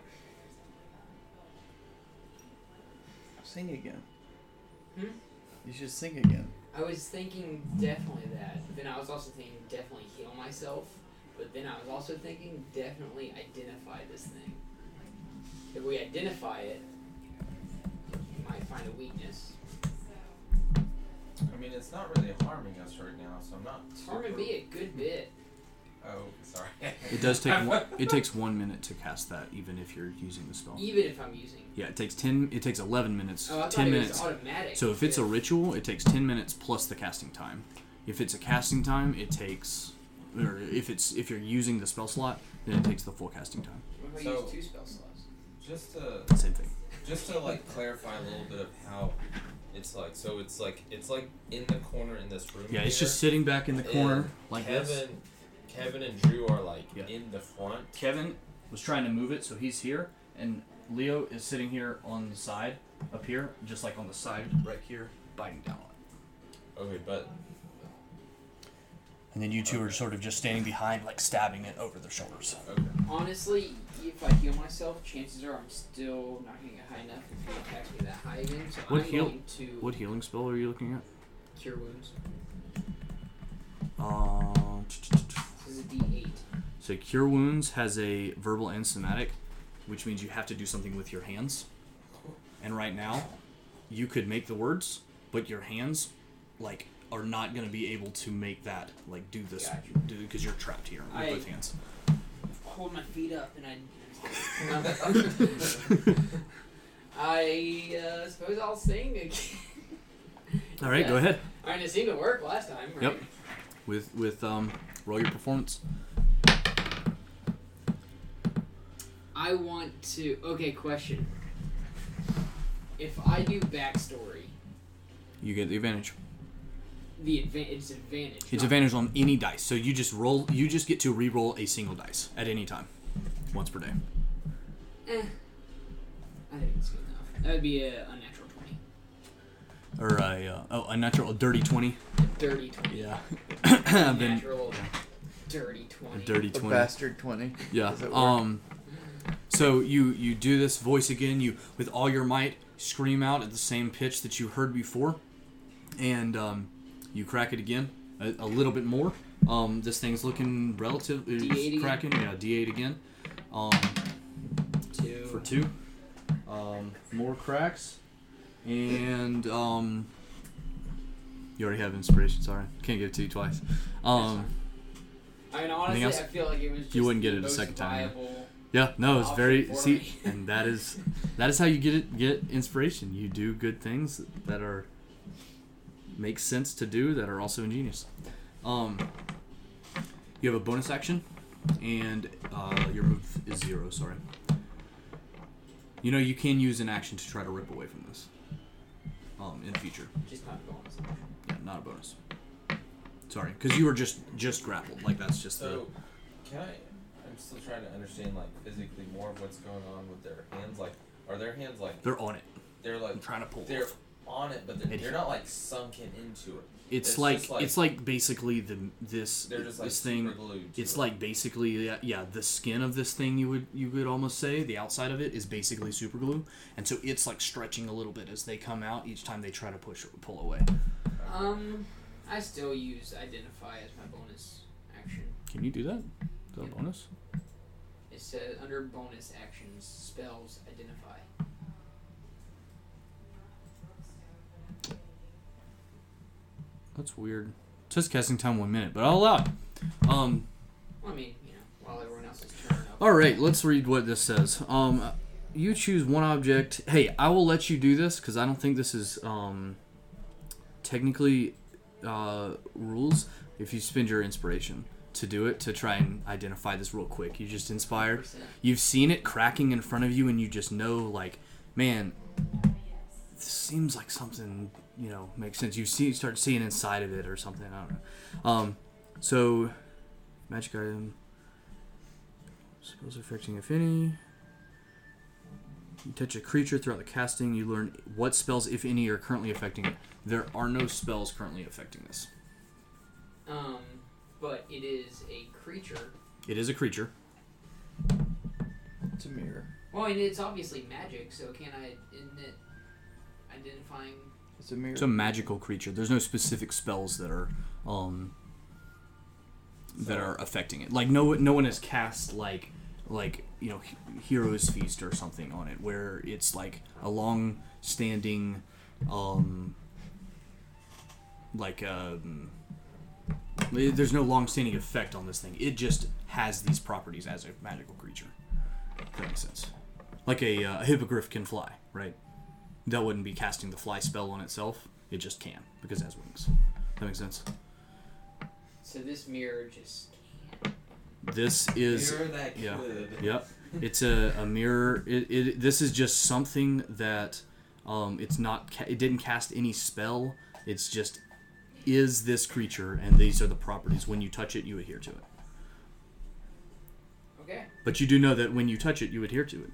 Sing again. Hmm? You should sing again. I was thinking definitely that, but then I was also thinking definitely heal myself, but then I was also thinking definitely identify this thing. If we identify it, we might find a weakness. I mean, it's not really harming us right now, so I'm not. Harmon super- be a good bit. Oh, sorry. It does take one, it takes one minute to cast that, even if you're using the spell. Even if I'm using. Yeah, it takes ten. It takes eleven minutes. Oh, I Ten thought it minutes. was automatic. So if it's a Yeah. ritual, it takes ten minutes plus the casting time. If it's a casting time, it takes, or if it's if you're using the spell slot, then it takes the full casting time. What if I So- use two spell slots? Just to Same thing. just to like clarify a little bit of how it's like. So it's like it's like in the corner in this room. Yeah, it's here, just sitting back in the corner and like Kevin, this. Kevin and Drew are like Yeah. in the front. Kevin was trying to move it, so he's here, and Leo is sitting here on the side, up here, just like on the side, right here, biting down on it. Okay, but And then you two are sort of just standing behind, like stabbing it over their shoulders. okay. Honestly, if I heal myself, chances are I'm still not going to get high enough if he attacks me that high again. So What I'm heal- going to What healing spell are you looking at? cure wounds. Uh, Um, This is a D8. so cure wounds has a verbal and somatic, which means you have to do something with your hands. And right now, you could make the words, but your hands, like, are not gonna be able to make that, like, do this, Gotcha. do because you're trapped here with I- both hands. Hold my feet up and I. I uh, suppose I'll sing again. All right, go Yeah. ahead I mean, it seemed to work last time, right? Yep. with with um, roll your performance. I want to. Okay, question. If I do backstory, You get the advantage. the advan it's advantage. It's not- advantage on any dice. So you just roll. You just get to re-roll a single dice at any time, once per day. Eh. I think it's good enough. That would be a unnatural twenty. Or a uh, oh, a natural a dirty twenty. A dirty twenty. Yeah, I've been Natural dirty a twenty. dirty A twenty. bastard twenty. Yeah. Does it work? Um. So you you do this voice again. You with all your might scream out at the same pitch that you heard before, and um, you crack it again a, a little bit more. Um, this thing's looking relative. It's D8 again? cracking. Yeah, D eight again. Um, Two. for two. Um, more cracks, and um, you already have inspiration. Sorry, can't give it to you twice. Um, I mean, honestly, else? I feel like it was. Just wouldn't get the it a most second time, viable- yeah, no, it's Option very for see, me. and that is that is how you get it get inspiration. You do good things that are make sense to do that are also ingenious. Um, you have a bonus action, and uh, your move is zero. Sorry. You know you can use an action to try to rip away from this. Um, in the future. Just not bonus. Yeah, not a bonus. Sorry, because you were just just grappled. Like that's just So, can I? I'm still trying to understand, like, physically more of what's going on with their hands. Like, are their hands like the. They're on it. they're like I'm trying to pull. they're on it, but they're, Adhe- they're not like sunken into it. It's, It's like, just like- it's like basically the this They're just like this thing. super glued. to It's it. like basically yeah, yeah, the skin of this thing you would you would almost say the outside of it is basically super glue, and so it's like stretching a little bit as they come out each time they try to push or pull away. Um, I still use identify as my bonus action. Can you do that? Is that a bonus? It says under bonus actions, spells identify. That's weird. It says casting time one minute, but I'll allow. it. Um, Well, I mean, you know, while everyone else is turning up. all right, let's read what this says. Um, you choose one object. Hey, I will let you do this because I don't think this is um, technically uh, rules. If you spend your inspiration to do it to try and identify this real quick, you just inspire. You've seen it cracking in front of you, and you just know, like, man, this seems like something you know makes sense. You see, start seeing inside of it or something. I don't know. Um, so, magic item. Spells affecting, if any. You touch a creature throughout the casting. You learn what spells, if any, are currently affecting it. There are no spells currently affecting this. Um, but it is a creature. It is a creature. It's a mirror. Well, and it's obviously magic, so can I, isn't it identifying? It's a mirror. It's a magical creature. There's no specific spells that are um that are affecting it. Like no no one has cast like like you know he- heroes feast or something on it where it's like a long standing um like um eh, there's no long standing effect on this thing. It just has these properties as a magical creature. If that makes sense. Like a, uh, a hippogriff can fly, right? that wouldn't be casting the fly spell on itself. It just can because it has wings. That makes sense. So this mirror just This is Mirror that yeah. could. yep. It's a, a mirror. It, it this is just something that um, it's not. Ca- it didn't cast any spell. It's just is this creature and these are the properties. When you touch it, you adhere to it. okay. But you do know that when you touch it, you adhere to it.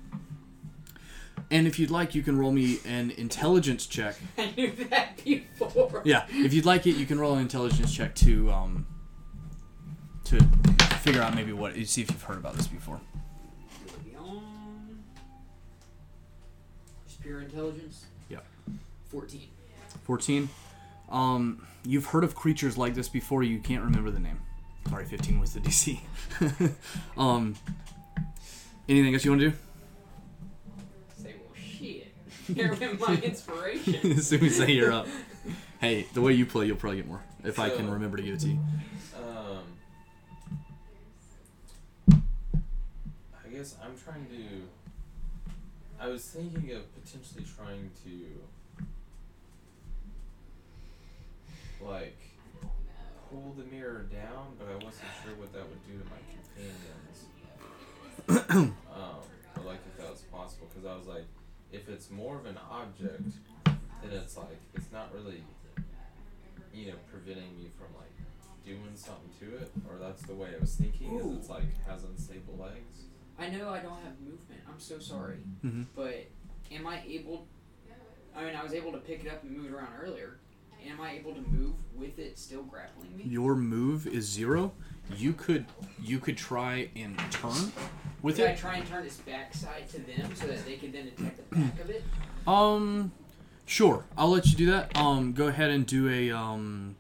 And if you'd like, you can roll me an intelligence check. I knew that before. Yeah, if you'd like it, you can roll an intelligence check to um, to figure out maybe what. See if you've heard about this before. Beyond. Just pure intelligence. Yeah. Fourteen. Fourteen. Um, you've heard of creatures like this before. You can't remember the name. Sorry, fifteen was the DC. um, anything else you want to Say well, shit. Here went my inspiration. do? as soon as I hear up. Hey, the way you play, you'll probably get more if I can So- remember to give it to you. Um, I guess I'm trying to. I was thinking of potentially trying to, like, pull the mirror down, but I wasn't sure what that would do to my companions. um, or like if that was possible, because I was like, if it's more of an object, then it's like it's not really, you know, preventing me from like doing something to it, or that's the way I was thinking. Is it's like has unstable legs. I know I don't have movement. I'm so sorry. Mhm. But am I able? I mean, I was able to pick it up and move it around earlier. Am I able to move with it still grappling me? Your move is zero. You could you could try and turn with Could it. I try and turn its backside to them so that they can then attack the back of it? Um, sure. I'll let you do that. Um, go ahead and do a um,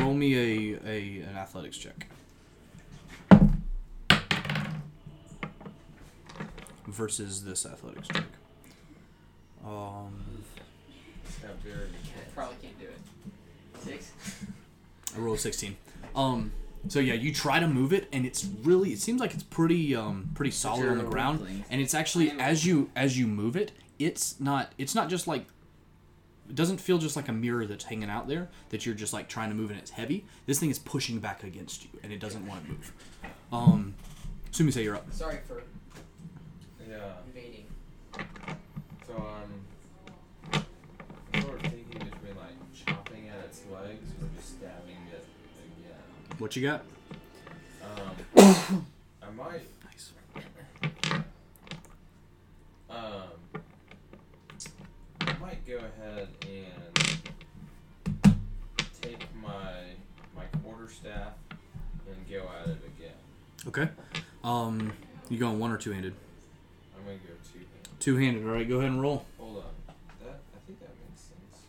roll me a, a an athletics check. Versus this athletics check. Um, It's got very Probably can't do it. Six. I rolled a sixteen. Um, so yeah, you try to move it, and it's really it seems like it's pretty um pretty solid on the Sure, ground. please. and it's actually as you as you move it it's not it's not just like it doesn't feel just like a mirror that's hanging out there that you're just like trying to move and it's heavy this thing is pushing back against you and it doesn't want to move um sumise you're up Sorry for Yeah. invading. So um, I'm sort of thinking between like chopping at its legs or just stabbing it again. what you got Um, I might nice Um, I might go ahead and take my my quarter staff and go at it again. Okay. Um, you going one or two handed? I'm gonna go two hand. Two handed. All right. Go ahead and roll. Hold on. That I think that makes sense.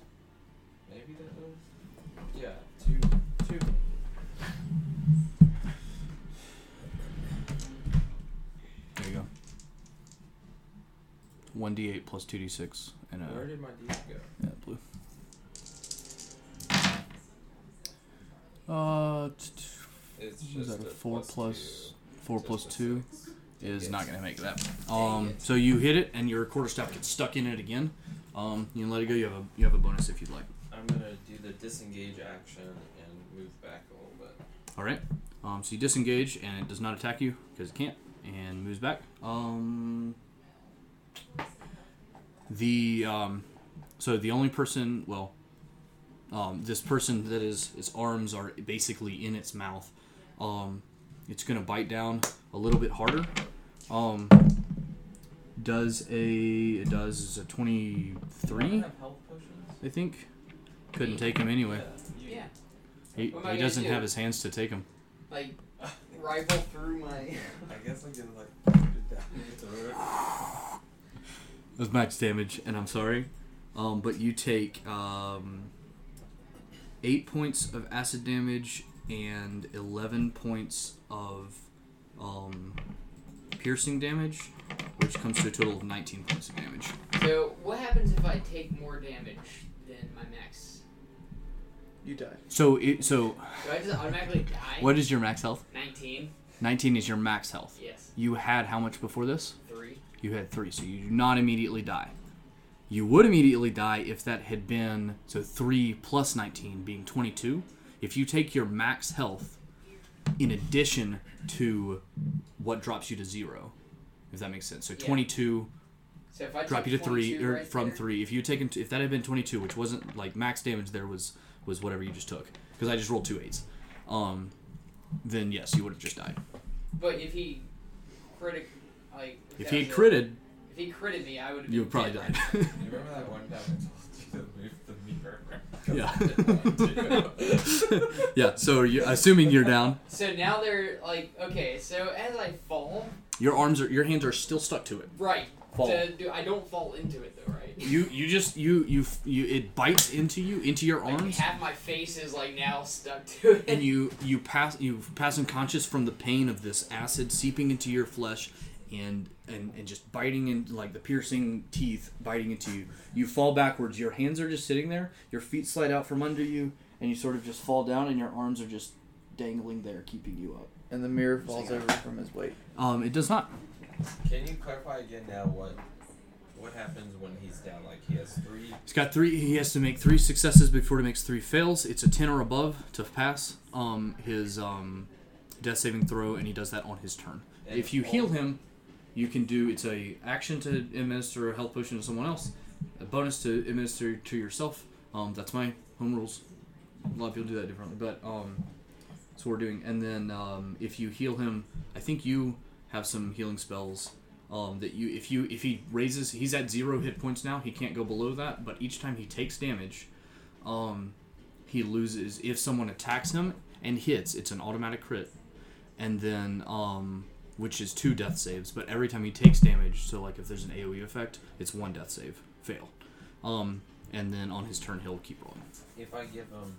Maybe that does. Yeah, two two. There you go. One d eight plus two d six and a Where did my D go? yeah, blue. Uh, t- t- It's what is just that a a four plus plus four just plus a two six. is Yes. not gonna make that. Dang Um, it. so you hit it and your quarterstaff gets stuck in it again. Um, you can let it go. You have a you have a bonus if you'd like. I'm gonna do the disengage action and move back a little bit. All right. Um, so you disengage and it does not attack you because it can't and moves back. Um, the um, so the only person well, um, this person that is its arms are basically in its mouth. Um, it's gonna bite down a little bit harder. Um, does a it does is a twenty Do I three? have health potions? I think couldn't take him anyway. Yeah. you- Yeah. He, What am I he gonna doesn't do? have his hands to take him. Like rifle through my. I guess I'm gonna like put it down and throw it. It was max damage, and I'm sorry. Um, but you take um, eight points of acid damage and eleven points of um, piercing damage, which comes to a total of nineteen points of damage. So what happens if I take more damage than my max? You die. So, it, so Do I just automatically die? what is your max health? Nineteen. Nineteen is your max health. Yes. You had how much before this? Three. You had three, so you do not immediately die. You would immediately die if that had been so three plus nineteen being twenty-two. If you take your max health in addition to what drops you to zero, if that makes sense. So Yeah. twenty-two So if I drop took you to three 22 or right from there- three. If you had taken if that had been twenty-two, which wasn't like max damage, there was was whatever you just took because I just rolled two eights. Um, then yes, you would have just died. But if he critic, like If that he had was a- critted, if he critted me, I would have. you would probably died. You remember that one time I told you to move the mirror? Yeah. 'Cause I didn't want to. yeah. So you assuming you're down, So now they're like, okay, so as I fall, your arms are your hands are still stuck to it. right? Fall. To do, I don't fall into it though, right? You you just you you f- you it bites into you into your Like arms, half my face is like now stuck to it. and you you pass you pass unconscious from the pain of this acid seeping into your flesh. And, and, and just biting in like the piercing teeth biting into you you fall backwards your hands are just sitting there your feet slide out from under you and you sort of just fall down and your arms are just dangling there keeping you up And the mirror falls over from his weight. um it does not Can you clarify again now what what happens when he's down? Like he has three. He's got three. He has to make three successes before he makes three fails. It's a ten or above to pass um, his um, death saving throw, and he does that on his turn. And if you all- heal him, you can do it's a action to administer a health potion to someone else, a bonus to administer to yourself. Um, that's my home rules. A lot of people do that differently, but um, that's what we're doing. And then um, if you heal him, I think you have some healing spells um, that you if you if he raises he's at zero hit points now he can't go below that but each time he takes damage um, he loses if someone attacks him and hits it's an automatic crit and then um, which is two death saves but every time he takes damage so like if there's an AoE effect it's one death save fail um, and then on his turn he'll keep rolling If I give him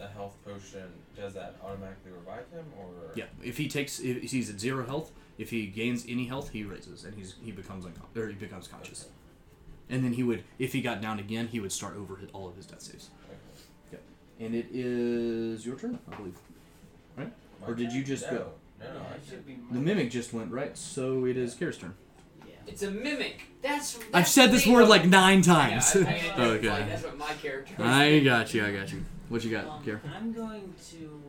a health potion, does that automatically revive him, or yeah if he takes if he's at zero health if he gains any health he raises and he's he becomes uncon- or he becomes conscious and then he would if he got down again he would start over his, all of his death saves Okay. And it is your turn, I believe. My Or did turn? you just no, go? No, no, Yeah, I it should be The mine. mimic just went, right? So it is Kira's turn. Yeah. It's a mimic. That's. that's I've said the this name word of- like nine Yeah, times. I, I mean, okay. Like, okay. that's what my character. Is. I got you, I got you. What you got, Um, Kira? I'm going to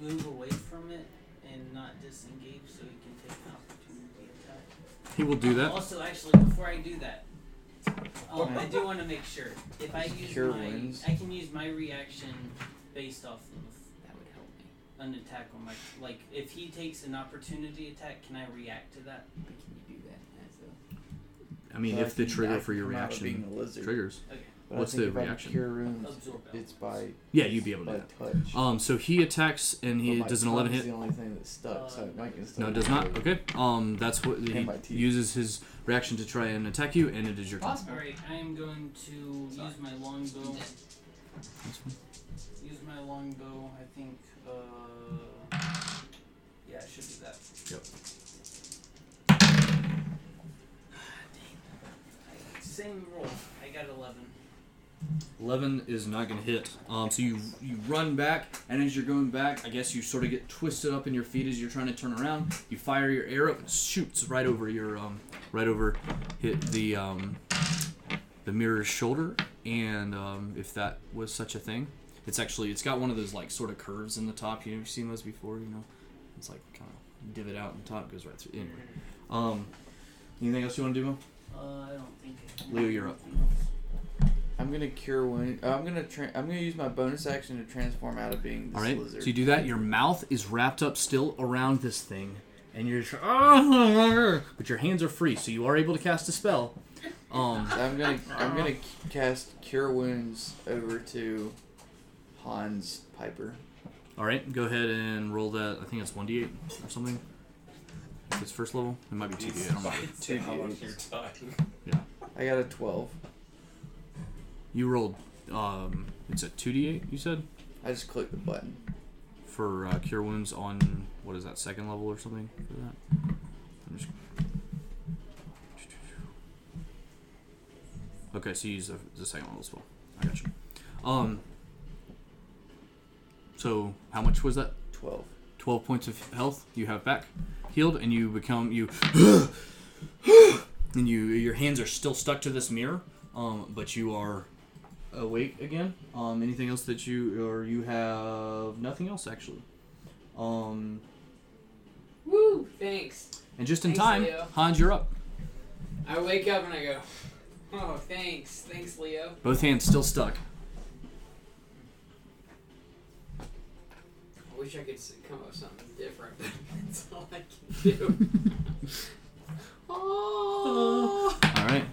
move away from it and not disengage so he can take an opportunity attack. Um, He will do that. Also, actually, before I do that, um, I do want to make sure if I use Cure my, wounds. I can use my reaction based off of That would help me. an attack on my like. If he takes an opportunity attack, can I react to that? But can you do that? That's a, I mean, But if the can- trigger I for can your come out with reaction being a lizard. triggers. But I what's think the if I can reaction? Cure runes, Absorb that. it's by Yeah, you'd be able to by do touch. that. Um, so he attacks and But he my does an 11 tongue's hit. The only thing that's stuck, so it might get stuck. No, it does not. Okay. Um, that's what And he my teeth. uses his reaction to try and attack you, and it is your turn. All right, I am going to Sorry. use my longbow. That's fine. Use my longbow. I think. Uh, yeah, I should do that. Yep. Dang. I- Same roll. I got eleven. Eleven is not going to hit. Um, so you you run back, and as you're going back, I guess you sort of get twisted up in your feet as you're trying to turn around. You fire your arrow, and it shoots right over your um, right over, hit the um, the mirror's shoulder, and um, if that was such a thing, it's actually it's got one of those like sort of curves in the top. You've seen those before, you know? It's like kind of divot out and top goes right through. Anyway, um, anything else you want to do? Mo? Uh, I don't think. I can Leo, do you're up. anything else. I'm gonna cure wound. uh, I'm gonna tra- I'm gonna use my bonus action to transform out of being this All right. lizard. So you do that. Your mouth is wrapped up still around this thing, and you're tr- but your hands are free, so you are able to cast a spell. Um, I'm gonna I'm gonna c- cast cure wounds over to Hans Piper. all right. Go ahead and roll that. I think it's one d8 or something. If it's first level, it might be two d8. I don't know. Two how long your time? I got a twelve. You rolled. Um, it's a two d8. You said I just clicked the button. for uh, cure wounds on what is that second level or something for that. I'm just... Okay, so you use the, the second level as well. I got you. Um. So how much was that? Twelve. Twelve points of health you have back, healed, and you become you. and you, your hands are still stuck to this mirror, um, but you are awake again. Um, anything else that you or you have nothing else actually. Um, Woo! Thanks. and just in Thanks, time, Leo. Hans, you're up. I wake up and I go, oh, thanks, thanks, Leo. Both hands still stuck. I wish I could s- come up with something different. but That's all I can do. oh, All right,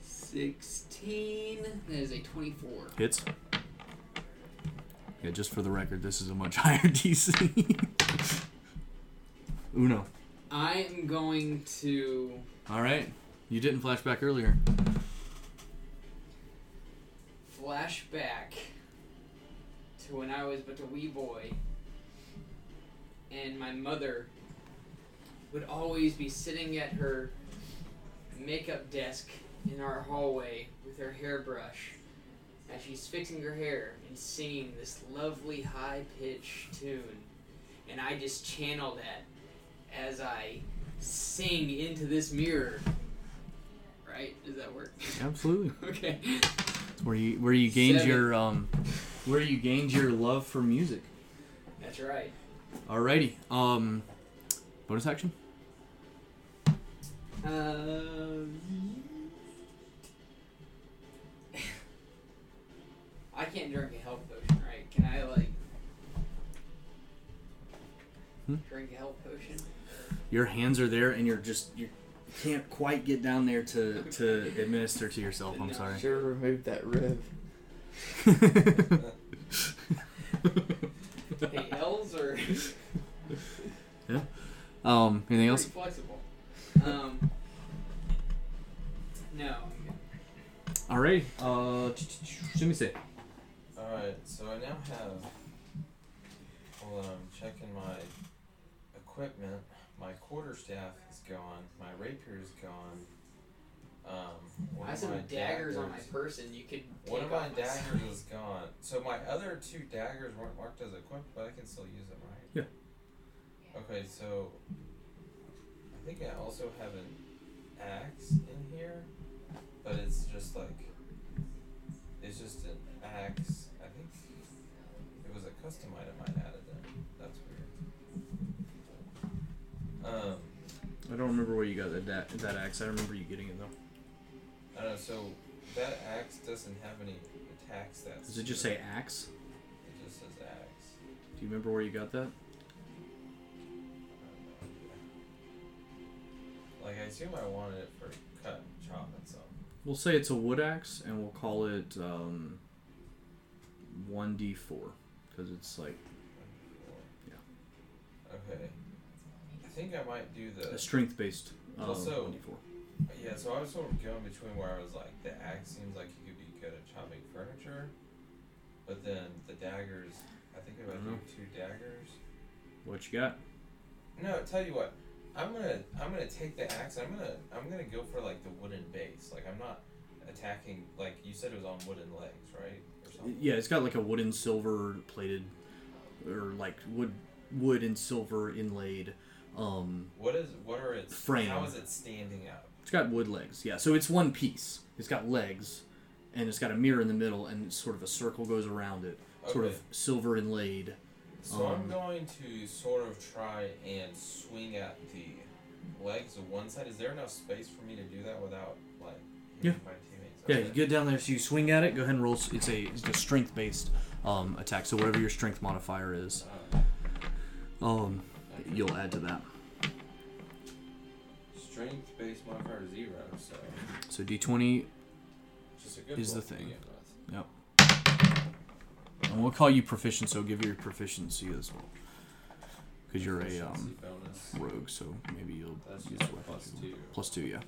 16. That is a 24. hits. Yeah, just for the record, this is a much higher DC. Uno. I am going to. All right, you didn't flash back earlier. flashback to when I was but a wee boy, and my mother would always be sitting at her makeup desk in our hallway with her hairbrush as she's fixing her hair and singing this lovely high pitched tune. And I just channel that as I sing into this mirror. Right? Does that work? Absolutely. okay. Where you where you gained Seven. your um, where you gained your love for music. That's right. Alrighty. Um, bonus action. Um, I can't drink a health potion, right? Can I like Hmm? drink a health potion? Your hands are there, and you're just you can't quite get down there to to administer to yourself. I'm sorry. Should have removed that riv. hey, L's are um, anything else? pretty flexible. Um, no. Alrighty. Uh, let me say. Alright, so I now have. Hold on, I'm checking my equipment. My quarterstaff is gone. My rapier is gone. Um, one I have of some my daggers, on my daggers- person. You could One take of my off daggers is gone. So my other two daggers weren't marked as equipped, but I can still use them, right? Yeah. Okay, so I think I also have an axe in here, but it's just like it's just an axe. I think it was a custom item I added in. That's weird. Um, I don't remember where you got that da- that axe. I remember you getting it though. I don't know. So that axe doesn't have any attacks. That's Does it just say axe? It just says axe. Do you remember where you got that? Like I assume I wanted it for We'll say it's a wood axe, and we'll call it um, 1d4 because it's like Okay. I think I might do the. a strength-based um, Also- 1d4. Yeah, so I was sort of going between where I was like, the axe seems like you could be good at chopping furniture, but then the daggers, I think if I do Mhm. two daggers. What you got? No, tell you what, I'm gonna I'm gonna take the axe. I'm gonna I'm gonna go for like the wooden base. Like I'm not attacking. Like you said, it was on wooden legs, right? Or something. Yeah, it's got like a wooden silver plated, or like wood wood and silver inlaid. Um, What is what are its Frame. How is it standing up? it's got wood legs. Yeah, so it's one piece. It's got legs, and it's got a mirror in the middle, and it's sort of a circle goes around it. Sort Okay. of silver inlaid. So Um, I'm going to sort of try and swing at the legs of one side. Is there enough space for me to do that without like hitting my teammates? Yeah, Okay. you get down there, so you swing at it. Go ahead and roll. s- It's a it's a strength based um, attack. So whatever your strength modifier is, Uh, um, you'll add to that. strength base modifier is zero, so So d20, just a good Is roll the to thing. begin with. and we'll call you proficient. So give your proficiency as well, because you're a um, Proficiency bonus. rogue. So maybe you'll That's use just a what plus you- two. Plus two, yeah.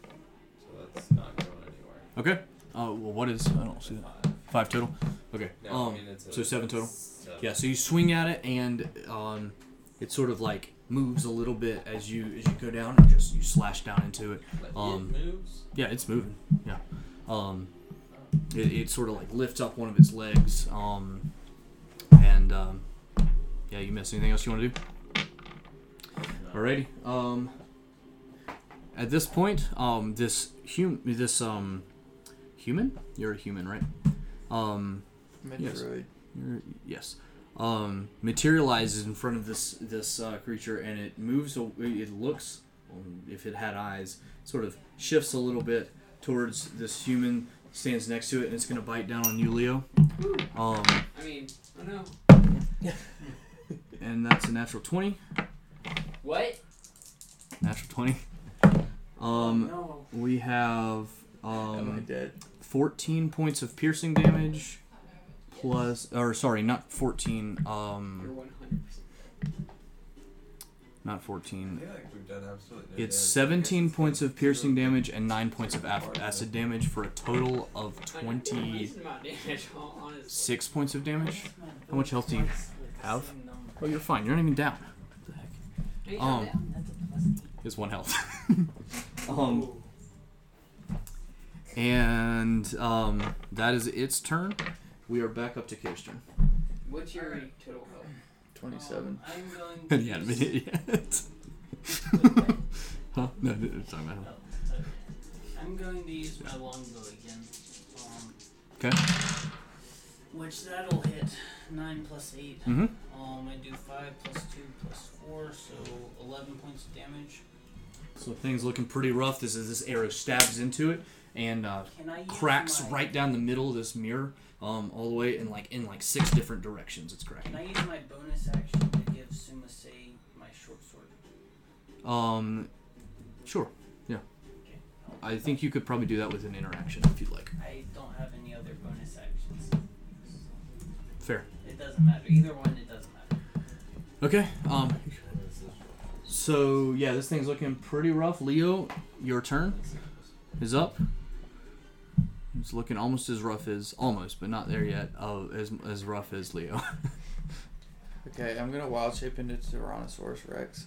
So that's not going anywhere. Okay. Uh, well, what is? I don't see that. Five. Five total. Okay. No, I um, mean uh, it's a, so seven total? seven. Yeah, so you swing at it and um, it sort of like moves a little bit as you as you go down and just you slash down into it. Like, um, it moves. Yeah, it's moving. Yeah. Um, it, it sort of like lifts up one of its legs. Um, and um, yeah, you miss anything else you want to do? Alrighty. Um, at this point, um, this hum this um, human. You're a human, right? Um, Yes. Metroid. you're- yes. Um, materializes in front of this this uh, creature, and it moves. a- It looks, um, if it had eyes, sort of shifts a little bit towards this human. Stands next to it, and it's gonna bite down on you, Leo. Um, I mean, oh no. and that's a natural twenty. What? Natural twenty. oh, Um, no. we have Am I um, dead? 14 points of piercing damage plus or sorry not 14 You're um 100. not I 14 feel like we've done absolutely no damage. it's 17 points of piercing damage and 9 points of af- Hard, though. acid damage for a total of I know, it's 26 not damage, honestly. points of damage How much health do you have? oh you're fine you're not even down What the heck? Hey, Um, Sean, is one health um and um that is its turn we are back up to Kier's turn What's your total health? 27. Um, I'm going to Have you hadn't been hit yet. huh? No, no, it's not Oh, about it's okay. I'm going to use my longbow again. Um, 'Kay. Which that'll hit nine plus eight. Mm-hmm. Um, I do five plus two plus four, so eleven points of damage. So things looking pretty rough. This is this arrow stabs into it and uh, Can I use cracks my, right down the middle of this mirror, um, all the way in like in like six different directions. It's Can I cracking. use my bonus action to give Sumase my short sword? Um, sure. Yeah. Okay. I think you could probably do that with an interaction if you'd like. I don't have any other bonus actions. Fair. It doesn't matter. Either one, it doesn't matter. Okay. Um. So yeah, this thing's looking pretty rough. Leo, your turn. is up. It's looking almost as rough as almost, but not there yet. Oh, as as rough as Leo. Okay, I'm gonna wild shape into Tyrannosaurus Rex.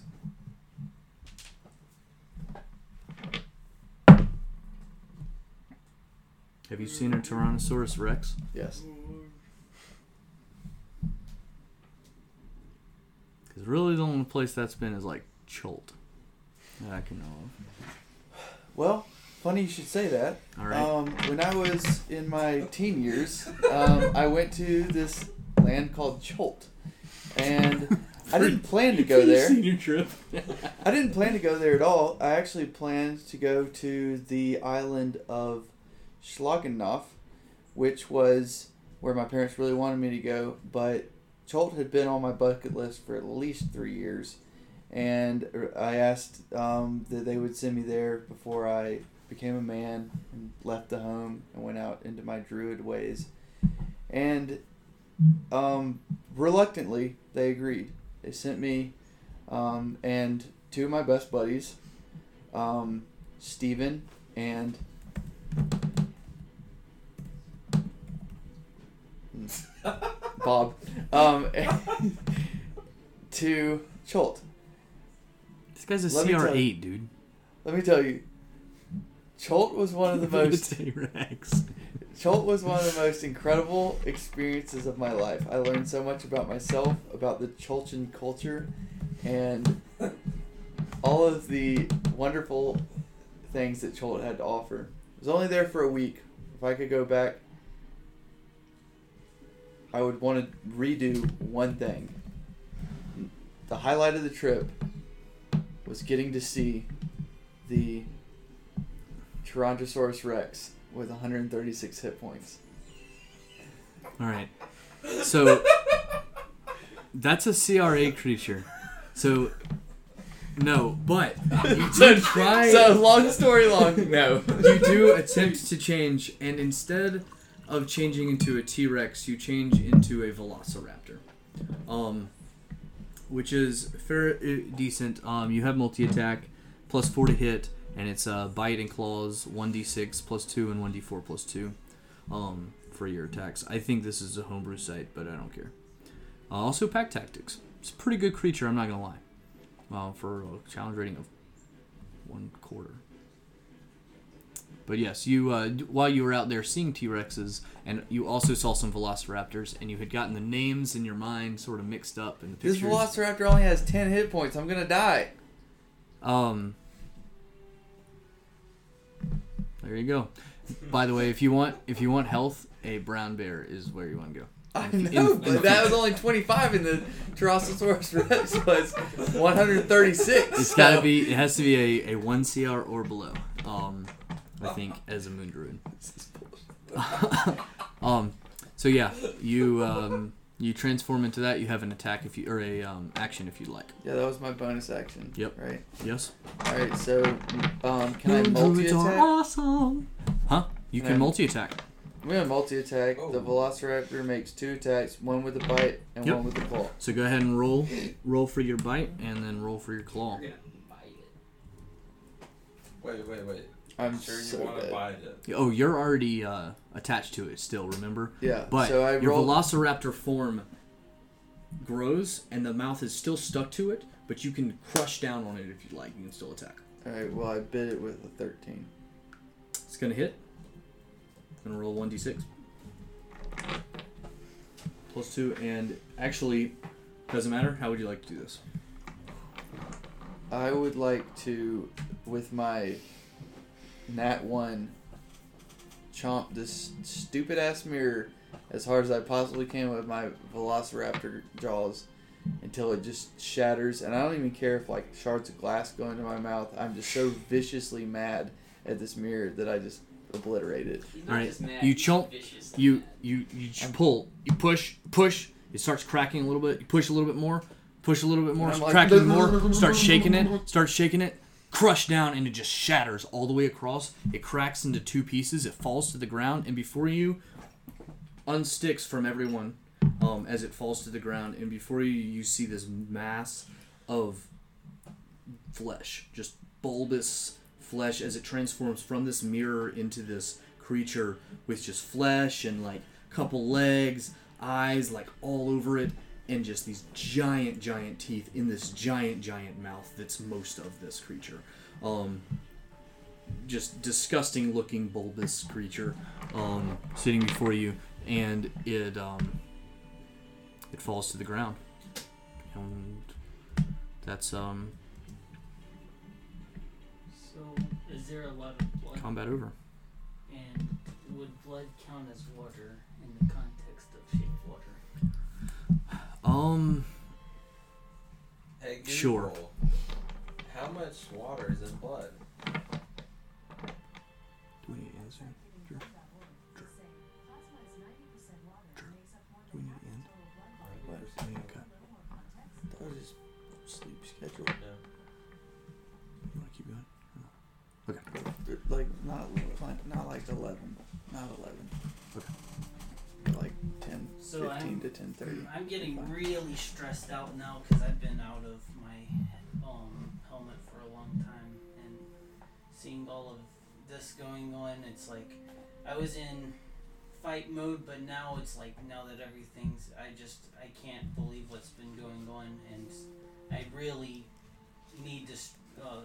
Have you seen a Tyrannosaurus Rex? Yes. Because really, the only place that's been is like Cholt. That I can know Well, funny you should say that. of. All right. Um, when I was in my teen years, um, I went to this land called Cholt, and I didn't plan to go there. Senior trip. I didn't plan to go there at all. I actually planned to go to the island of Schlagenhof, which was where my parents really wanted me to go, but Cholt had been on my bucket list for at least three years, and I asked um, that they would send me there before I became a man, and left the home and went out into my druid ways. And um, reluctantly, they agreed. They sent me um, and two of my best buddies, um, Steven and. Bob, um, to Cholt. This guy's a Let me tell CR8, dude. Let me tell you, Cholt was one of the most T-Rex. Cholt was one of the most incredible experiences of my life. I learned so much about myself, about the Cholchan culture, and all of the wonderful things that Cholt had to offer. I was only there for a week. If I could go back, I would want to redo one thing. The highlight of the trip was getting to see the Tyrannosaurus Rex with 136 hit points. All right. So that's a CR8 creature. So no, But you So- do try. So long story long, no. you do attempt to change, and instead of changing into a T Rex, you change into a Velociraptor, um, which is fair uh, decent. Um, you have multi attack, plus four to hit, and it's uh, bite and claws, one d six plus two and one d four plus two, um, for your attacks. I think this is a homebrew site, but I don't care. Uh, also, pack tactics. It's a pretty good creature. I'm not gonna lie. Well, for a challenge rating of one quarter. But yes, you uh, d- while you were out there seeing T Rexes, and you also saw some Velociraptors, and you had gotten the names in your mind sort of mixed up in the This pictures. Velociraptor only has 10 hit points. I'm gonna die. Um, there you go. By the way, if you want if you want health, a brown bear is where you want to go. I In- know, in- but that was only 25 and the Tyrannosaurus Rex was 136. It's gotta be it has to be a, a one CR or below. Um, I think as a moon druid. um, so yeah, you um, you transform into that. You have an attack if you or a um, action if you like. Yeah, that was my bonus action. Yep. Right. Yes. All right. So, um, can I Moon multi druids are attack? awesome. Huh? You Can I- can multi attack. I'm gonna multi attack. The Oh. Velociraptor makes two attacks: one with a bite and Yep. one with a claw. So go ahead and roll, roll for your bite, and then roll for your claw. You're gonna bite it. Wait, wait, wait. I'm sure you so want to dead. bite it. Oh, you're already uh, attached to it still. Remember, Yeah. but so I your roll. Velociraptor form grows, and the mouth is still stuck to it, but you can crush down on it if you like. You can still attack. All right. Well, I bit it with a 13. It's gonna hit. Gonna roll one d six. Plus two, and actually, doesn't matter. How would you like to do this? I would like to, with my nat one, chomp this stupid ass mirror as hard as I possibly can with my Velociraptor jaws until it just shatters. And I don't even care if like shards of glass go into my mouth. I'm just so viciously mad at this mirror that I just obliterate it. He's All not right, just mad. you he's chomp- viciously you mad. you you just pull, you push, push. It starts cracking a little bit. You push a little bit more, push a little bit more, And I'm like- cracking more. Start shaking it, start shaking it. Crush down and it just shatters all the way across. It cracks into two pieces. It falls to the ground, and before you unsticks from everyone um, as it falls to the ground, and before you, you see this mass of flesh, just bulbous flesh, as it transforms from this mirror into this creature with just flesh and like couple legs, eyes like all over it, and just these giant, giant teeth in this giant, giant mouth that's most of this creature. Um, just disgusting looking bulbous creature. um, sitting before you, and it um, it falls to the ground, and that's um, So, is there a lot of blood? combat over. And would blood count as water in the context of shape water? Um. Hey, Google, Sure. How much water is in blood? Do we need to answer? Sure. Sure. Sure. Do we need to end? Do we need to cut? That was just sleep schedule. No. You want to keep going? Like, like eleven, not eleven. Okay. But like 10, So 15 I'm- to ten thirty. I'm getting really stressed out now because I've been out of my um, helmet for a long time and seeing all of this going on. It's like I was in fight mode, but now it's like now that everything's, I just I can't believe what's been going on, and I really need to s- uh,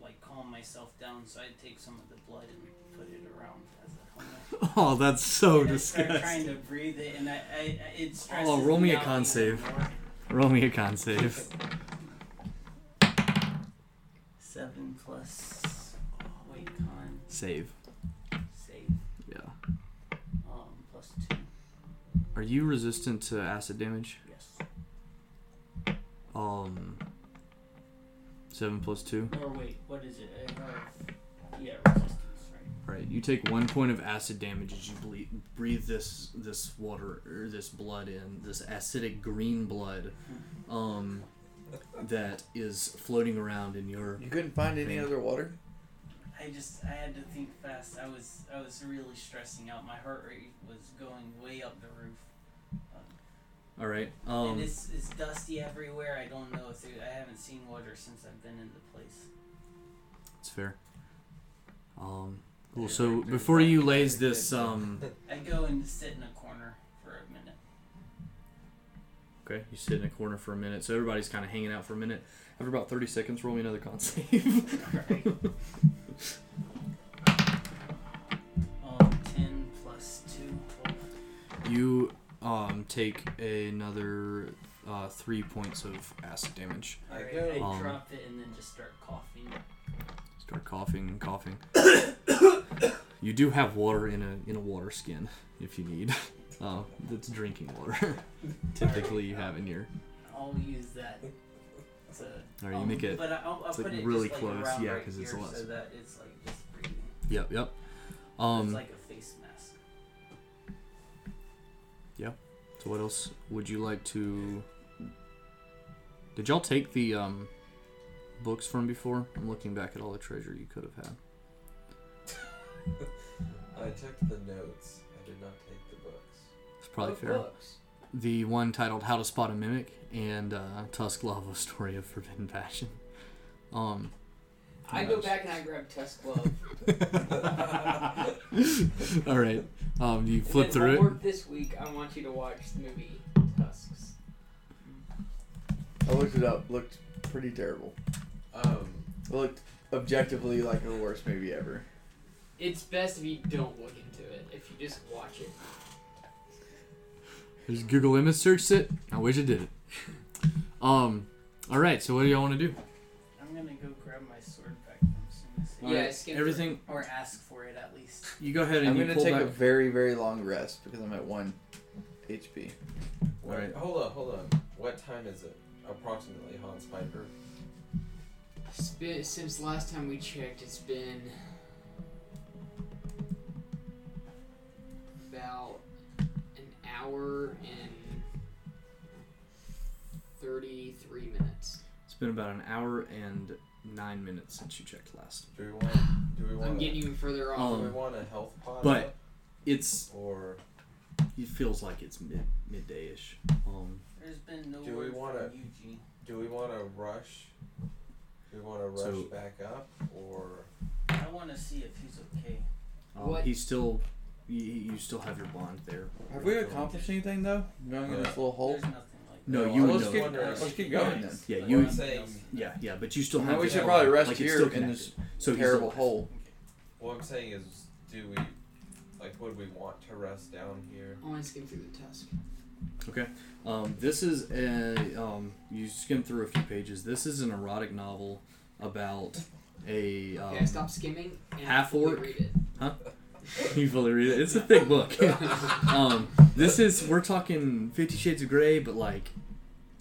like calm myself down. So I take some of the blood and put it around as a helmet. Oh, that's so And I start disgusting. trying to breathe it, and I, I, I- it stresses Oh, roll me a out con even save. more. Roll me a con save. Seven plus. Oh, wait, con Save. save. Yeah. Um, plus two. Are you resistant to acid damage? Yes. Um. Seven plus two. Or wait, what is it? I have- yeah, resistance. Right. All right. You take one point of acid damage as you ble- breathe this this water or this blood in this acidic green blood, um, that is floating around in your. You couldn't find any Thing. other water? I just I had to think fast. I was I was really stressing out. My heart rate was going way up the roof. All right. and Um. it's, it's dusty everywhere. I don't know if there, I haven't seen water since I've been in the place. It's fair. Um. Cool. Yeah, So like the- before you lays this um. I go and sit in a corner for a minute. Okay, you sit in a corner for a minute, so everybody's kind of hanging out for a minute. After about 30 seconds, roll me another con save. Right. um, 10 plus 2. you um, take another uh, three points of acid damage. I Alright, go. I Um, drop it and then just start coughing. Start coughing and coughing. you do have water in a in a water skin if you need. Uh, that's drinking water. Typically, you have in your. I'll use that. To, All right, you um, make it. But I- I'll, I'll it's, put like, it really just, close, like, around yeah, right 'cause it's a here lot- So that it's like just breathing. Yep, yep. it's Um, like a face mask. so what else would you like to? Did y'all take the um, books from before? I'm looking back at all the treasure you could have had. I took the notes. I did not take the books. It's probably What fair. Books. The one titled "How to Spot a Mimic" and uh, "Tusk Lava: Story of Forbidden Passion." Um, I go back and I grab Tusk Glove. all right. Um, you flip and then through it. homework this week, I want you to watch the movie Tusks. I looked it up. Looked pretty terrible. Um, It looked objectively like the worst movie ever. It's best if you don't look into it. If you just watch it. Just Google image search it. I wish it did it. Um, all right. So what do y'all want to do? I'm gonna go grab my sword back from Sumisei. All yeah, right, skim through it. Everything. Or ask for it at least. You go ahead and I'm you gonna pull take back. a very very long rest because I'm at one HP. what- Alright. Hold up, hold up. What time is it? Approximately, Hans Piper. It's been, since last time we checked, it's been about an hour and 33 minutes. It's been about an hour and nine minutes since you checked last. Do we want? Do we want? I'm getting even further off. do we Um, want a health pod? but- up, It's. or It feels like it's mid midday ish. Um, There's been no Do we word wanna- from Yuji. do we want to rush? Do we want to rush So- back up, or I want to see if he's okay. um, What- he's still. You, you still have your bond there. Have we accomplished anything though? Going in this little hole. There's nothing like No, No, Uh, you I would was know. getting- let's Like, keep going then. nice. Yeah, Like, you- nothing Saying- else. Yeah, yeah, but you still have. we the should bond. probably rest Like, it's here still in connected. this so he's terrible alive. hole. Okay. what I'm saying is, do we like would we want to rest down here? I want to skim through the tusk. Um, this is a. Um, you skim through a few pages. This is an erotic novel about a. Um, Okay, I stopped skimming and half I fully orc. read it. you fully read it. It's a thick book. um, this is we're talking Fifty Shades of Grey, but like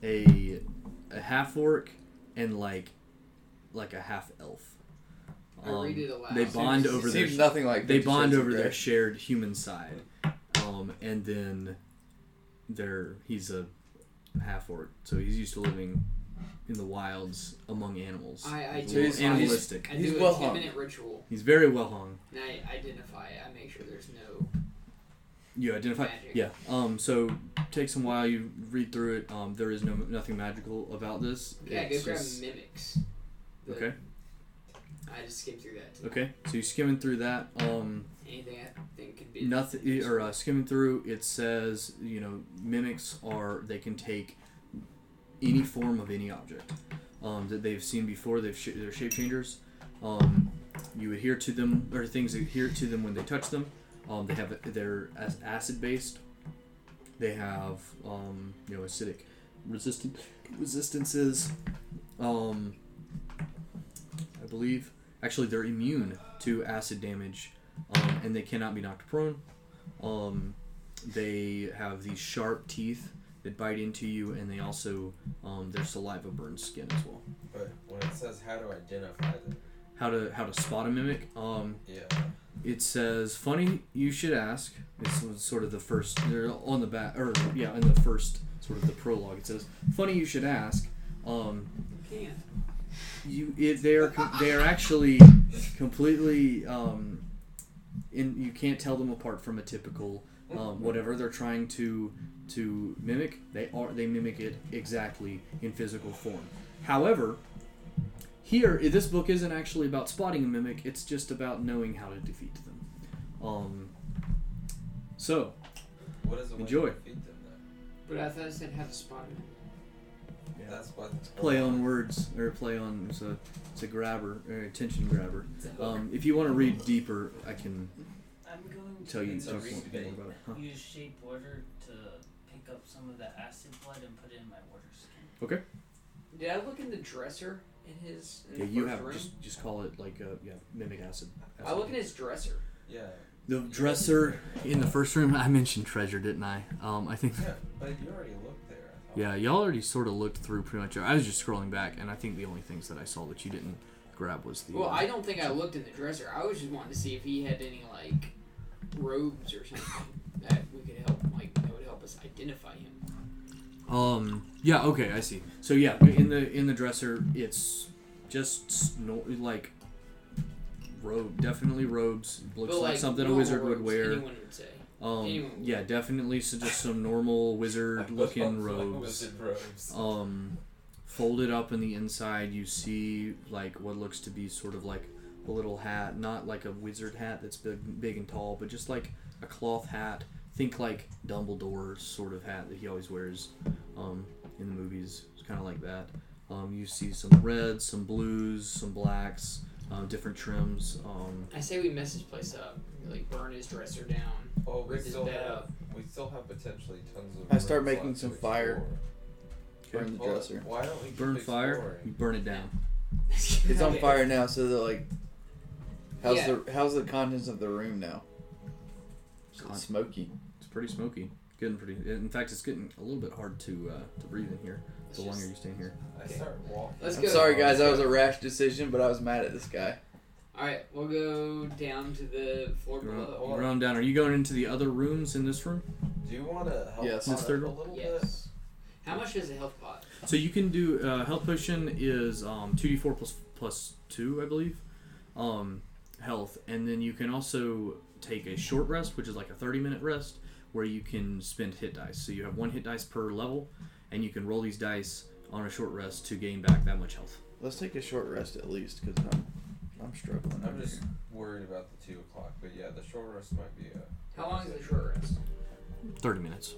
a a half orc and like like a half elf. Um, I read it aloud. They bond Seems- over their seems nothing like they Fifty bond Shades of over Grey. their shared human side, um, and then they're he's a half orc, so he's used to living in the wilds among animals. I- I He's a do- little I- animalistic. I He's do a well hung. ten-minute ritual, He's very well hung. and I identify it. I make sure there's no. You identify. Magic. Yeah. Um. So takes some while. You read through it. Um. There is no nothing magical about this. Yeah, go It's grab just- mimics. The- Okay. I just skimmed through that. Okay. So you're skimming through that. Um. Anything I think could be nothing or uh, skimming through it says you know mimics are they can take any form of any object um, that they've seen before they've sh- they're shape changers um, you adhere to them or things adhere to them when they touch them um, they have they're as acid based they have um, you know acidic resistant resistances um, I believe actually they're immune to acid damage um, and they cannot be knocked prone. Um, they have these sharp teeth that bite into you, and they also um, their saliva burns skin as well. But when it says how to identify them, How to how to spot a mimic? Um, yeah, it says, "Funny you should ask." This was sort of the first. They're on the back, or yeah, in the first sort of the prologue. It says, "Funny you should ask." Um, Can't. you it, they are com- they are actually completely um, in you can't tell them apart from a typical um, whatever they're trying to to mimic they are they mimic it exactly in physical form however here i- this book isn't actually about spotting a mimic it's just about knowing how to defeat them um, so what is the way Enjoy. to defeat them? Though? But I thought I said have a spot in it. Yeah. That's what play on words or play on it's a it's a grabber or attention grabber um, if you want to read deeper i can I'm going to tell you It's a talk read more debate. about it. Huh. use shape water to pick up some of the acid blood and put it in my water skin. Did I look in the dresser in his? In Yeah, the you first have room? just just call it like uh, yeah mimic acid. I look in his dresser. Yeah, The dresser in the first room. I mentioned treasure, didn't I? Um, I think. yeah, but you already looked there. I Yeah, thought. y'all already sort of looked through pretty much. I was just scrolling back, and I think the only things that I saw that you didn't grab was the. Well, uh, I don't think I looked in the dresser. I was just wanting to see if he had any like robes or something that we could help, like that would help us identify him. Um. Yeah. Okay. I see. So yeah, in the in the dresser, it's just sno- like robe, definitely robes. Looks but, like, like something a normal wizard robes, would wear. Anyone would say. Um, anyone would- yeah, definitely. So just some normal wizard looking robes. Wizard robes. Um, folded up in the inside, you see like what looks to be sort of like a little hat, not like a wizard hat that's big, big and tall, but just like a cloth hat. Think like Dumbledore sort of hat that he always wears um, in the movies. It's kind of like that. Um, you see some reds, some blues, some blacks, um, different trims. Um, I say we mess this place up. Like burn his dresser down. Well, we Rip his still bed have, up. we still have potentially tons of. I start rooms making left to some fire. explore. Burn the Well, dresser. Why don't we keep burn fire, you exploring? burn it down. It's on fire now, so they're like, how's Yeah. the how's the contents of the room now? It's Con- smoky. It's pretty smoky. Getting pretty. In fact, it's getting a little bit hard to uh, to breathe in here. Let's The longer just- you stay in here. I start walking. Let's I'm go. Oh, sorry, guys. That was a rash decision, but I was mad at this guy. All right, we'll go down to the floor You're on, below. you're on down. Are you going into the other rooms in this room? Do you want to help Yes. us This up third a one? little bit? Yes. How much is a health pot? So you can do uh, health potion is um, 2d4 plus plus two, I believe, um, health, and then you can also take a short rest, which is like a 30 minute rest, where you can spend hit dice. So you have one hit dice per level, and you can roll these dice on a short rest to gain back that much health. Let's take a short rest at least, because I'm I'm struggling. I'm over just here. worried about the two o'clock, but yeah, the short rest might be a. How long is the short rest? Thirty minutes.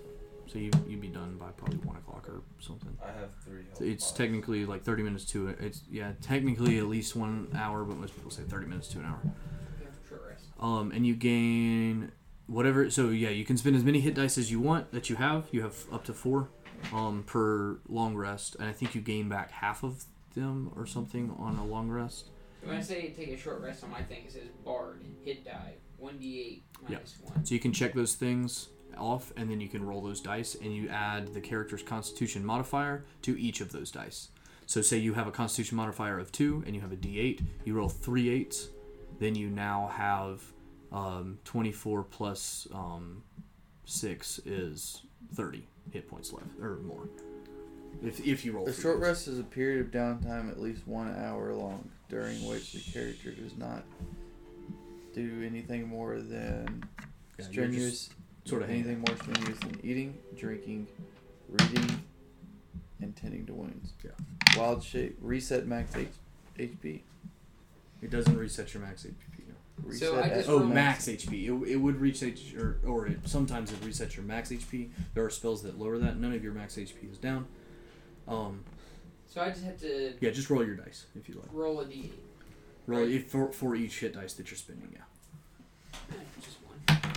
So you you'd be done by probably one o'clock or something. I have three. Health So It's pots. technically like thirty minutes to it. It's yeah, technically at least one hour, but most people say thirty minutes to an hour. Yeah, short rest. Um, and you gain whatever. So yeah, you can spend as many hit dice as you want that you have. You have up to four um, per long rest, and I think you gain back half of them or something on a long rest. When I say take a short rest on my thing, it says barred, hit die, 1d8 minus 1. So you can check those things off, and then you can roll those dice, and you add the character's Constitution modifier to each of those dice. So say you have a Constitution modifier of two, and you have a D8. You roll three eights, then you now have um, 24 plus um, six is 30 hit points left or more. If if you roll. A for short those. rest is a period of downtime at least one hour long, during which the character does not do anything more than Yeah, you're just strenuous, sorta hanging anything more strenuous than eating, drinking, reading, and tending to wounds. Yeah. Wild shape reset max H- HP. It doesn't reset your max HP. no. Reset So I at just Oh, rolled- max HP. It, it would reach H, or, or it, sometimes it resets your max HP. There are spells that lower that. None of your max HP is down. Um, So I just have to yeah, just roll your dice if you like. roll a d8. Roll it for, for each hit dice that you're spinning. Yeah. Just one.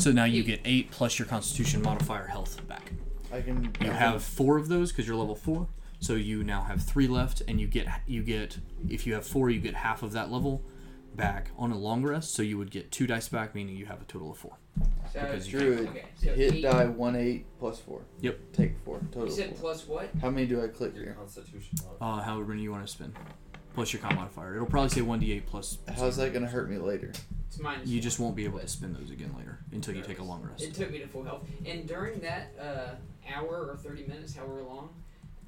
So now you get eight plus your Constitution modifier health back. I can. You have four of those because you're level four, so you now have three left, and you get you get if you have four, you get half of that level back on a long rest, so you would get two dice back, meaning you have a total of four. So Because you Druid okay, so hit eight. die oh. one eight plus four. Yep. Take four total. You said four. plus what? How many do I click Your here? constitution modifier. Uh, however many you want to spend, plus your con modifier. It'll probably say one d eight plus. How's that gonna hurt me later? It's minus. You one. just won't be able to spend those again later until you take a long rest. It took me to full health, and during that uh, hour or thirty minutes, however long,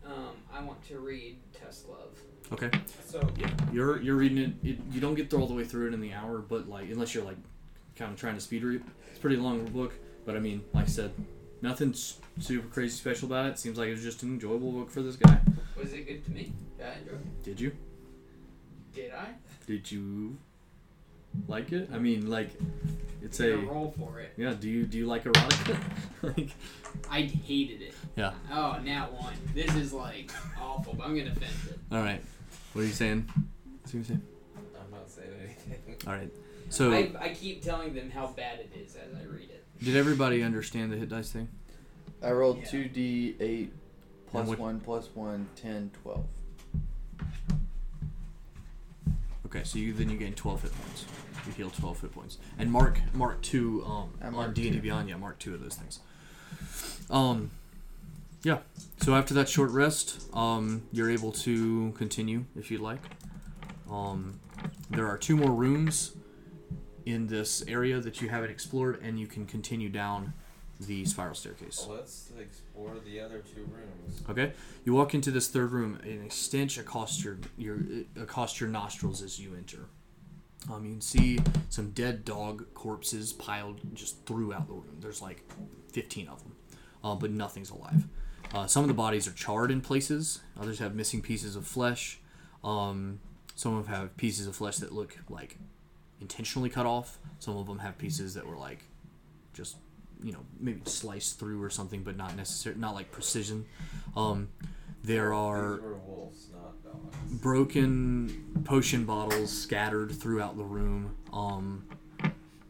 um, I want to read Test Love. Okay. So Yeah, you're you're reading it. it you don't get all the way through it in the hour, but like unless you're like kind of trying to speed read, it's a pretty long book. But I mean, like I said, nothing s- super crazy special about it. Seems like it was just an enjoyable book for this guy. Was it good to me? Did I enjoy? it? Did you? Did I? Did you like it? I mean, like it's Did I a roll for it. yeah. Do you do you like erotica? like I hated it. Yeah. Oh, now one. This is like awful, but I'm gonna finish it. all right. What are you saying? What are you saying? I'm not saying anything. All right. So I, I keep telling them how bad it is as I read it. did everybody understand the hit dice thing? I rolled Yeah. two d eight plus what- one plus one ten twelve. Okay, so you then you gain twelve hit points. You heal twelve hit points. And mark mark two um I on marked D and D two. Beyond, yeah, mark two of those things. Um yeah. So after that short rest, um, you're able to continue if you'd like. Um, there are two more rooms in this area that you haven't explored, and you can continue down the spiral staircase. Let's explore the other two rooms. Okay, you walk into this third room, and a stench accosts your your accosts your nostrils as you enter. Um, you can see some dead dog corpses piled just throughout the room. There's like 15 of them, uh, but nothing's alive. Uh, some of the bodies are charred in places. Others have missing pieces of flesh. Um, some of them have pieces of flesh that look like intentionally cut off. Some of them have pieces that were like just you know maybe sliced through or something, but not necessary, not like precision. Um, there are These were wolves, not dogs. broken potion bottles scattered throughout the room. Um,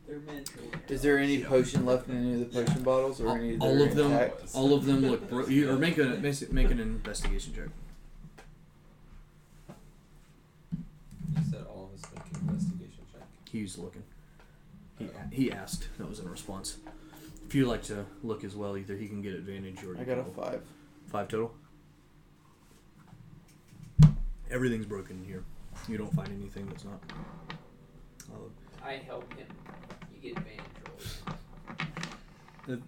They're meant to. Is there any potion left in any of the potion bottles, or All- any? that all are of them- intact? all of them look bro- you, or make a make an investigation check. You said all of us make an investigation check. He's looking. He, he asked. That was in response. If you like to look as well, either he can get advantage or you I got a can roll. five. five total. Everything's broken in here. You don't find anything that's not. Uh, I help him. You get advantage rolls.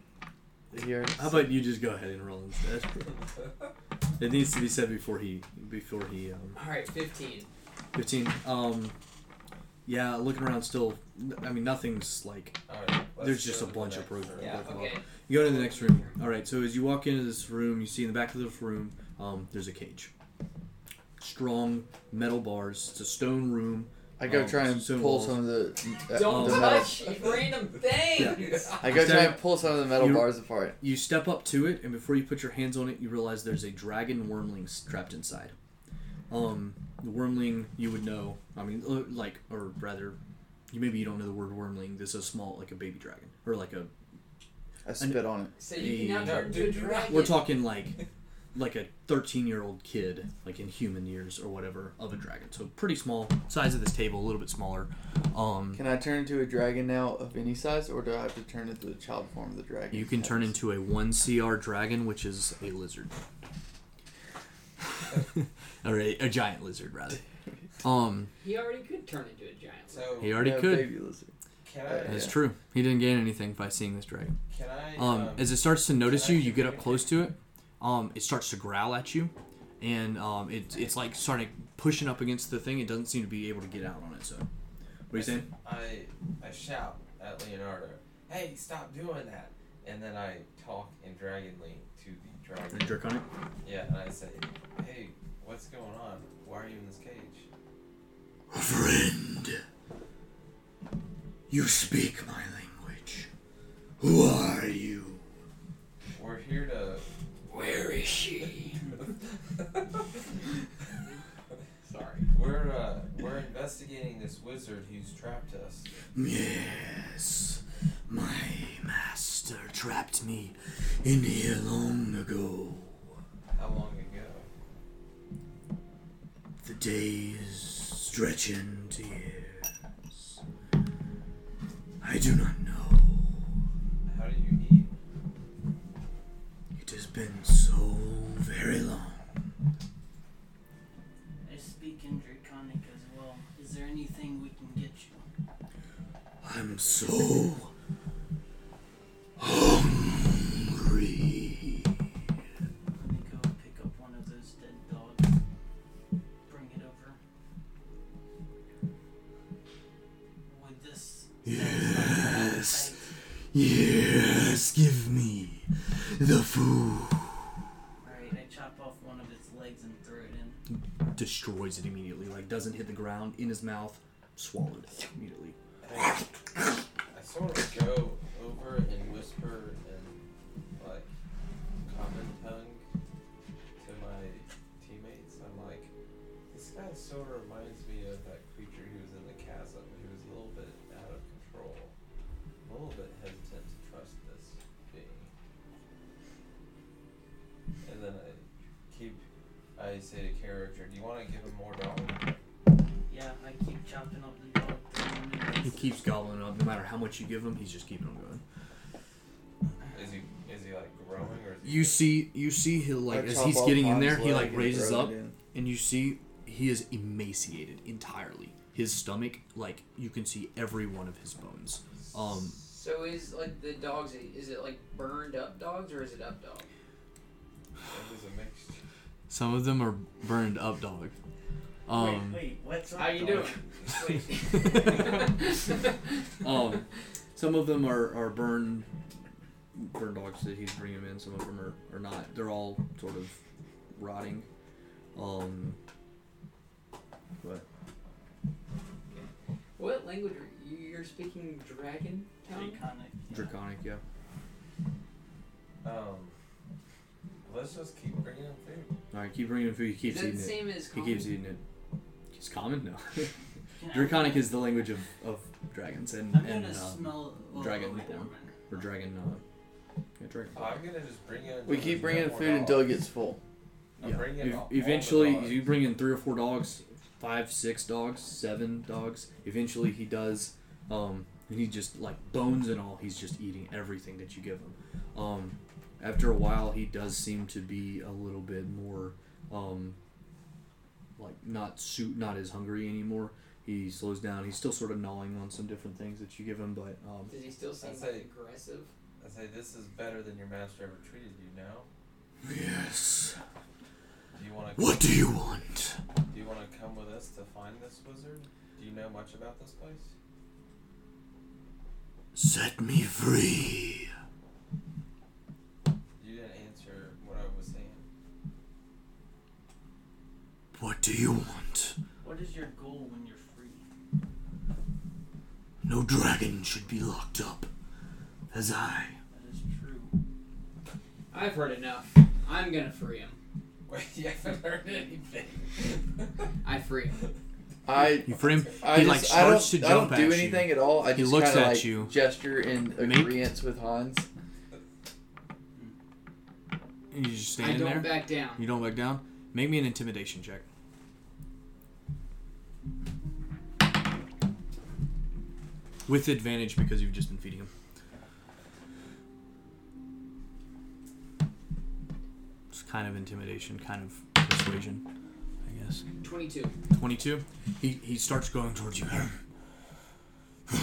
Here. How about you just go ahead and roll instead? it needs to be said before he before he um, All right, fifteen. 15 um yeah looking around still i mean nothing's like All right, There's just a bunch of broken. Yeah. broken Okay. bottles. you go to the next room all right so as you walk into this room you see in the back of this room um, there's a cage strong metal bars it's a stone room I go um, try and some pull walls. some of the. uh, Don't the metal. touch you random things. I go Instead- try and pull some of the metal You- bars apart. you step up to it and before you put your hands on it you realize there's a dragon wormling trapped inside um the wormling you would know i mean uh, like or rather you maybe you don't know the word wormling this is a small like a baby dragon or like a I spit on it. So you can now Hey, turn into a dude, you're not- dragon. We're talking like like a 13 year old kid, like in human years or whatever, of a dragon. So pretty small. Size of this table, a little bit smaller. Um, Can I turn into a dragon now of any size, or do I have to turn into the child form of the dragon? you can turn into a 1CR dragon, which is a lizard. or a, a giant lizard, rather. Um, He already could turn into a giant. So he already Yeah, could. Baby lizard. can Yeah. I? That's true. He didn't gain anything by seeing this dragon. Can I? Um, as it starts to notice can you, I you get up communicate? close to it. um, it starts to growl at you, and um, it, it's like starting pushing up against the thing. It doesn't seem to be able to get out on it. So, what are you saying? I I shout at Leonardo, "Hey, stop doing that!" And then I talk in Dragonly to the dragon. Jerk on it. Yeah, and I say, "Hey, what's going on? Why are you in this cage?" Friend, you speak my language. Who are you? We're here to. Where is she? Sorry. We're uh, we're investigating this wizard who's trapped us. Yes, my master trapped me in here long ago. How long ago? The days stretch into years. I do not know. How do you eat? It has been so very long. I speak in Draconic as well. Is there anything we can get you? I'm so hungry. Let me go pick up one of those dead dogs. Bring it over. Would this satisfy your Yes. appetite? Yes, give me the food. Alright, I chop off one of its legs and throw it in. Destroys it immediately, like doesn't hit the ground, in his mouth, swallowed immediately. I, I sort of go over and whisper and like common tongue to my teammates. I'm like, this guy sort of reminds me of that creature who was in the chasm. He was a little bit out of control, a little bit hesitant to trust this being. And then I keep. I say to character, do you want to give him more dollars? Yeah, I keep chopping up the dog, throwing it in. He keeps gobbling up. No matter how much you give him, he's just keeping on going. Is he is he like growing or is he You see, you see, he'll like as he's getting in there, he like raises up, and you see he is emaciated entirely. His stomach, like you can see every one of his bones. Um, So is like the dogs? Is it like burned up dogs or is it up dog? It was a mixture. some of them are burned up, dog. Um, wait, wait, what's up? How you dog? doing? Wait. um, some of them are, are burned burned dogs that he's bringing in. Some of them are, are not. They're all sort of rotting. Um, but what language are you? You're speaking dragon tongue. Draconic. draconic, yeah. Um, let's just keep bringing him food. All right, keep bringing him food. He keeps Is that eating the it. same as? He Common? keeps eating it. It's common, no. Can I- Draconic is the language of, of dragons and I'm and gonna uh, smell well, dragon wait, born. never mind. or dragon. Uh, yeah, dragon. Oh, I'm gonna just bring in. We keep bringing food until it gets full. I'm Yeah. bringing Ev- all- all the eventually, dogs. you bring in three or four dogs, five, six dogs, seven dogs. Eventually, he does, um, and he just like bones and all. He's just eating everything that you give him. Um, after a while, he does seem to be a little bit more, um, like not suit, not as hungry anymore. He slows down. He's still sort of gnawing on some different things that you give him, but um, Does he still seem I'd say- aggressive? I say this is better than your master ever treated you. Now, yes. do you want to? What do you want? Do you want to come with us to find this wizard? Do you know much about this place? Set me free. You didn't answer what I was saying. What do you want? What is your goal when you're free? No dragon should be locked up, as I. That is true. I've heard enough. I'm gonna free him. Wait, you haven't heard anything. I free him. I You frame. I he just, like I don't, starts to I jump don't do at anything you. at all. I He just looks kinda, at like, you. gesture in Make- agreement with Hans. And you just I standing don't there. back down. you don't back down. Make me an intimidation check. With advantage because you've just been feeding him. It's kind of intimidation, kind of persuasion, I guess. Twenty-two. 22. He, he starts going towards you.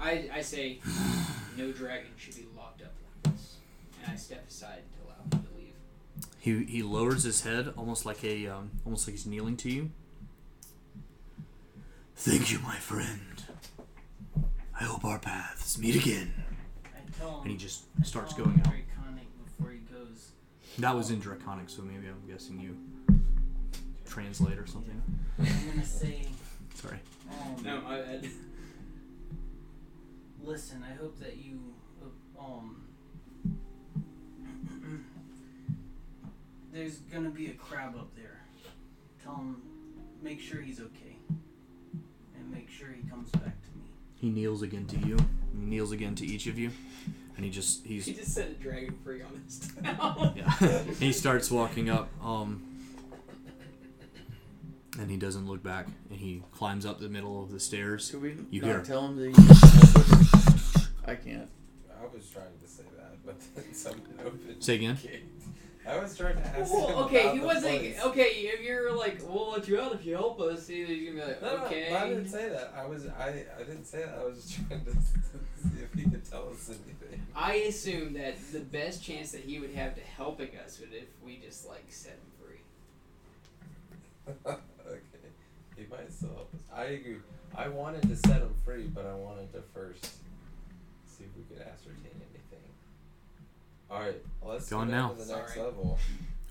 I, I say, no dragon should be locked up like this. and I step aside to allow him to leave. He he lowers his head almost like a um, almost like he's kneeling to you. Thank you, my friend. I hope our paths meet again. I tell him. And he just I tell starts him going out. Draconic before he goes. That was in Draconic, so maybe I'm guessing you translate or something. I'm gonna say. Sorry. Um, I, I Listen, I hope that you, uh, um, there's gonna be a crab up there. Tell him, make sure he's okay, and make sure he comes back to me. He kneels again to you. He kneels again to each of you, and he just he's he just said a dragon free on this town. Yeah. And he starts walking up, um, and he doesn't look back, and he climbs up the middle of the stairs. Should we You not hear. tell him that you I can't. I was trying to say that, but then someone opened. Say again. Kicked. I was trying to ask him Well, okay, about he the wasn't. place. Okay, if you're like, we'll let you out if you help us, he's gonna be like, No, no, okay. but I didn't say that. I was I, I didn't say that. I was just trying to see if he could tell us anything. I assume that the best chance that he would have to helping us would if we just like set him free. okay, he might still help us. I agree. I wanted to set him free, but I wanted to first see if we could ascertain anything. All right, let's Going go now. down to the next Sorry. level.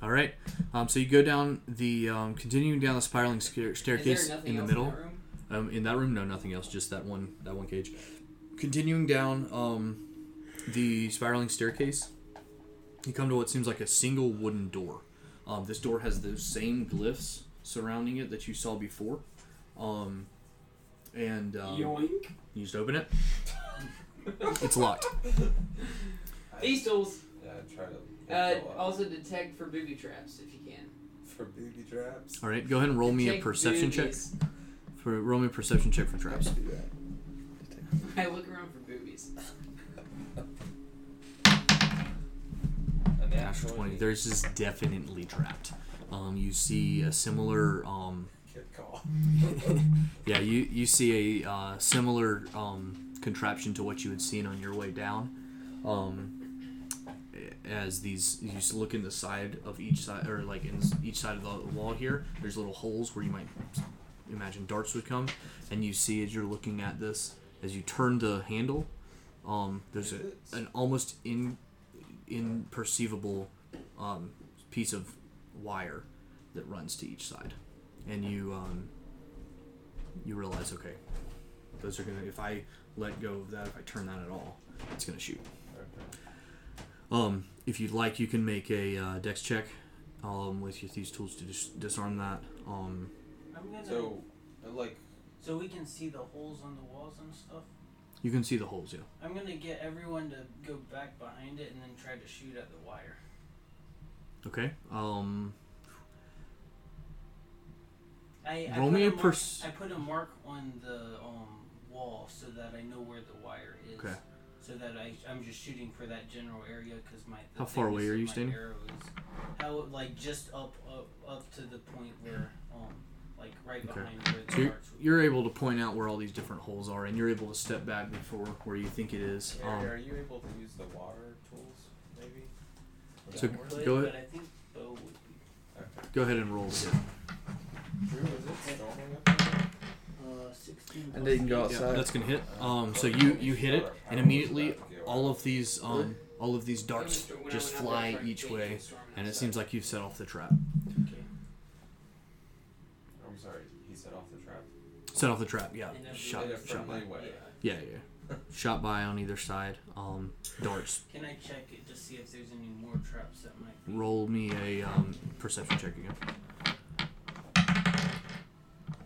All right. Um, so you go down the um, continuing down the spiraling sca- Is staircase there nothing in the else middle. In that room? Um, in that room, no, nothing else. Just that one, that one cage. Continuing down um, the spiraling staircase, you come to what seems like a single wooden door. Um, this door has those same glyphs surrounding it that you saw before. Um, and um, you Yoink. just open it. It's locked. These tools. Yeah, I try to. Uh, go up also detect for booby traps if you can. for booby traps. All right, go ahead and roll me a Detect perception check. boobies. For roll me a perception check for traps. Do that. I look around for boobies. A Natural twenty. There's just definitely trapped. Um, you see a similar um, Good call. Yeah, you, you see a uh, similar um, contraption to what you had seen on your way down. Um, as these, you just look in the side of each side, or like in each side of the wall here, there's little holes where you might imagine darts would come. And you see as you're looking at this, as you turn the handle, um, there's a, an almost in, imperceivable um, piece of wire that runs to each side. And you. Um, you realize, okay, those are gonna. If I let go of that, if I turn that at all, it's gonna shoot. Um, if you'd like, you can make a uh, dex check um, with your thieves' tools to dis- disarm that. Um, I'm gonna. So, So, uh, like, we can see the holes on the walls and stuff. you can see the holes, yeah. I'm gonna get everyone to go back behind it and then try to shoot at the wire. Okay. Um, I, I Roll put me a mark- pers- I put a mark on the um, wall so that I know where the wire is. Okay. So that I I'm just shooting for that general area because my the How far away thickness are of you my standing? arrow is- How like just up up up to the point where um like right Okay. behind where so the you're, arch would you're able to point out where all these different holes are, and you're able to step back before where you think it is. Harry, Um, are you able to use the water tools, maybe? Would So that work? But, go but ahead. I think bow would be. Okay. go ahead and roll. the hit. Drew, is it storming up there? Uh, 16 And they can go Yeah, outside. that's gonna hit. Um, so you you hit it, and immediately all of these um, all of these darts When I just went out there, I fly tried to each take way, the storm and it outside. seems like you've set off the trap. I'm sorry, he set off the trap. Set off the trap, yeah. And then Shot, In a shot by. friendly way. Yeah, yeah. Shot by on either side. Um, darts. Can I check it to see if there's any more traps that might be? Roll me a um, perception check again.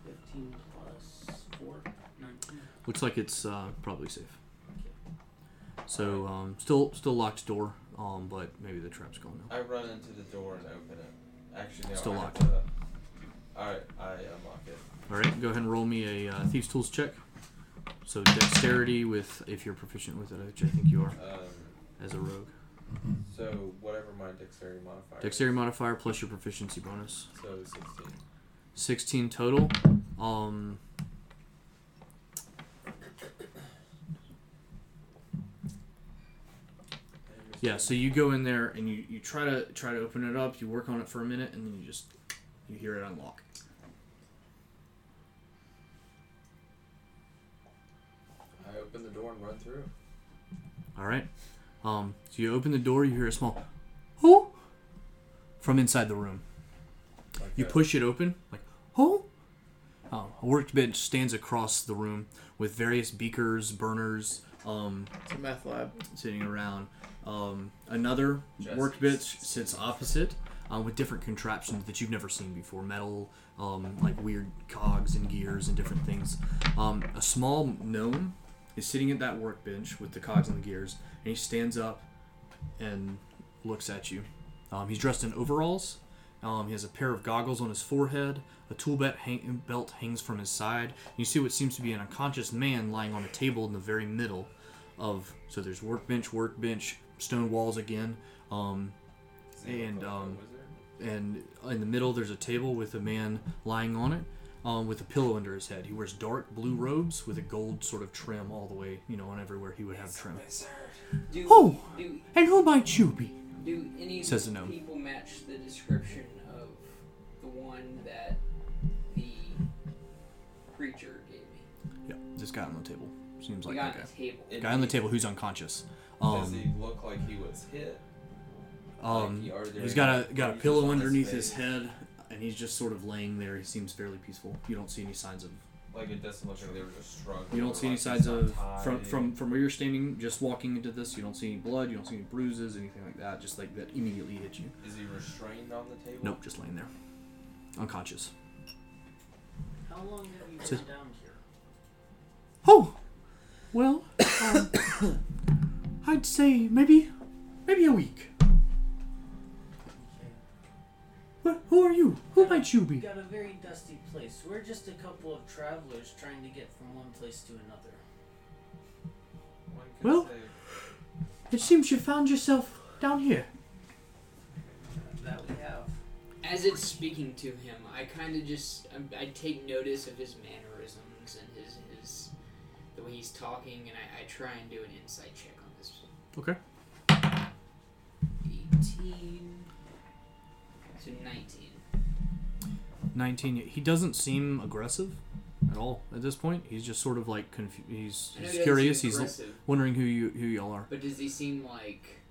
15 plus 4, 19. Looks like it's uh, probably safe. So um, still still locked door, um, but maybe the trap's gone now. I run into the door and open it. Actually, no, Still I have locked. to- Alright, I unlock it. All right, go ahead and roll me a uh, thieves tools check. So dexterity with if you're proficient with it, which I think you are Um, as a rogue. so, whatever my dexterity modifier Dexterity modifier plus your proficiency bonus. is. So, 16. 16 total. Um, Yeah, so you go in there and you, you try to try to open it up. You work on it for a minute, and then you just you hear it unlock. I open the door and run through. All right. Um, so you open the door. You hear a small oh from inside the room. Like You that. push it open, like, oh! Um, a workbench stands across the room with various beakers, burners, um, It's a meth lab. sitting around. Um, another Just- workbench sits opposite um, with different contraptions that you've never seen before metal, um, like weird cogs and gears and different things. Um, a small gnome is sitting at that workbench with the cogs and the gears, and he stands up and looks at you. Um, he's dressed in overalls. Um, he has a pair of goggles on his forehead. A tool belt, hang- belt hangs from his side. You see what seems to be an unconscious man lying on a table in the very middle of. So there's workbench, workbench, stone walls again. Um, Does he look and, like a um, wizard? and in the middle there's a table with a man lying on it um, with a pillow under his head. He wears dark blue robes with a gold sort of trim all the way, you know, and everywhere he would have trim. Do, Oh! do And who might you be? do any Says of the the gnome. people match the description of the one that the creature gave me? Yeah, this guy on the table. Seems We like got that guy. a table. It- Guy on the table who's unconscious. Does Um, he look like he was hit? um, like, are there he's got a any got a bruises pillow on underneath his his face? head, and he's just sort of laying there. He seems fairly peaceful. You don't see any signs of Like it doesn't look like they were just struggling. You don't see any like signs he's not of from tied. from from where you're standing, just walking into this. You don't see any blood. You don't see any bruises, anything like that. Just like that immediately hit you. Is he restrained on the table? Nope, just laying there, unconscious. How long have you been Says- down here? Oh, well, um, I'd say maybe maybe a week. But who are you? Who might you We've be? got a very dusty place. We're just a couple of travelers trying to get from one place to another. One could Well- say It seems you found yourself down here. Uh, That we have. As it's speaking to him, I kind of just um, I, I take notice of his mannerisms and his his the way he's talking, and I, I try and do an insight check on this. Okay. Eighteen to nineteen. Nineteen. He doesn't seem aggressive at all at this point. He's just sort of like confused. He's, he's I know he doesn't curious. seem He's aggressive, wondering who you who y'all are. but does he seem like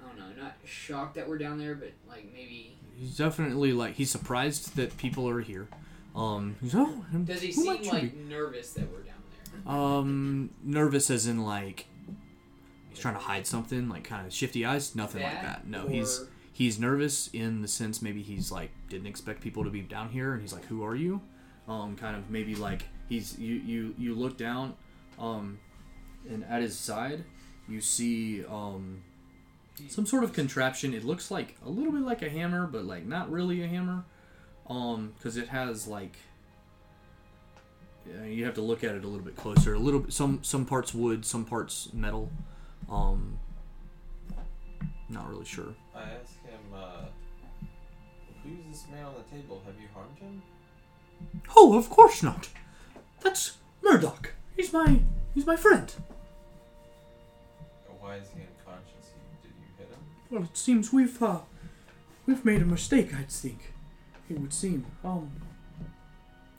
I don't know, not shocked that we're down there, but like maybe He's definitely like he's surprised that people are here. Um, he's oh, and does he who seem might you like be?" nervous that we're down there? um nervous as in like he's trying to hide something, like kind of shifty eyes, nothing like That that. No, he's or- he's nervous in the sense maybe he's like didn't expect people to be down here, and he's like, who are you? Um, kind of maybe like he's you you you look down, um, and at his side you see um some sort of contraption. It looks like a little bit like a hammer, but like not really a hammer, um, because it has like yeah, you have to look at it a little bit closer. A little bit, some some parts wood, some parts metal. Um, not really sure. I ask him, uh, who's this man on the table? Have you harmed him? Oh, of course not. That's Murdoch. He's my he's my friend. Or why is he unconscious? You- Did you hit him? Well, it seems we've uh, we've made a mistake. I'd think it would seem. Um.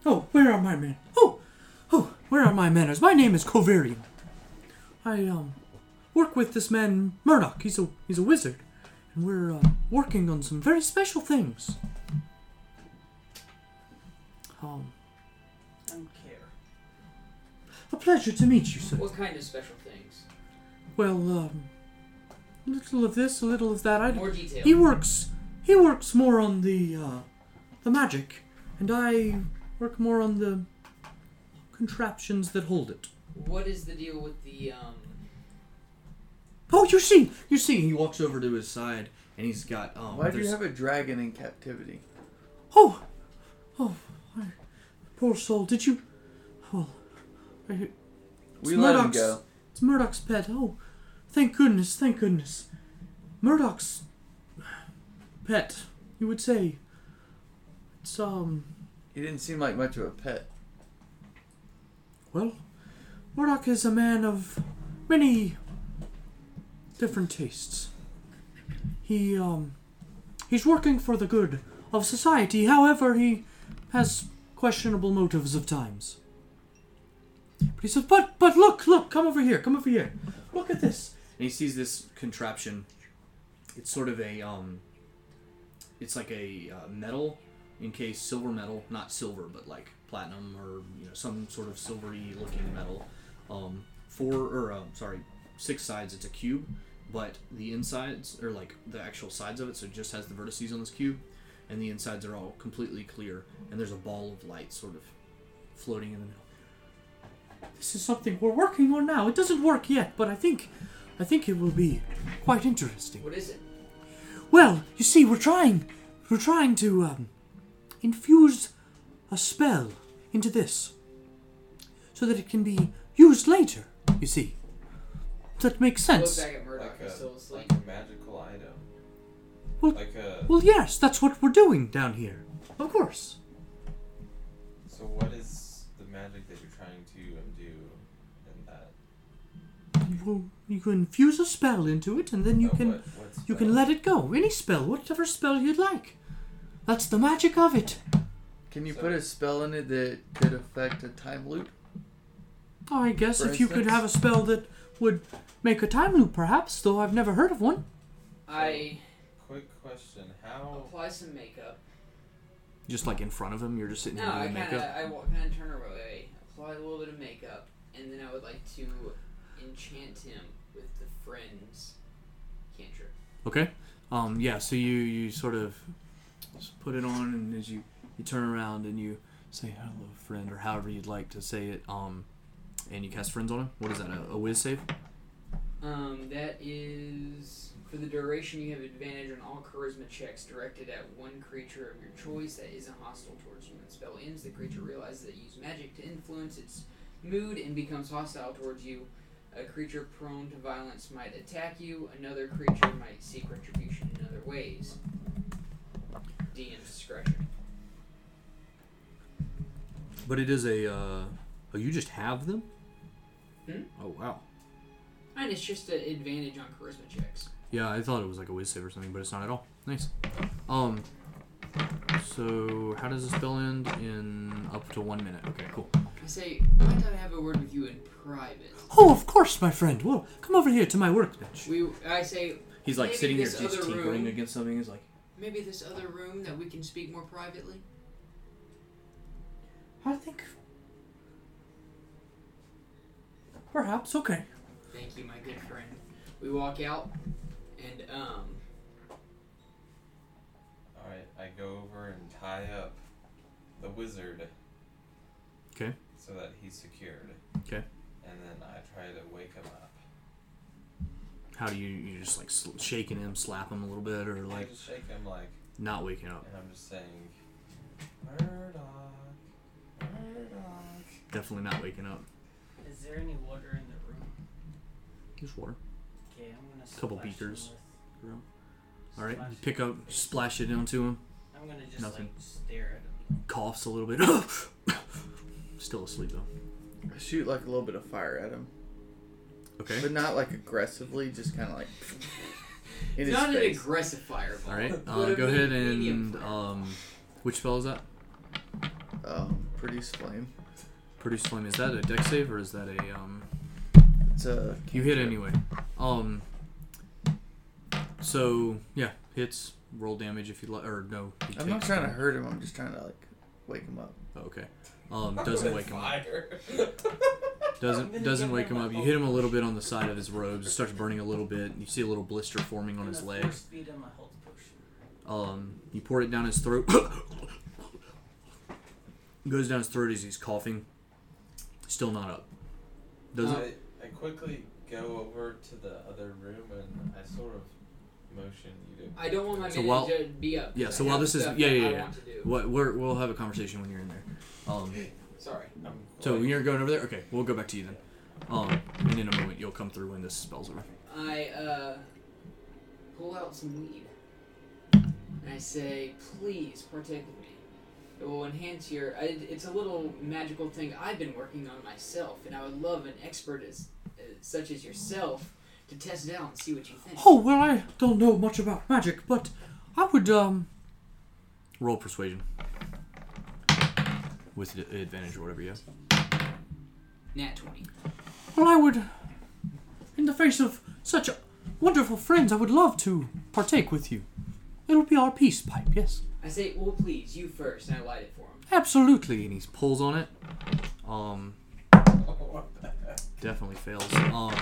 Oh, where are my men? Oh, oh, where are my manners? My name is Covarian. I um work with this man Murdoch. He's a he's a wizard, and we're uh, working on some very special things. Um, Don't care. a pleasure to meet you, sir. What kind of special things? Well, um, little of this, a little of that. I More detail. He works. He works more on the uh, the magic, and I work more on the contraptions that hold it. What is the deal with the um? Oh, you see, you see. He walks over to his side, and he's got. Um, Why do you there's- have a dragon in captivity? Oh, oh, I, poor soul. Did you? Well, I, We It's let him Murdoch's- go. It's Murdoch's pet. Oh, thank goodness, thank goodness. Murdoch's pet, you would say. It's, um, He didn't seem like much of a pet. well, Murdoch is a man of many different tastes. He um he's working for the good of society. However, he has questionable motives of times. But he says, "But but look, look, come over here. Come over here. Look at this." And he sees this contraption. It's sort of a um it's like a uh, metal encased silver metal, not silver, but like platinum or you know some sort of silvery looking metal. Um, four or um, sorry, six sides. It's a cube, but the insides or like the actual sides of it, so it just has the vertices on this cube, and the insides are all completely clear, and there's a ball of light sort of floating in the middle. This is something we're working on now. It doesn't work yet, but I think, I think it will be quite interesting. What is it? Well, you see, we're trying, we're trying to um, infuse a spell into this, so that it can be used later. You see, that makes sense. Look back at Murdoch. Like He's still a, asleep. like a magical item. Well- like a. Well, yes, that's what we're doing down here. Of course. So what is the magic that you're trying to undo in that? You, will, you can infuse a spell into it, and then you Oh, can what- what's you the- can let it go. Any spell, whatever spell you'd like. That's the magic of it. Can you So- put a spell in it that could affect a time loop? I guess For if you could instance? have a spell that would make a time loop, perhaps. Though I've never heard of one. I Quick question: How? apply some makeup. Just like in front of him, you're just sitting No, I kind of I kind of turn away, apply a little bit of makeup, and then I would like to enchant him with the friends cantrip. Okay. Um, yeah. So you you sort of just put it on, and as you you turn around and you say hello, friend, or however you'd like to say it. Um, and you cast friends on him. What is that? A, a whiz save? Um, that is for the duration you have advantage on all charisma checks directed at one creature of your choice that isn't hostile towards you. When the spell ends, the creature realizes that you use magic to influence its mood and becomes hostile towards you. A creature prone to violence might attack you. Another creature might seek retribution in other ways. DM's discretion. But it is a. Uh, oh, you just have them. Hmm? Oh wow. And it's just an advantage on charisma checks. Yeah, I thought it was like a whiz save or something, but it's not at all. Nice. Um. So how does the spell end? In up to one minute. Okay, cool. I say, why don't I have a word with you in private? Oh, of course, my friend. Well, come over here to my workbench. We, I say, He's like Maybe sitting here, this just other room- tinkering against something. He's like, maybe this other room that we can speak more privately. I think. Perhaps okay. Thank you, my good friend. We walk out, and um, All right, I go over and tie up the wizard. 'Kay. So that he's secured. 'Kay. And then I try to wake him up. How do you you just like sl- shaking him, slap him a little bit, or I like just shake him like, not waking up? and I'm just saying, Murdoch, Murdoch. Definitely not waking up. Is there any water in the room? Just water. Okay, I'm gonna. Splash Couple him beakers. with- Room. All right, splash- pick up, splash it into him. I'm gonna just Nothing. like stare at him. Coughs a little bit. Still asleep though. I shoot like a little bit of fire at him, Okay. but not like aggressively. Just kind of like in it's his not an face. aggressive fireball. All right. but Uh, a go ahead medium and fireball. um, which spell is that? um, produce flame. Produce flame. Is that a deck save or is that a um? It's a You hit anyway. Um. So yeah, hits. Roll damage if you like, or no. he I'm not takes- trying to hurt him. I'm just trying to like wake him up. Oh, okay. Um, doesn't wake him up. him up. Doesn't doesn't wake him up. You hit him a little bit on the side of his robes. It starts burning a little bit. You see a little blister forming on I'm his gonna leg. force feed him a health potion. Um, you pour it down his throat. Goes down his throat as he's coughing. Still not up. Doesn't. I, I quickly go over to the other room and I sort of motion you to. I don't want my So manager while- to be up. yeah. So I while have this is stuff yeah that yeah I yeah. want to do. What we're, we'll have a conversation when you're in there. Um. Sorry. I'm So like, when you're going over there, okay, we'll go back to you then. Um, and in a moment you'll come through when this spell's over. I uh, pull out some weed, and I say, "Please partake with me. It will enhance your. I, it's a little magical thing I've been working on myself, and I would love an expert as, as such as yourself to test it out and see what you think. Oh well, I don't know much about magic, but I would um. Roll persuasion. With ad- advantage or whatever you have. Nat 20. Well, I would. In the face of such wonderful friends, I would love to partake with you. It'll be our peace pipe, yes. I say, well, please, you first, and I light it for him. Absolutely, and he pulls on it. Um, definitely fails. Um,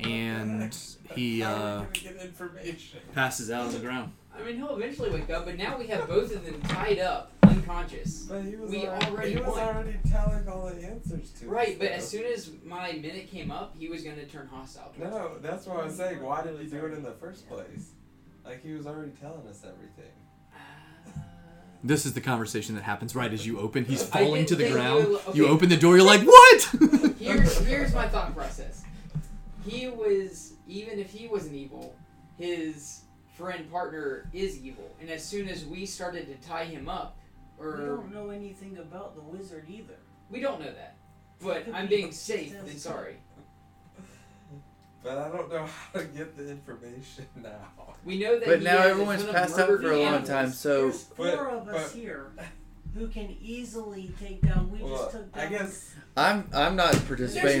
and he uh, get information. Passes out on the ground. I mean, he'll eventually wake up, but now we have both of them tied up, unconscious. But he was We already, already he was won. already telling all the answers to. Right, us, but though. as soon as my minute came up, he was going to turn hostile. towards me. No, that's what I was saying. Why did he do it in the first place? Like he was already telling us everything. this is the conversation that happens right as you open. He's I falling didn't to the think you ground. would- okay. You open the door. You're like, what? Here's, here's my thought process. He was, even if he wasn't evil, his friend partner is evil. And as soon as we started to tie him up, We or don't know anything about the wizard either. we don't know that, but I'm being safe than sorry. But I don't know how to get the information now. We know that. But he now has a everyone's ton of passed out murdered for a long animals. time, so There's But- four of us but- here who can easily take down. We just Well, took down. I guess I'm I'm not participating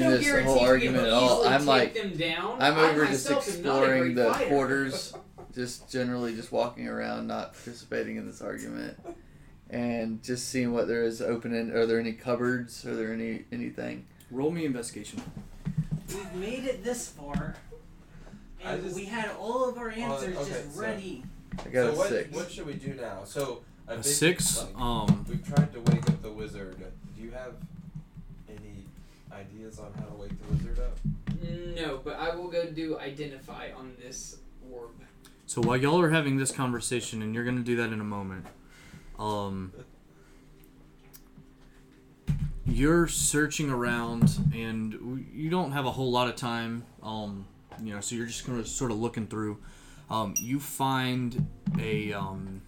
There's no in this guarantee whole we argument can at all. easily I'm take like them down. I'm I over just myself am not a great exploring the fighter. quarters, just generally just walking around, not participating in this argument, and just seeing what there is open. In, are there any cupboards? Are there any anything? Roll me investigation. We've made it this far, I and just- we had all of our answers okay, just so- ready. I got so a what, six. What should we do now? So I A think, six. like, Um, we've tried to wake up the wizard. Do you have any ideas on how to wake the wizard up? No, but I will go do identify on this orb. so while y'all are having this conversation, and you're gonna do that in a moment, um, you're searching around, and w- you don't have a whole lot of time. Um, you know, so you're just gonna sort of looking through. Um, you find a um,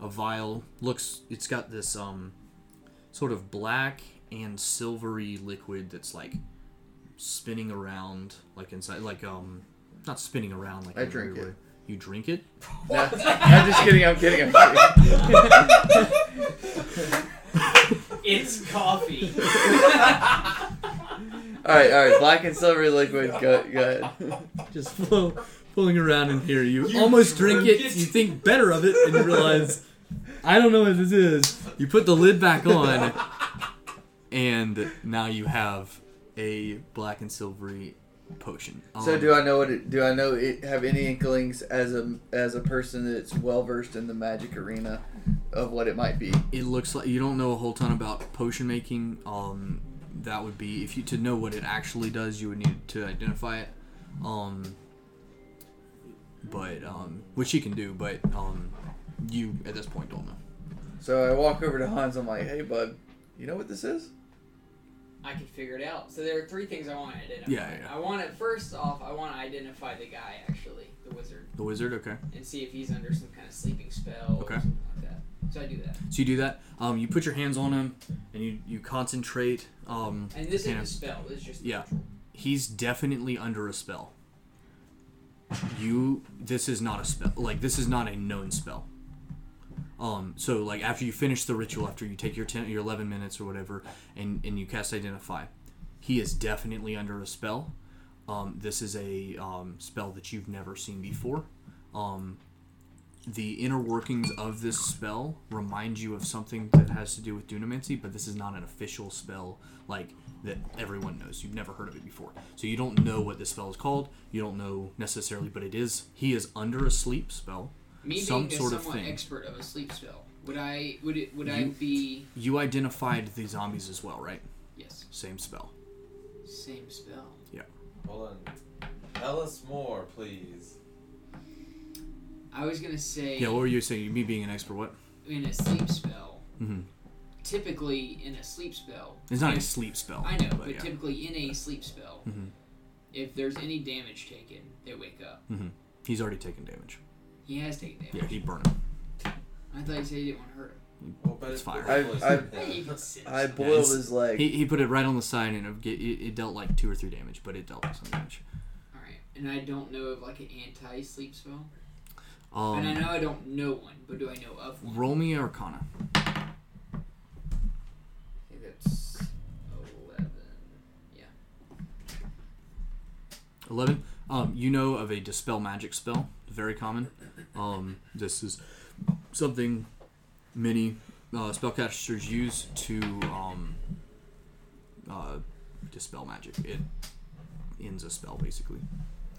a vial. Looks, it's got this um, sort of black and silvery liquid that's like spinning around, like inside, like um, not spinning around. Like I in a drink weird it. way. You drink it. No, I'm just kidding. I'm kidding. I'm kidding. It's coffee. All right, all right. Black and silvery liquid. Go, go ahead. just flow, pulling around in here. You, almost drink it, you think better of it, and you realize, I don't know what this is. You put the lid back on, and now you have a black and silvery potion. Um, So do I know what? It, do I know? It, have any inklings as a as a person that's well versed in the magic arena of what it might be? It looks like you don't know a whole ton about potion making. Um, that would be if you to know what it actually does, you would need to identify it. Um, but um, which you can do, but um, you at this point don't know. So I walk over to Hans. I'm like, hey, bud, you know what this is? I can figure it out. So there are three things I want to identify. Yeah, yeah. I want to first off, I want to identify the guy actually, the wizard, The wizard, okay. and see if he's under some kind of sleeping spell Okay. or something like that. So I do that. So you do that. Um, you put your hands on him, and you you concentrate. Um, And this Yeah. isn't a spell. This is just Yeah. he's definitely under a spell. You, this is not a spell. Like this is not a known spell. Um, so like after you finish the ritual, after you take your ten, your eleven minutes or whatever, and and you cast identify, he is definitely under a spell. Um, this is a um, spell that you've never seen before. Um, the inner workings of this spell remind you of something that has to do with dunamancy, but this is not an official spell like that everyone knows. You've never heard of it before, so you don't know what this spell is called. You don't know necessarily, but it is. He is under a sleep spell. Me Some being sort a of somewhat thing. expert of a sleep spell, would I would it would I You- be You identified the zombies as well, right? yes Same spell. same spell? Hold on. Tell us more, please. I was gonna say Yeah. What were you saying? Me being an expert, what? in a sleep spell. Mhm. Typically, in a sleep spell, It's not a if- sleep spell. I know, but, yeah. typically in a sleep spell, Mhm. if there's any damage taken, they wake up. he's already taken damage. He has taken damage. Yeah, he burned. Him. I thought you said you didn't want to hurt him. Well, Oh, but It's fire. I've- I've- Hey, you can sit. I boil it's- his leg. He, he put it right on the side, and it, it, it dealt like two or three damage, but it dealt some damage. All right. and I don't know of like an anti-sleep spell. and I Um, know I don't know one, but do I know of one? roll me Arcana. I think that's eleven. 11 um, you know of a dispel magic spell very common um, this is something many uh, spellcasters use to um, uh, dispel magic it ends a spell basically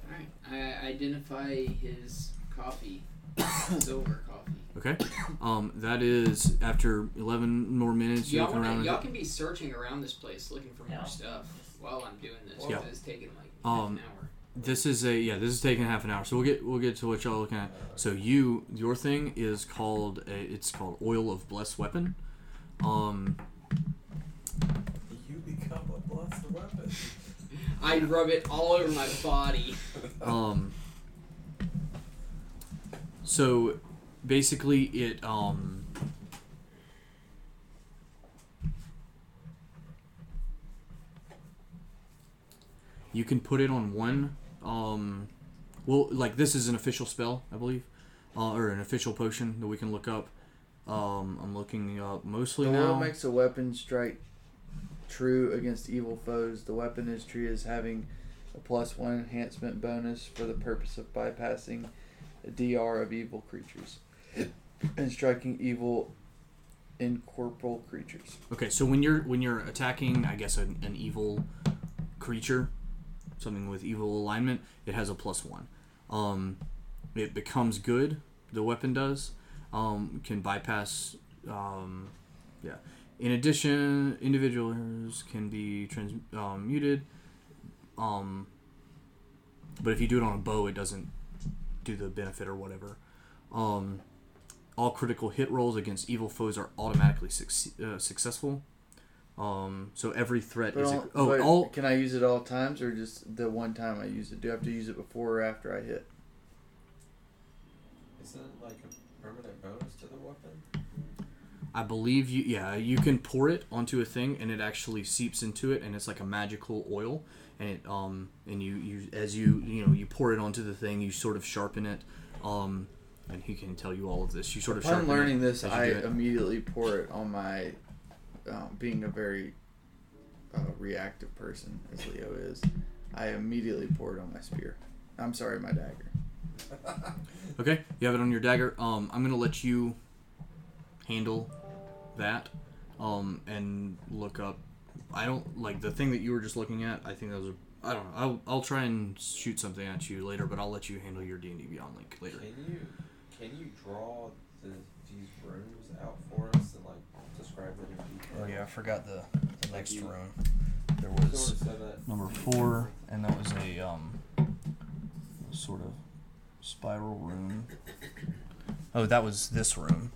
All right. I identify his coffee, silver coffee. okay um, that is after 11 more minutes you're Y'all, looking wanna, around y'all and, can be searching around this place looking for Yeah. more stuff while I'm doing this. Yeah. 'cause It's taking like Um, half an hour. this is a yeah this is taking half an hour so we'll get we'll get to what y'all are looking at so you your thing is called uh it's called oil of blessed weapon um, You become a blessed weapon. I rub it all over my body. Um, so basically, it um, you can put it on one. Um, well, like this is an official spell, I believe, uh, or an official potion that we can look up. Um, I'm looking up mostly The now. will makes a weapon strike true against evil foes. The weapon is true as having a plus one enhancement bonus for the purpose of bypassing the DR of evil creatures and striking evil incorporeal creatures. Okay, so when you're when you're attacking, I guess an, an evil creature, something with evil alignment, it has a plus one. Um, it becomes good. The weapon does um, can bypass. Um, yeah. In addition, individuals can be trans um, muted. Um, but if you do it on a bow, it doesn't do the benefit or whatever. Um, all critical hit rolls against evil foes are automatically succe- uh, successful. Um, so every threat But is all, a, oh but all can I use it all times or just the one time I use it? Do I have to use it before or after I hit? Isn't it like a permanent bonus to the weapon? I believe you yeah you can pour it onto a thing and it actually seeps into it and it's like a magical oil and it um and you you as you you know you pour it onto the thing you sort of sharpen it um and he can tell you all of this you sort of Upon sharpen learning it this, as you I do it. immediately pour it on my, um, being a very uh, reactive person as Leo is, I immediately pour it on my spear. I'm sorry, my dagger. Okay, you have it on your dagger. Um, I'm gonna let you handle that. Um, and look up. I don't like the thing that you were just looking at. I think that was. A, I don't know. I'll, I'll try and shoot something at you later, but I'll let you handle your D and D Beyond link later. Can you can you draw the, these runes out for us and like describe them? in detail? Oh yeah, I forgot the, the next you. room. There Sort was of so that number four, and that was a um, sort of spiral room. Oh, that was this room.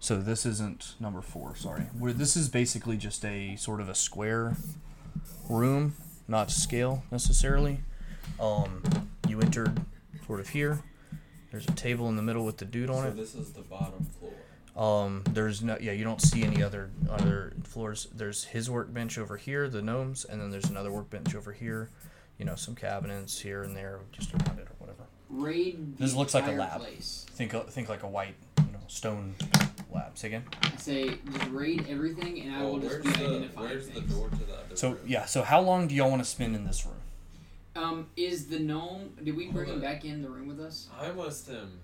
So this isn't number four. Sorry, where this is basically just a sort of a square room, not scale necessarily. Um, you entered sort of here. There's a table in the middle with the dude on so it. this is the bottom floor. Um, there's no, yeah, you don't see any other other floors. There's his workbench over here, the gnomes, and then there's another workbench over here. You know, some cabinets here and there, just around it or whatever. Raid. the This looks like a entire lab. Place. Think uh, think like a white, you know, stone lab. Say again. I say just raid everything, and I Well, will just Oh, where's be the identifying where's the things. door to the other So room? yeah, so how long do y'all want to spend in this room? Um, is the gnome? Did we bring Hold him on. back in the room with us? I was them.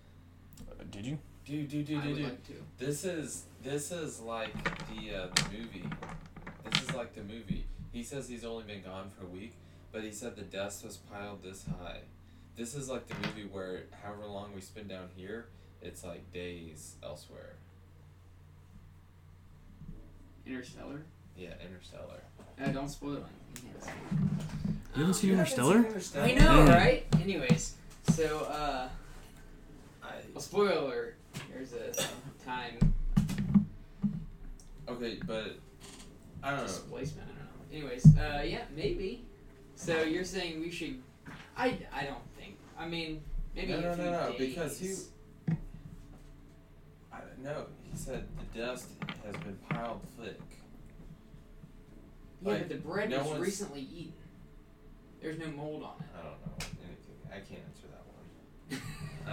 did you? Do do do I do would do. like to. This is this is like the uh, the movie. This is like the movie. He says he's only been gone for a week, but he said the dust was piled this high. This is like the movie where however long we spend down here, it's like days elsewhere. Interstellar. Yeah, Interstellar. Uh, don't spoil it. on- you can't say it. You haven't Um, seen Interstellar? Interstellar. I know, Yeah. right? Anyways, so uh, I- well, spoiler. alert, There's a time okay, but I don't know. Oh. displacement. I don't know. Anyways, uh, yeah, maybe. So you're saying we should? I, I don't think. I mean, maybe No, a no, few no, no, days. because he- I don't know. He said the dust has been piled thick. Yeah, like, but the bread no was one's- recently eaten. There's no mold on it. I don't know. anything. I can't answer that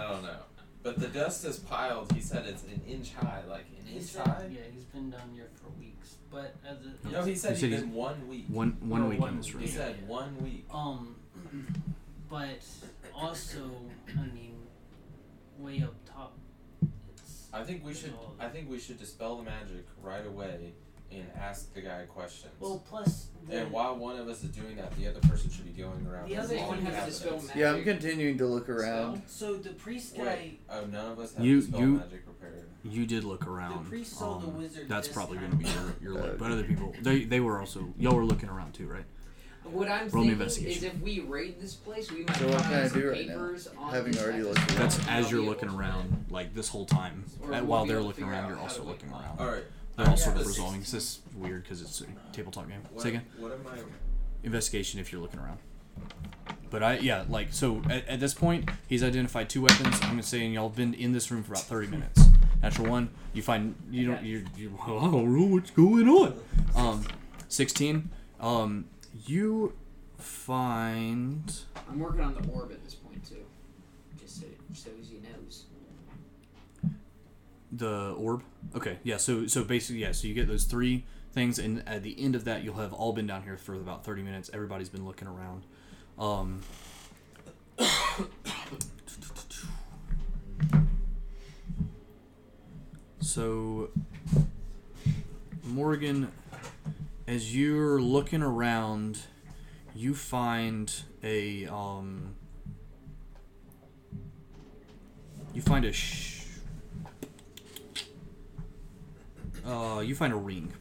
one. I don't know. But the dust is piled. He said it's an inch high, like an He's inch been, high. yeah, he's been down here for weeks, but as a, No, he said He said he'd he's- been one week. One one Or week one in this week. room. He said one week. Um, but also, I mean, way up top, it's I think we should. I think we should dispel the magic right away and ask the guy questions. well. Plus, the, and while one of us is doing that, the other person should be going around. The other with all one has to evidence. dispel magic. Yeah, I'm continuing to look around. so the priest guy, Wait. Oh, none of us have You- dispel you- magic prepared. You did look the around. priest saw the um, wizard. that's this probably time. going to be your, your look. Uh, But other people, they, they were also, y'all were looking around too, right? What I'm Roll me thinking is investigation. if we raid this place, we might So what can I find some do right now, papers on having this already type of looked at it? stuff, That's and I'll as be you're able looking to- around, like this whole time. Or Uh, we'll while be they're able to looking figure around, out you're how also to, like, looking around. All right. They're all Yeah, sort of but- resolving. This is weird because it's a tabletop game. What, Say again. What am I? Investigation if you're looking around. But I, yeah, like, so at, at this point, he's identified two weapons. I'm going to say, and y'all have been in this room for about 30 minutes. Natural one, you find, you don't, you, you I don't know what's going on. Um, 16, um, you find, I'm working on the orb at this point too, just so so as he knows. The orb. Okay, yeah. So so basically, yeah. So you get those three things, and at the end of that, you'll have all been down here for about thirty minutes. Everybody's been looking around. Um, so Morgan, as you're looking around, you find a um, you find a. Sh- uh, you find a ring.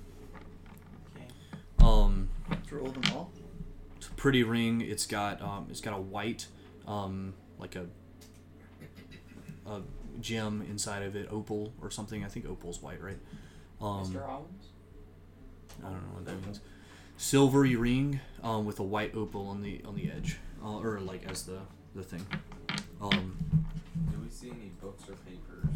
Okay. Um, Let's roll them all. it's a pretty ring. It's got um, it's got a white, um, like a a gem inside of it, opal or something. I think opal's white, right? Um, Mr. Hollins. I don't know what that means. Silvery ring um, with a white opal on the on the edge, uh, or like as the the thing. Um, Do we see any books or papers?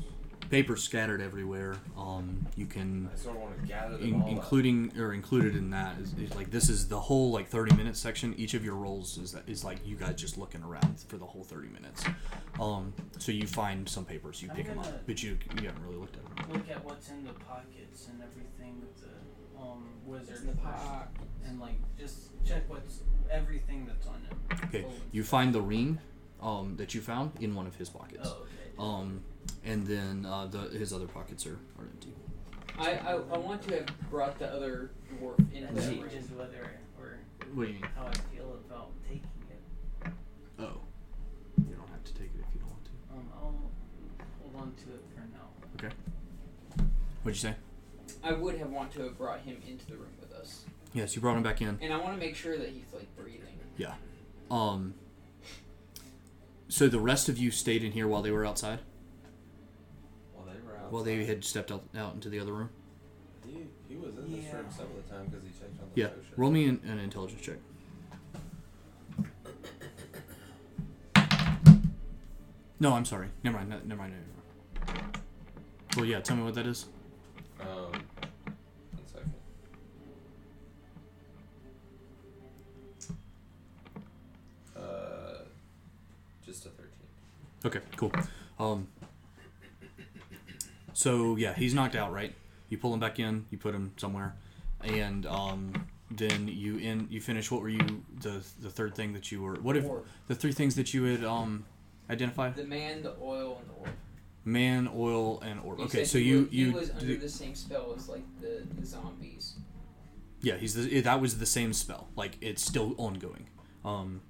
paper scattered everywhere. Um, you can. I sort of want to gather them in, all including or included in that is, is like this is the whole like 30 minute section each of your roles is that is like you guys just looking around for the whole 30 minutes um so you find some papers you I'm pick 'em pick them gonna- up but you you haven't really looked at them look at what's in the pockets and everything of the um wizard It's in the first, pot. and like just check what's everything that's on him. okay Oh, you find the ring um that you found in one of his pockets Oh, okay. um and then uh, the his other pockets are, are empty I, I I want to have brought the other dwarf in that that Mhm. room. changes whether or what do you mean how I feel about taking it. oh you don't have to take it if you don't want to Um, I'll hold on to it for now. what'd you say I would have want to have brought him into the room with us, yes you brought him back in and I want to make sure that he's like breathing. Um. So the rest of you stayed in here while they were outside. Well, they were out. While they had stepped out, out into the other room. He, he was in this Yeah. room some of the time because he checked on the Yeah. potion. Roll me an, an intelligence check. No, I'm sorry. Never mind. Never mind. Never mind. Well, yeah. Tell me what that is. Um, one second. Uh, just a thirteen. Okay. Cool. Um. So yeah, he's knocked out, right? You pull him back in. You put him somewhere, and um, then you in you finish. What were you the the third thing that you were? What if Orb. the three things that you had um identified The man, the oil, and the orb. man oil and orb You okay said so he you was, you he was under did- the same spell as like the, the zombies. yeah he's the, that was the same spell like it's still ongoing um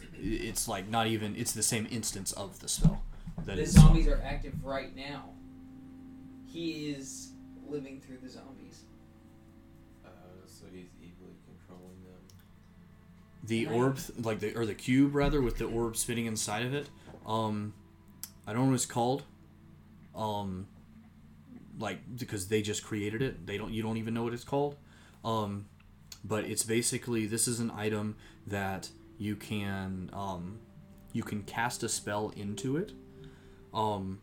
i- it's like not even it's the same instance of the spell that the is zombies are active right now. He is living through the zombies. Uh, so he's evilly controlling them. the Right. orb th- like the or the cube rather with the orb spinning inside of it um i don't know what it's called um like because they just created it they don't you don't even know what it's called um but it's basically this is an item that you can um you can cast a spell into it um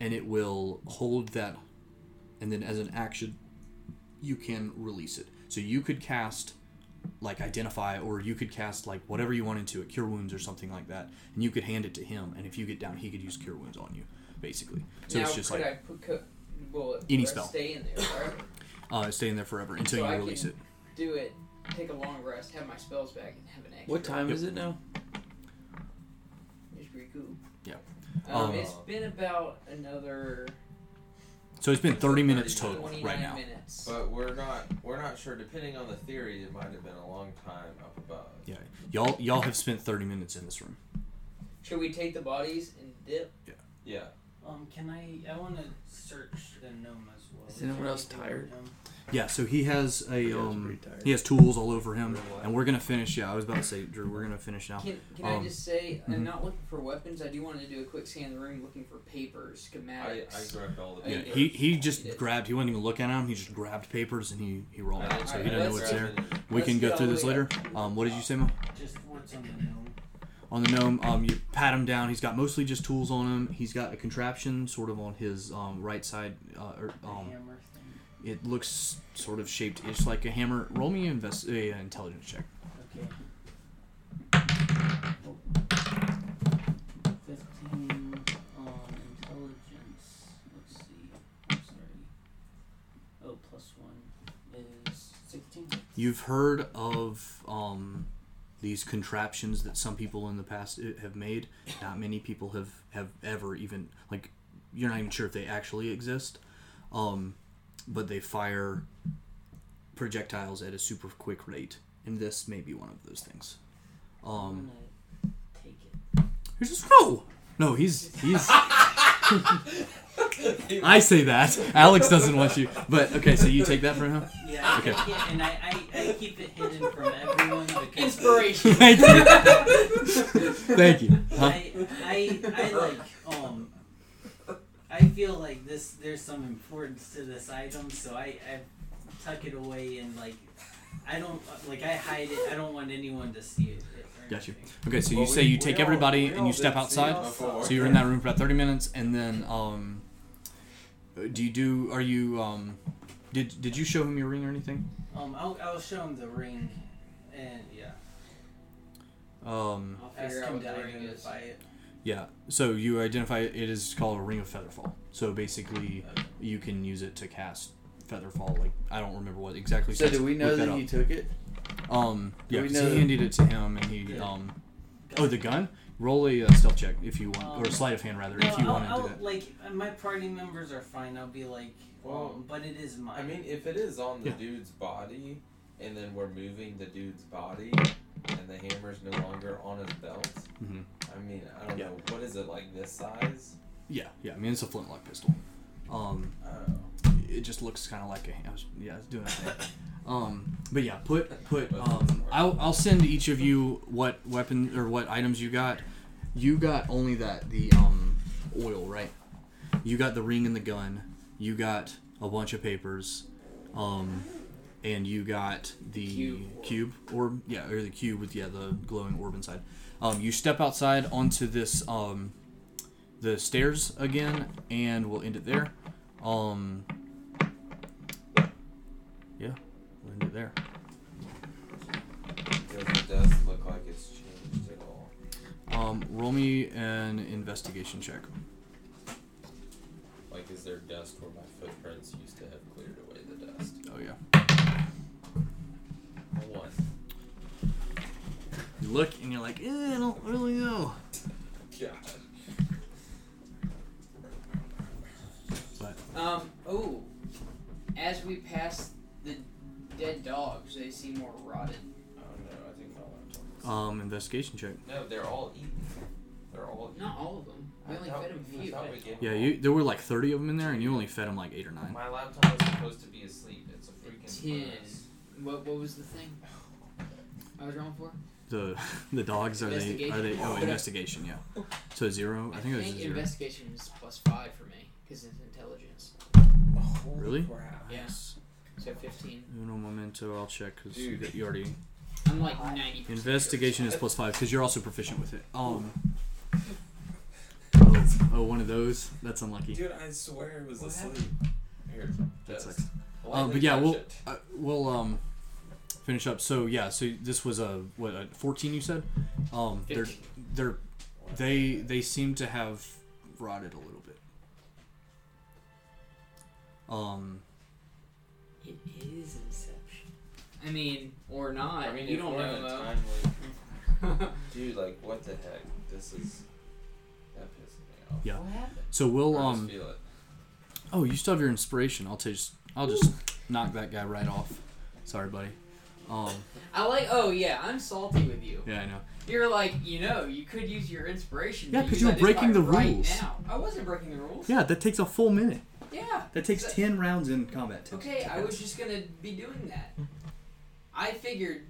and it will hold that and then as an action you can release it so you could cast like identify or you could cast like whatever you wanted to, a cure wounds or something like that, and you could hand it to him and if you get down he could use cure wounds on you, basically. So now, it's just could like I put, could, will it Any rest spell. stay in there, right? uh, staying there forever until So you I release can- it. Do it, take a long rest, have my spells back, and have an extra. What time Yep. is it now? It's pretty cool. Yeah. Um, Um, it's been about another So it's been thirty minutes 30, total 29 right now. minutes. But we're not we're not sure. Depending on the theory, it might have been a long time up above. Yeah. Y'all y'all have spent thirty minutes in this room. Should we take the bodies and dip? Yeah. Um, can I? I want to search the gnome as well. Is there anyone else anything tired? with him? Yeah, so he has a Yeah, I was um pretty tired. he has tools all over him Real life. and we're gonna finish yeah, I was about to say Drew, we're gonna finish now. Can, can Um, I just say, mhm. I'm not looking for weapons. I do want to do a quick scan of the room looking for papers, I, I schematics. grabbed all the. Yeah, Okay. he, he just He did. grabbed. He wouldn't even look at him. He just grabbed papers and he, he rolled I- out, so Alright, he didn't know let's what's go. there. grab it. We Let's can get go all through the this way later. up to the Um, what did you top. say, Mo? Just what's on the gnome? On the gnome, um, you pat him down. He's got mostly just tools on him. He's got a contraption sort of on his um, right side. Uh, or, The um, hammer thing. it looks sort of shaped just like a hammer. Roll me an invest- uh, intelligence check. Okay. Fifteen on intelligence. Let's see. I'm sorry. Oh, plus one is sixteen. You've heard of um, these contraptions that some people in the past i- have made. Not many people have, have ever even like you're not even sure if they actually exist. Um, but they fire projectiles at a super quick rate, and this may be one of those things. I'm Um, gonna take it. here's a scroll. No, he's he's. I say that Alex doesn't want you, but okay. So you take that from him. Yeah, I Okay. take it, and I, I, I keep it hidden from everyone because Inspiration. Thank you. Thank you. Huh? I, I, I like um. I feel like this. There's some importance to this item, so I, I tuck it away and like, I don't like I hide it. I don't want anyone to see it. or Got you. anything. Okay, so you Well, say we- you we take all- everybody we and all you step did see outside. it before. So you're in that room for about thirty minutes, and then um, do you do? Are you um, did did you show him your ring or anything? Um, I'll, I'll show him the ring, and yeah, Um, I'll Figure ask out him what to the ring is. identify it. yeah. So you identify it is called a ring of featherfall. So basically, you can use it to cast featherfall. Like I don't remember what exactly. So says. do we know Look that up. you took it? Um, do yeah. we 'cause know he that- handed it to him, and he Yeah. um. Oh, the gun. Roll a uh, stealth check if you want, or Um, sleight of hand rather, No, if you I'll, want to I'll, do that. like my party members are fine. I'll be like, Well, um, but it is mine. I mean, if it is on the Yeah. dude's body, and then we're moving the dude's body, and the hammer's no longer on his belt. Mhm. I mean, I don't Yeah. know. What is it like this size? Yeah, yeah. I mean, it's a flintlock pistol. Um, I don't know. it just looks kind of like a. I was, yeah, it's doing that thing. Um, but yeah, put put. Um, I'll I'll send each of you what weapon or what items you got. You got only that the um oil right. You got the ring and the gun. You got a bunch of papers. Um. And you got the Cube. cube orb, yeah, or the cube with yeah the glowing orb inside. Um, you step outside onto this um, the stairs again, and we'll end it there. Um, yeah, we'll end it there. Does the dust look like it's changed at all? Um, roll me an investigation check. Like, is there dust where my footprints used to have cleared away the dust? Oh yeah. A One. You look and you're like, eh, I don't really know. God. But Um. Oh. As we pass the dead dogs, they seem more rotted. Oh no, I think my laptop. um, investigation check. is- no, they're all eaten. They're all eaten. Not all of them. We only I thought- fed them a I few. thought we gave Yeah, them all- you there were like 30 of them in there, and you only fed them like eight or nine. My laptop was supposed to be asleep. It's a freaking. Ten. mess. What What was the thing? I was wrong for. The the dogs are they are they? Oh, Investigation. investigation. Yeah. So zero. I think it was a zero. investigation is plus five for me because it's intelligence. Holy Really? crap. Yes. So fifteen. Uno momento. I'll check because you, Dude. you already I'm like ninety. Investigation is plus five because you're also proficient with it. Um. Oh, oh, one of those. That's unlucky. Dude, I swear it was What asleep. happened? Here, That dust. sucks. Lightly Um, but yeah, touch we'll it. uh, we'll um finish up. So yeah, so this was a what a fourteen you said. Um, they're they're they they seem to have rotted a little bit. Um, It is Inception. I mean, or not. I mean, you if don't we're in a know, time loop- Mo. dude, like, what the heck? This is that pisses me off. Yeah. What happened? so we'll I just um. feel it. Oh, you still have your inspiration. I'll just I'll just knock that guy right off. Sorry, buddy. Um, I like. Oh yeah, I'm salty with you. yeah, I know. You're like, you know, you could use your inspiration. Yeah, to 'cause use you were that insight breaking the right rules. Now. I wasn't breaking the rules. Yeah, that takes a full minute. Yeah. That takes So- ten rounds in combat. to- Okay, to I was pass. just gonna be doing that. I figured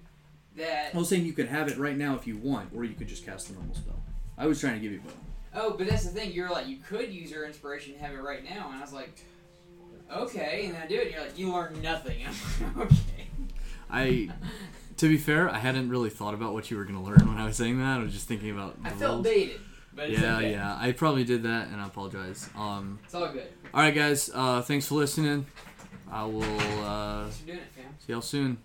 that. I was saying you could have it right now if you want, or you could just cast the normal spell. I was trying to give you both. Oh, but that's the thing. You're like, you could use your inspiration to have it right now, and I was like, okay, and I do it. And you're like, you learn nothing. I'm like, okay. I, to be fair, I hadn't really thought about what you were gonna learn when I was saying that. I was just thinking about. The I felt rules. baited, but it's Yeah, okay. yeah. I probably did that, and I apologize. Um, It's all good. all right, guys. Uh, thanks for listening. I will uh, Thanks for doing it, fam. see y'all soon.